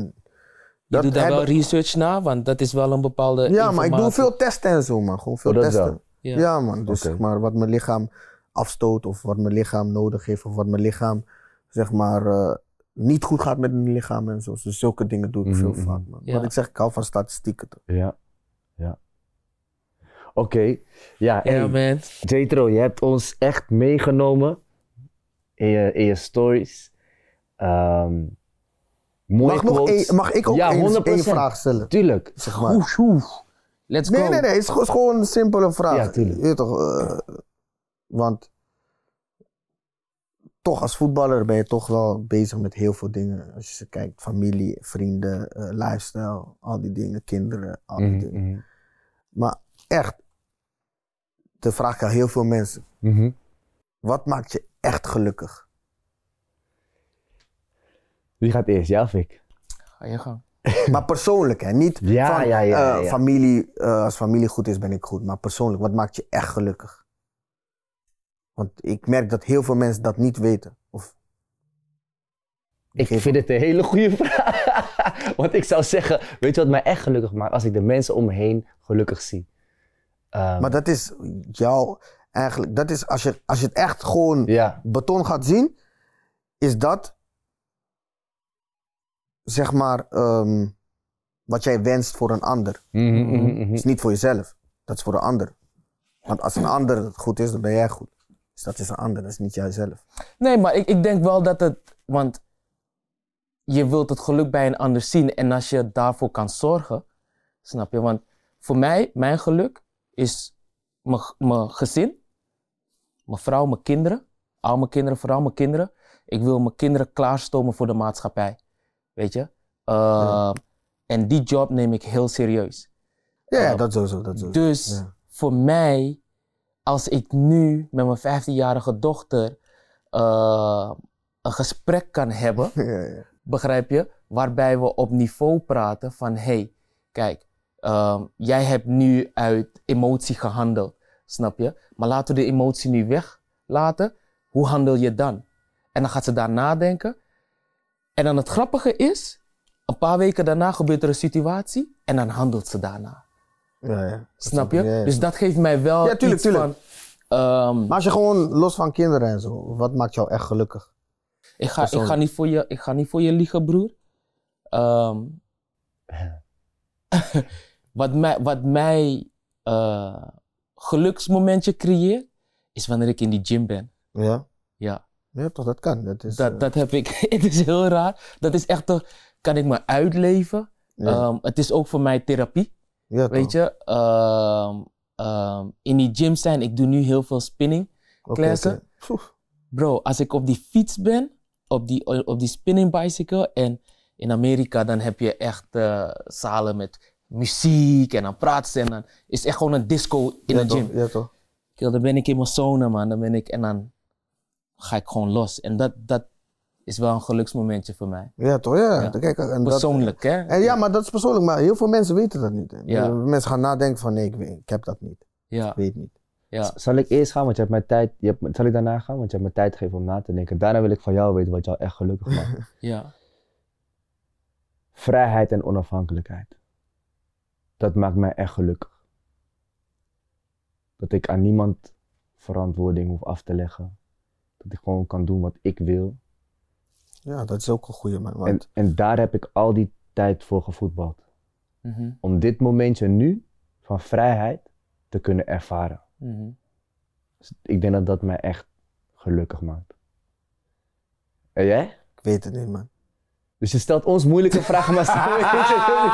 Speaker 3: je doet daar wel
Speaker 2: hebben-
Speaker 3: research naar, want dat is wel een bepaalde
Speaker 2: Ja, maar ik doe
Speaker 3: informatie.
Speaker 2: veel testen en zo, man. Gewoon veel
Speaker 4: eh, Oh, dat
Speaker 2: testen.
Speaker 4: wel.
Speaker 3: Ja.
Speaker 2: Ja. man. Dus
Speaker 4: Oké.
Speaker 2: zeg maar wat mijn lichaam afstoot of wat mijn lichaam nodig heeft of wat mijn lichaam zeg maar eh, niet goed gaat met mijn lichaam en zo. Dus zulke dingen doe ik
Speaker 4: Mhm,
Speaker 2: veel
Speaker 4: mhm.
Speaker 2: vaak, man.
Speaker 3: Ja.
Speaker 2: Wat ik zeg, ik hou van statistieken. toch.
Speaker 4: Ja. Ja. Oké. Ja,
Speaker 3: Ja,
Speaker 4: hey,
Speaker 3: man.
Speaker 4: Jetro, je hebt ons echt meegenomen in je, in je stories. Ehm mooie
Speaker 2: Mag, nog
Speaker 4: quotes.
Speaker 2: één- mag ik ook
Speaker 4: Ja,
Speaker 2: één-
Speaker 4: 100%.
Speaker 2: één vraag stellen?
Speaker 4: Tuurlijk.
Speaker 2: Zeg maar.
Speaker 4: Oeh, oeh.
Speaker 3: Let's
Speaker 2: Nee,
Speaker 3: go.
Speaker 2: nee, nee. Het is gewoon- is gewoon een simpele vraag.
Speaker 4: Ja, tuurlijk.
Speaker 2: Je weet toch, eh, want toch als voetballer ben je toch wel bezig met heel veel dingen. Als je ze kijkt, familie, vrienden, eh, lifestyle, al die dingen, kinderen, al die
Speaker 4: Mhm,
Speaker 2: dingen.
Speaker 4: mhm,
Speaker 2: Maar echt, dat vraag ik aan heel veel mensen.
Speaker 4: mhm.
Speaker 2: Wat maakt je echt gelukkig?
Speaker 4: Wie gaat eerst, jij of ik?
Speaker 3: Ga je gang.
Speaker 2: Maar persoonlijk, hè? Niet
Speaker 4: Ja,
Speaker 2: van
Speaker 4: ja, ja,
Speaker 2: eh,
Speaker 4: ja.
Speaker 2: familie, eh, als familie goed is ben ik goed. Maar persoonlijk, wat maakt je echt gelukkig? Want ik merk dat heel veel mensen dat niet weten. Of
Speaker 4: Ik
Speaker 2: Geef
Speaker 4: vind het een hele goede vraag. Want ik zou zeggen, weet je wat mij echt gelukkig maakt? Als ik de mensen om me heen gelukkig zie. Ehm,
Speaker 2: Maar dat is jouw eigenlijk, dat is als je, als je het echt gewoon
Speaker 4: ja,
Speaker 2: beton gaat zien, is dat zeg maar ehm, wat jij wenst voor een ander.
Speaker 4: Mhm, mhm, mhm.
Speaker 3: Hm.
Speaker 2: is niet voor jezelf, dat is voor een ander. Want als een ander het goed is, dan ben jij goed. Dus dat is een ander, dat is niet jijzelf.
Speaker 3: Nee, maar ik, ik denk wel dat het. Want je wilt het geluk bij een ander zien. En als je daarvoor kan zorgen, snap je? Want voor mij, mijn geluk is mijn g- mijn gezin, mijn vrouw, mijn kinderen. Al mijn kinderen, vooral mijn kinderen. Ik wil mijn kinderen klaarstomen voor de maatschappij. Weet je? Uh, En die job neem ik heel serieus.
Speaker 2: Ja, ja
Speaker 3: Ja.
Speaker 2: dat sowieso, dat sowieso.
Speaker 3: Dus
Speaker 2: Ja.
Speaker 3: voor mij, als ik nu met mijn 15-jarige dochter eh, een gesprek kan hebben,
Speaker 2: Ja, ja.
Speaker 3: begrijp je? Waarbij we op niveau praten van hé, hey, kijk, ehm, jij hebt nu uit emotie gehandeld, snap je? Maar laten we de emotie nu weglaten. Hoe handel je dan? En dan gaat ze daar nadenken. En dan het grappige is, een paar weken daarna gebeurt er een situatie en dan handelt ze daarna.
Speaker 2: Ja, ja. Dat
Speaker 3: Snap
Speaker 2: snap
Speaker 3: je?
Speaker 2: ik, ja, ja.
Speaker 3: Dus dat geeft mij wel
Speaker 2: Ja, tuurlijk,
Speaker 3: iets
Speaker 2: tuurlijk.
Speaker 3: van... ehm,
Speaker 2: Maar als je gewoon los van kinderen en zo, wat maakt jou echt gelukkig?
Speaker 3: ik, ga, ik, ga
Speaker 2: persoonlijk.
Speaker 3: niet voor je, ik ga niet voor je liegen, broer. Ehm, wat mij, wat mij eh, geluksmomentje creëert, is wanneer ik in die gym ben.
Speaker 2: Ja?
Speaker 3: Ja,
Speaker 2: Ja, toch, dat kan. Dat is, eh,
Speaker 3: dat, dat heb ik. Het is heel raar. Dat is echt, toch- kan ik me uitleven.
Speaker 2: eh, ja.
Speaker 3: Ehm, het is ook voor mij therapie.
Speaker 2: Ja, toch.
Speaker 3: eh, Weet je, Ehm, ehm, in die gym zijn, ik doe nu heel veel spinning.
Speaker 2: Oké,
Speaker 3: Klaassen?
Speaker 2: oké. Poef.
Speaker 3: Bro, als ik op die fiets ben, op die, op die spinning bicycle en in Amerika, dan heb je echt eh, zalen met muziek en dan praten ze en dan is echt gewoon een disco in
Speaker 2: ja,
Speaker 3: de
Speaker 2: toch,
Speaker 3: gym.
Speaker 2: Ja, toch.
Speaker 3: Kill, dan ben ik in mijn zone, man. Dan ben ik en dan ga ik gewoon los. En dat, dat is wel een geluksmomentje voor mij.
Speaker 2: Ja, toch, ja.
Speaker 3: Ja.
Speaker 2: Kijk, en dat-
Speaker 3: Persoonlijk, hè?
Speaker 2: En ja, maar dat is persoonlijk, maar heel veel mensen weten dat niet. hè.
Speaker 3: Ja.
Speaker 2: Mensen gaan nadenken van nee, ik, weet- ik heb dat niet.
Speaker 3: Ja,
Speaker 2: Ik weet niet.
Speaker 3: ja.
Speaker 4: Zal ik eerst gaan, want je hebt mijn tijd. Je hebt, zal ik daarna gaan, want je hebt mij tijd gegeven om na te denken. Daarna wil ik van jou weten wat jou echt gelukkig maakt.
Speaker 3: ja.
Speaker 4: Vrijheid en onafhankelijkheid. Dat maakt mij echt gelukkig. Dat ik aan niemand verantwoording hoef af te leggen. dat ik gewoon kan doen wat ik wil.
Speaker 2: Ja, dat is ook een goede man.
Speaker 4: En,
Speaker 2: Want
Speaker 4: en daar heb ik al die tijd voor gevoetbald.
Speaker 3: Mhm,
Speaker 4: Om dit momentje nu van vrijheid te kunnen ervaren.
Speaker 3: mhm.
Speaker 4: Dus ik denk dat dat mij echt gelukkig maakt. En jij?
Speaker 2: ik weet het niet, man.
Speaker 4: Dus je stelt ons moeilijke vragen, maar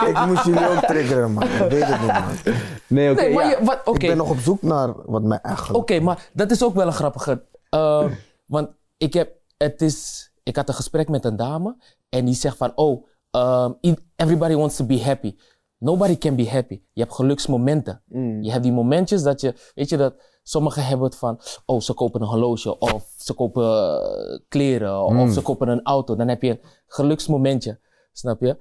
Speaker 2: Ik moest jullie ook triggeren, man. Ik weet het niet, man.
Speaker 4: Nee, oké.
Speaker 3: Nee, maar
Speaker 4: ja.
Speaker 3: je, wat,
Speaker 2: Ik ben
Speaker 3: oké,
Speaker 2: nog op zoek naar wat mij echt
Speaker 3: Oké,
Speaker 2: gelukt.
Speaker 3: maar dat is ook wel een grappige. eh, want ik heb, het is, ik had een gesprek met een dame en die zegt van, oh, ehm, i- everybody wants to be happy. Nobody can be happy. Je hebt geluksmomenten.
Speaker 2: Mm.
Speaker 3: Je hebt die momentjes dat je, weet je dat, sommigen hebben het van, oh, ze kopen een horloge of ze kopen eh, kleren of
Speaker 4: Mm.
Speaker 3: ze kopen een auto. Dan heb je een geluksmomentje, snap je?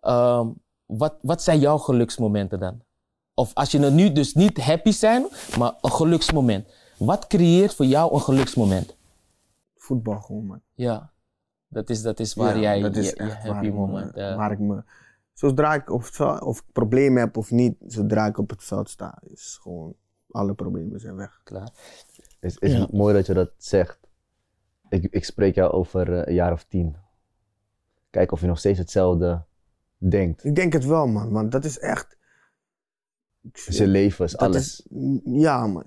Speaker 3: Ehm, wat, wat zijn jouw geluksmomenten dan? Of als je er nu dus niet happy zijn, maar een geluksmoment. Wat creëert voor jou een geluksmoment?
Speaker 2: Voetbal gewoon, man.
Speaker 3: Ja, dat is, dat is waar
Speaker 2: Ja,
Speaker 3: jij
Speaker 2: dat is
Speaker 3: je, je
Speaker 2: echt waar
Speaker 3: happy
Speaker 2: ik me-
Speaker 3: moment. eh,
Speaker 2: waar ik me, zodra ik of, zo- of ik problemen heb of niet, zodra ik op het veld sta, is gewoon alle problemen zijn weg.
Speaker 3: klaar.
Speaker 4: is, is
Speaker 3: Ja.
Speaker 4: mooi dat je dat zegt. Ik, ik spreek jou over eh, een jaar of tien. Kijk of je nog steeds hetzelfde denkt.
Speaker 2: Ik denk het wel, man, want dat is echt. Ik
Speaker 4: Dus
Speaker 2: zweer,
Speaker 4: je leven is
Speaker 2: dat
Speaker 4: alles.
Speaker 2: is- ja, man.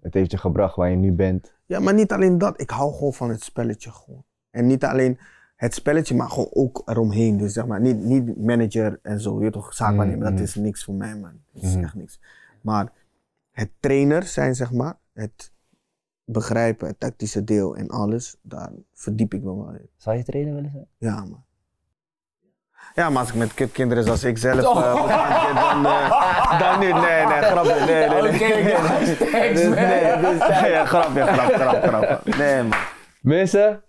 Speaker 4: Het heeft je gebracht waar je nu bent.
Speaker 2: Ja, maar niet alleen dat. Ik hou gewoon van het spelletje gewoon. En niet alleen het spelletje, maar gewoon ook eromheen. Dus zeg maar, niet, niet manager en zo, je weet toch, zaakwaarnemer.
Speaker 4: Mm,
Speaker 2: Dat
Speaker 4: mm.
Speaker 2: is niks voor mij, man. Dat is
Speaker 4: Mhm.
Speaker 2: echt niks. Maar het trainer zijn, zeg maar, het begrijpen, het tactische deel en alles, daar verdiep ik me wel in.
Speaker 4: Zou je trainer willen zijn?
Speaker 2: Ja, man. Ja, maar als ik met ki- kinderen zoals ik zelf
Speaker 4: Oh.
Speaker 2: eh, moet gaan, dan, eh, dan niet. Nee, nee, grapje. Nee, nee, nee.
Speaker 4: Oh,
Speaker 2: Dus, nee, dus, ja, grapje, grap, grap, grap. Nee, man.
Speaker 4: Mensen,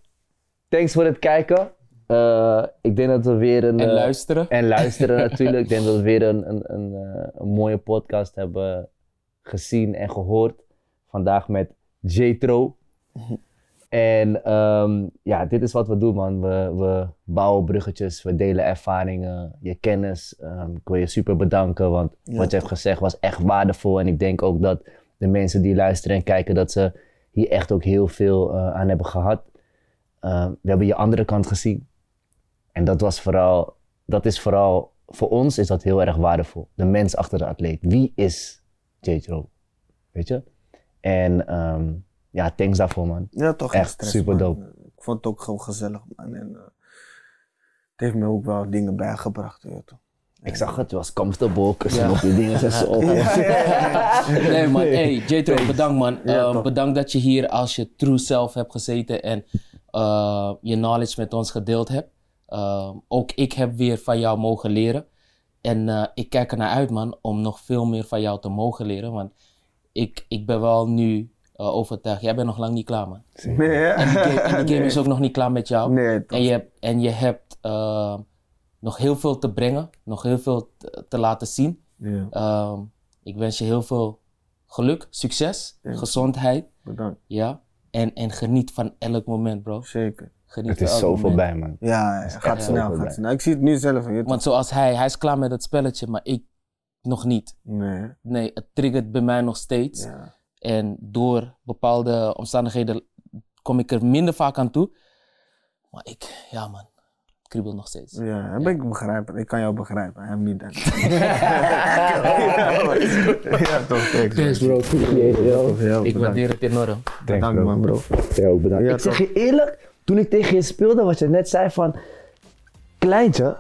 Speaker 4: thanks voor het kijken. Eh, ik denk dat we weer een...
Speaker 3: En
Speaker 4: eh,
Speaker 3: luisteren.
Speaker 4: En luisteren natuurlijk. Ik denk dat we weer een, een, een, eh, een mooie podcast hebben gezien en gehoord. Vandaag met Jetro.
Speaker 3: Mhm.
Speaker 4: En ehm, ja, dit is wat we doen, man. We, we bouwen bruggetjes, we delen ervaringen, je kennis. Ehm, ik wil je super bedanken, want
Speaker 2: Ja,
Speaker 4: wat je hebt gezegd was echt waardevol. En ik denk ook dat de mensen die luisteren en kijken, dat ze hier echt ook heel veel eh, aan hebben gehad. Ehm, we hebben je andere kant gezien. En dat was vooral, dat is vooral, voor ons is dat heel erg waardevol. De mens achter de atleet. Wie is Jetro? Weet je? En ehm, ja, thanks daarvoor, man.
Speaker 2: Ja, toch
Speaker 4: Echt
Speaker 2: geen stress,
Speaker 4: super
Speaker 2: man.
Speaker 4: dope.
Speaker 2: Ik vond het ook gewoon gezellig, man. En, eh, het heeft me ook wel dingen bijgebracht, weet je toch.
Speaker 4: Ik zag het, je was comfortable, kussen
Speaker 3: Ja.
Speaker 4: op je dingen en zo.
Speaker 3: Nee man, hey Jetro, bedankt man.
Speaker 2: Ja,
Speaker 3: Eh,
Speaker 2: toch.
Speaker 3: bedankt dat je hier als je true self hebt gezeten en eh, je knowledge met ons gedeeld hebt. Eh, ook ik heb weer van jou mogen leren. En eh, ik kijk ernaar uit man, om nog veel meer van jou te mogen leren. Want ik, ik ben wel nu eh, overtuigd, jij bent nog lang niet klaar man.
Speaker 2: Nee, hè?
Speaker 3: En die game, en die game is ook nog niet klaar met jou.
Speaker 2: Nee, toch.
Speaker 3: En je hebt, en je hebt eh, nog heel veel te brengen, nog heel veel te- te laten zien.
Speaker 2: Ja,
Speaker 3: Ehm, ik wens je heel veel geluk, succes,
Speaker 2: Ja.
Speaker 3: gezondheid.
Speaker 2: bedankt.
Speaker 3: Ja. En, en geniet van elk moment, bro.
Speaker 2: Zeker.
Speaker 3: Geniet
Speaker 4: Het
Speaker 3: van
Speaker 4: is
Speaker 3: elk
Speaker 4: zo
Speaker 3: moment.
Speaker 4: voorbij, man.
Speaker 2: Ja, het gaat
Speaker 3: echt
Speaker 2: snel,
Speaker 4: superblij.
Speaker 2: gaat snel. Ik zie het nu zelf, weet je toch.
Speaker 3: Want zoals hij, hij is klaar met het spelletje, maar ik nog niet.
Speaker 2: Nee, hè?
Speaker 3: Nee, het triggert bij mij nog steeds.
Speaker 2: ja.
Speaker 3: En door bepaalde omstandigheden kom ik er minder vaak aan toe. Maar ik, ja man, het kriebelt nog steeds.
Speaker 2: Ja, dat ben ik begrijpen. Ik kan jou begrijpen, hem niet. denk ik. ja, toch. Thanks,
Speaker 3: Thanks,
Speaker 2: man.
Speaker 3: bro.
Speaker 2: Toch, heel
Speaker 3: Ik
Speaker 2: bedankt.
Speaker 3: waardeer het enorm.
Speaker 2: Bedankt, man, bro.
Speaker 4: Ja, ook bedankt.
Speaker 2: Ja,
Speaker 4: ik zeg je eerlijk, toen ik tegen je speelde, wat je net zei van... Kleintje,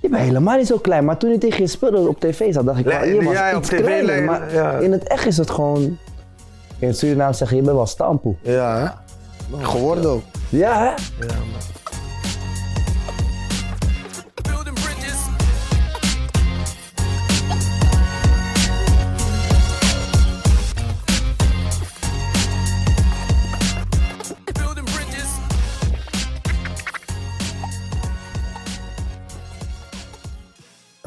Speaker 4: je bent helemaal niet zo klein. Maar toen ik tegen je speelde op tv zat, dacht ik, wel,
Speaker 2: Le-
Speaker 4: je was
Speaker 2: ja, op
Speaker 4: iets
Speaker 2: tv
Speaker 4: kleiner.
Speaker 2: le-
Speaker 4: Maar
Speaker 2: ja.
Speaker 4: in het echt is het gewoon... In het Surinaam zeggen, je bent wel stampoe.
Speaker 2: Ja, hè? Geworden ook.
Speaker 4: Ja, hè?
Speaker 2: Ja, man.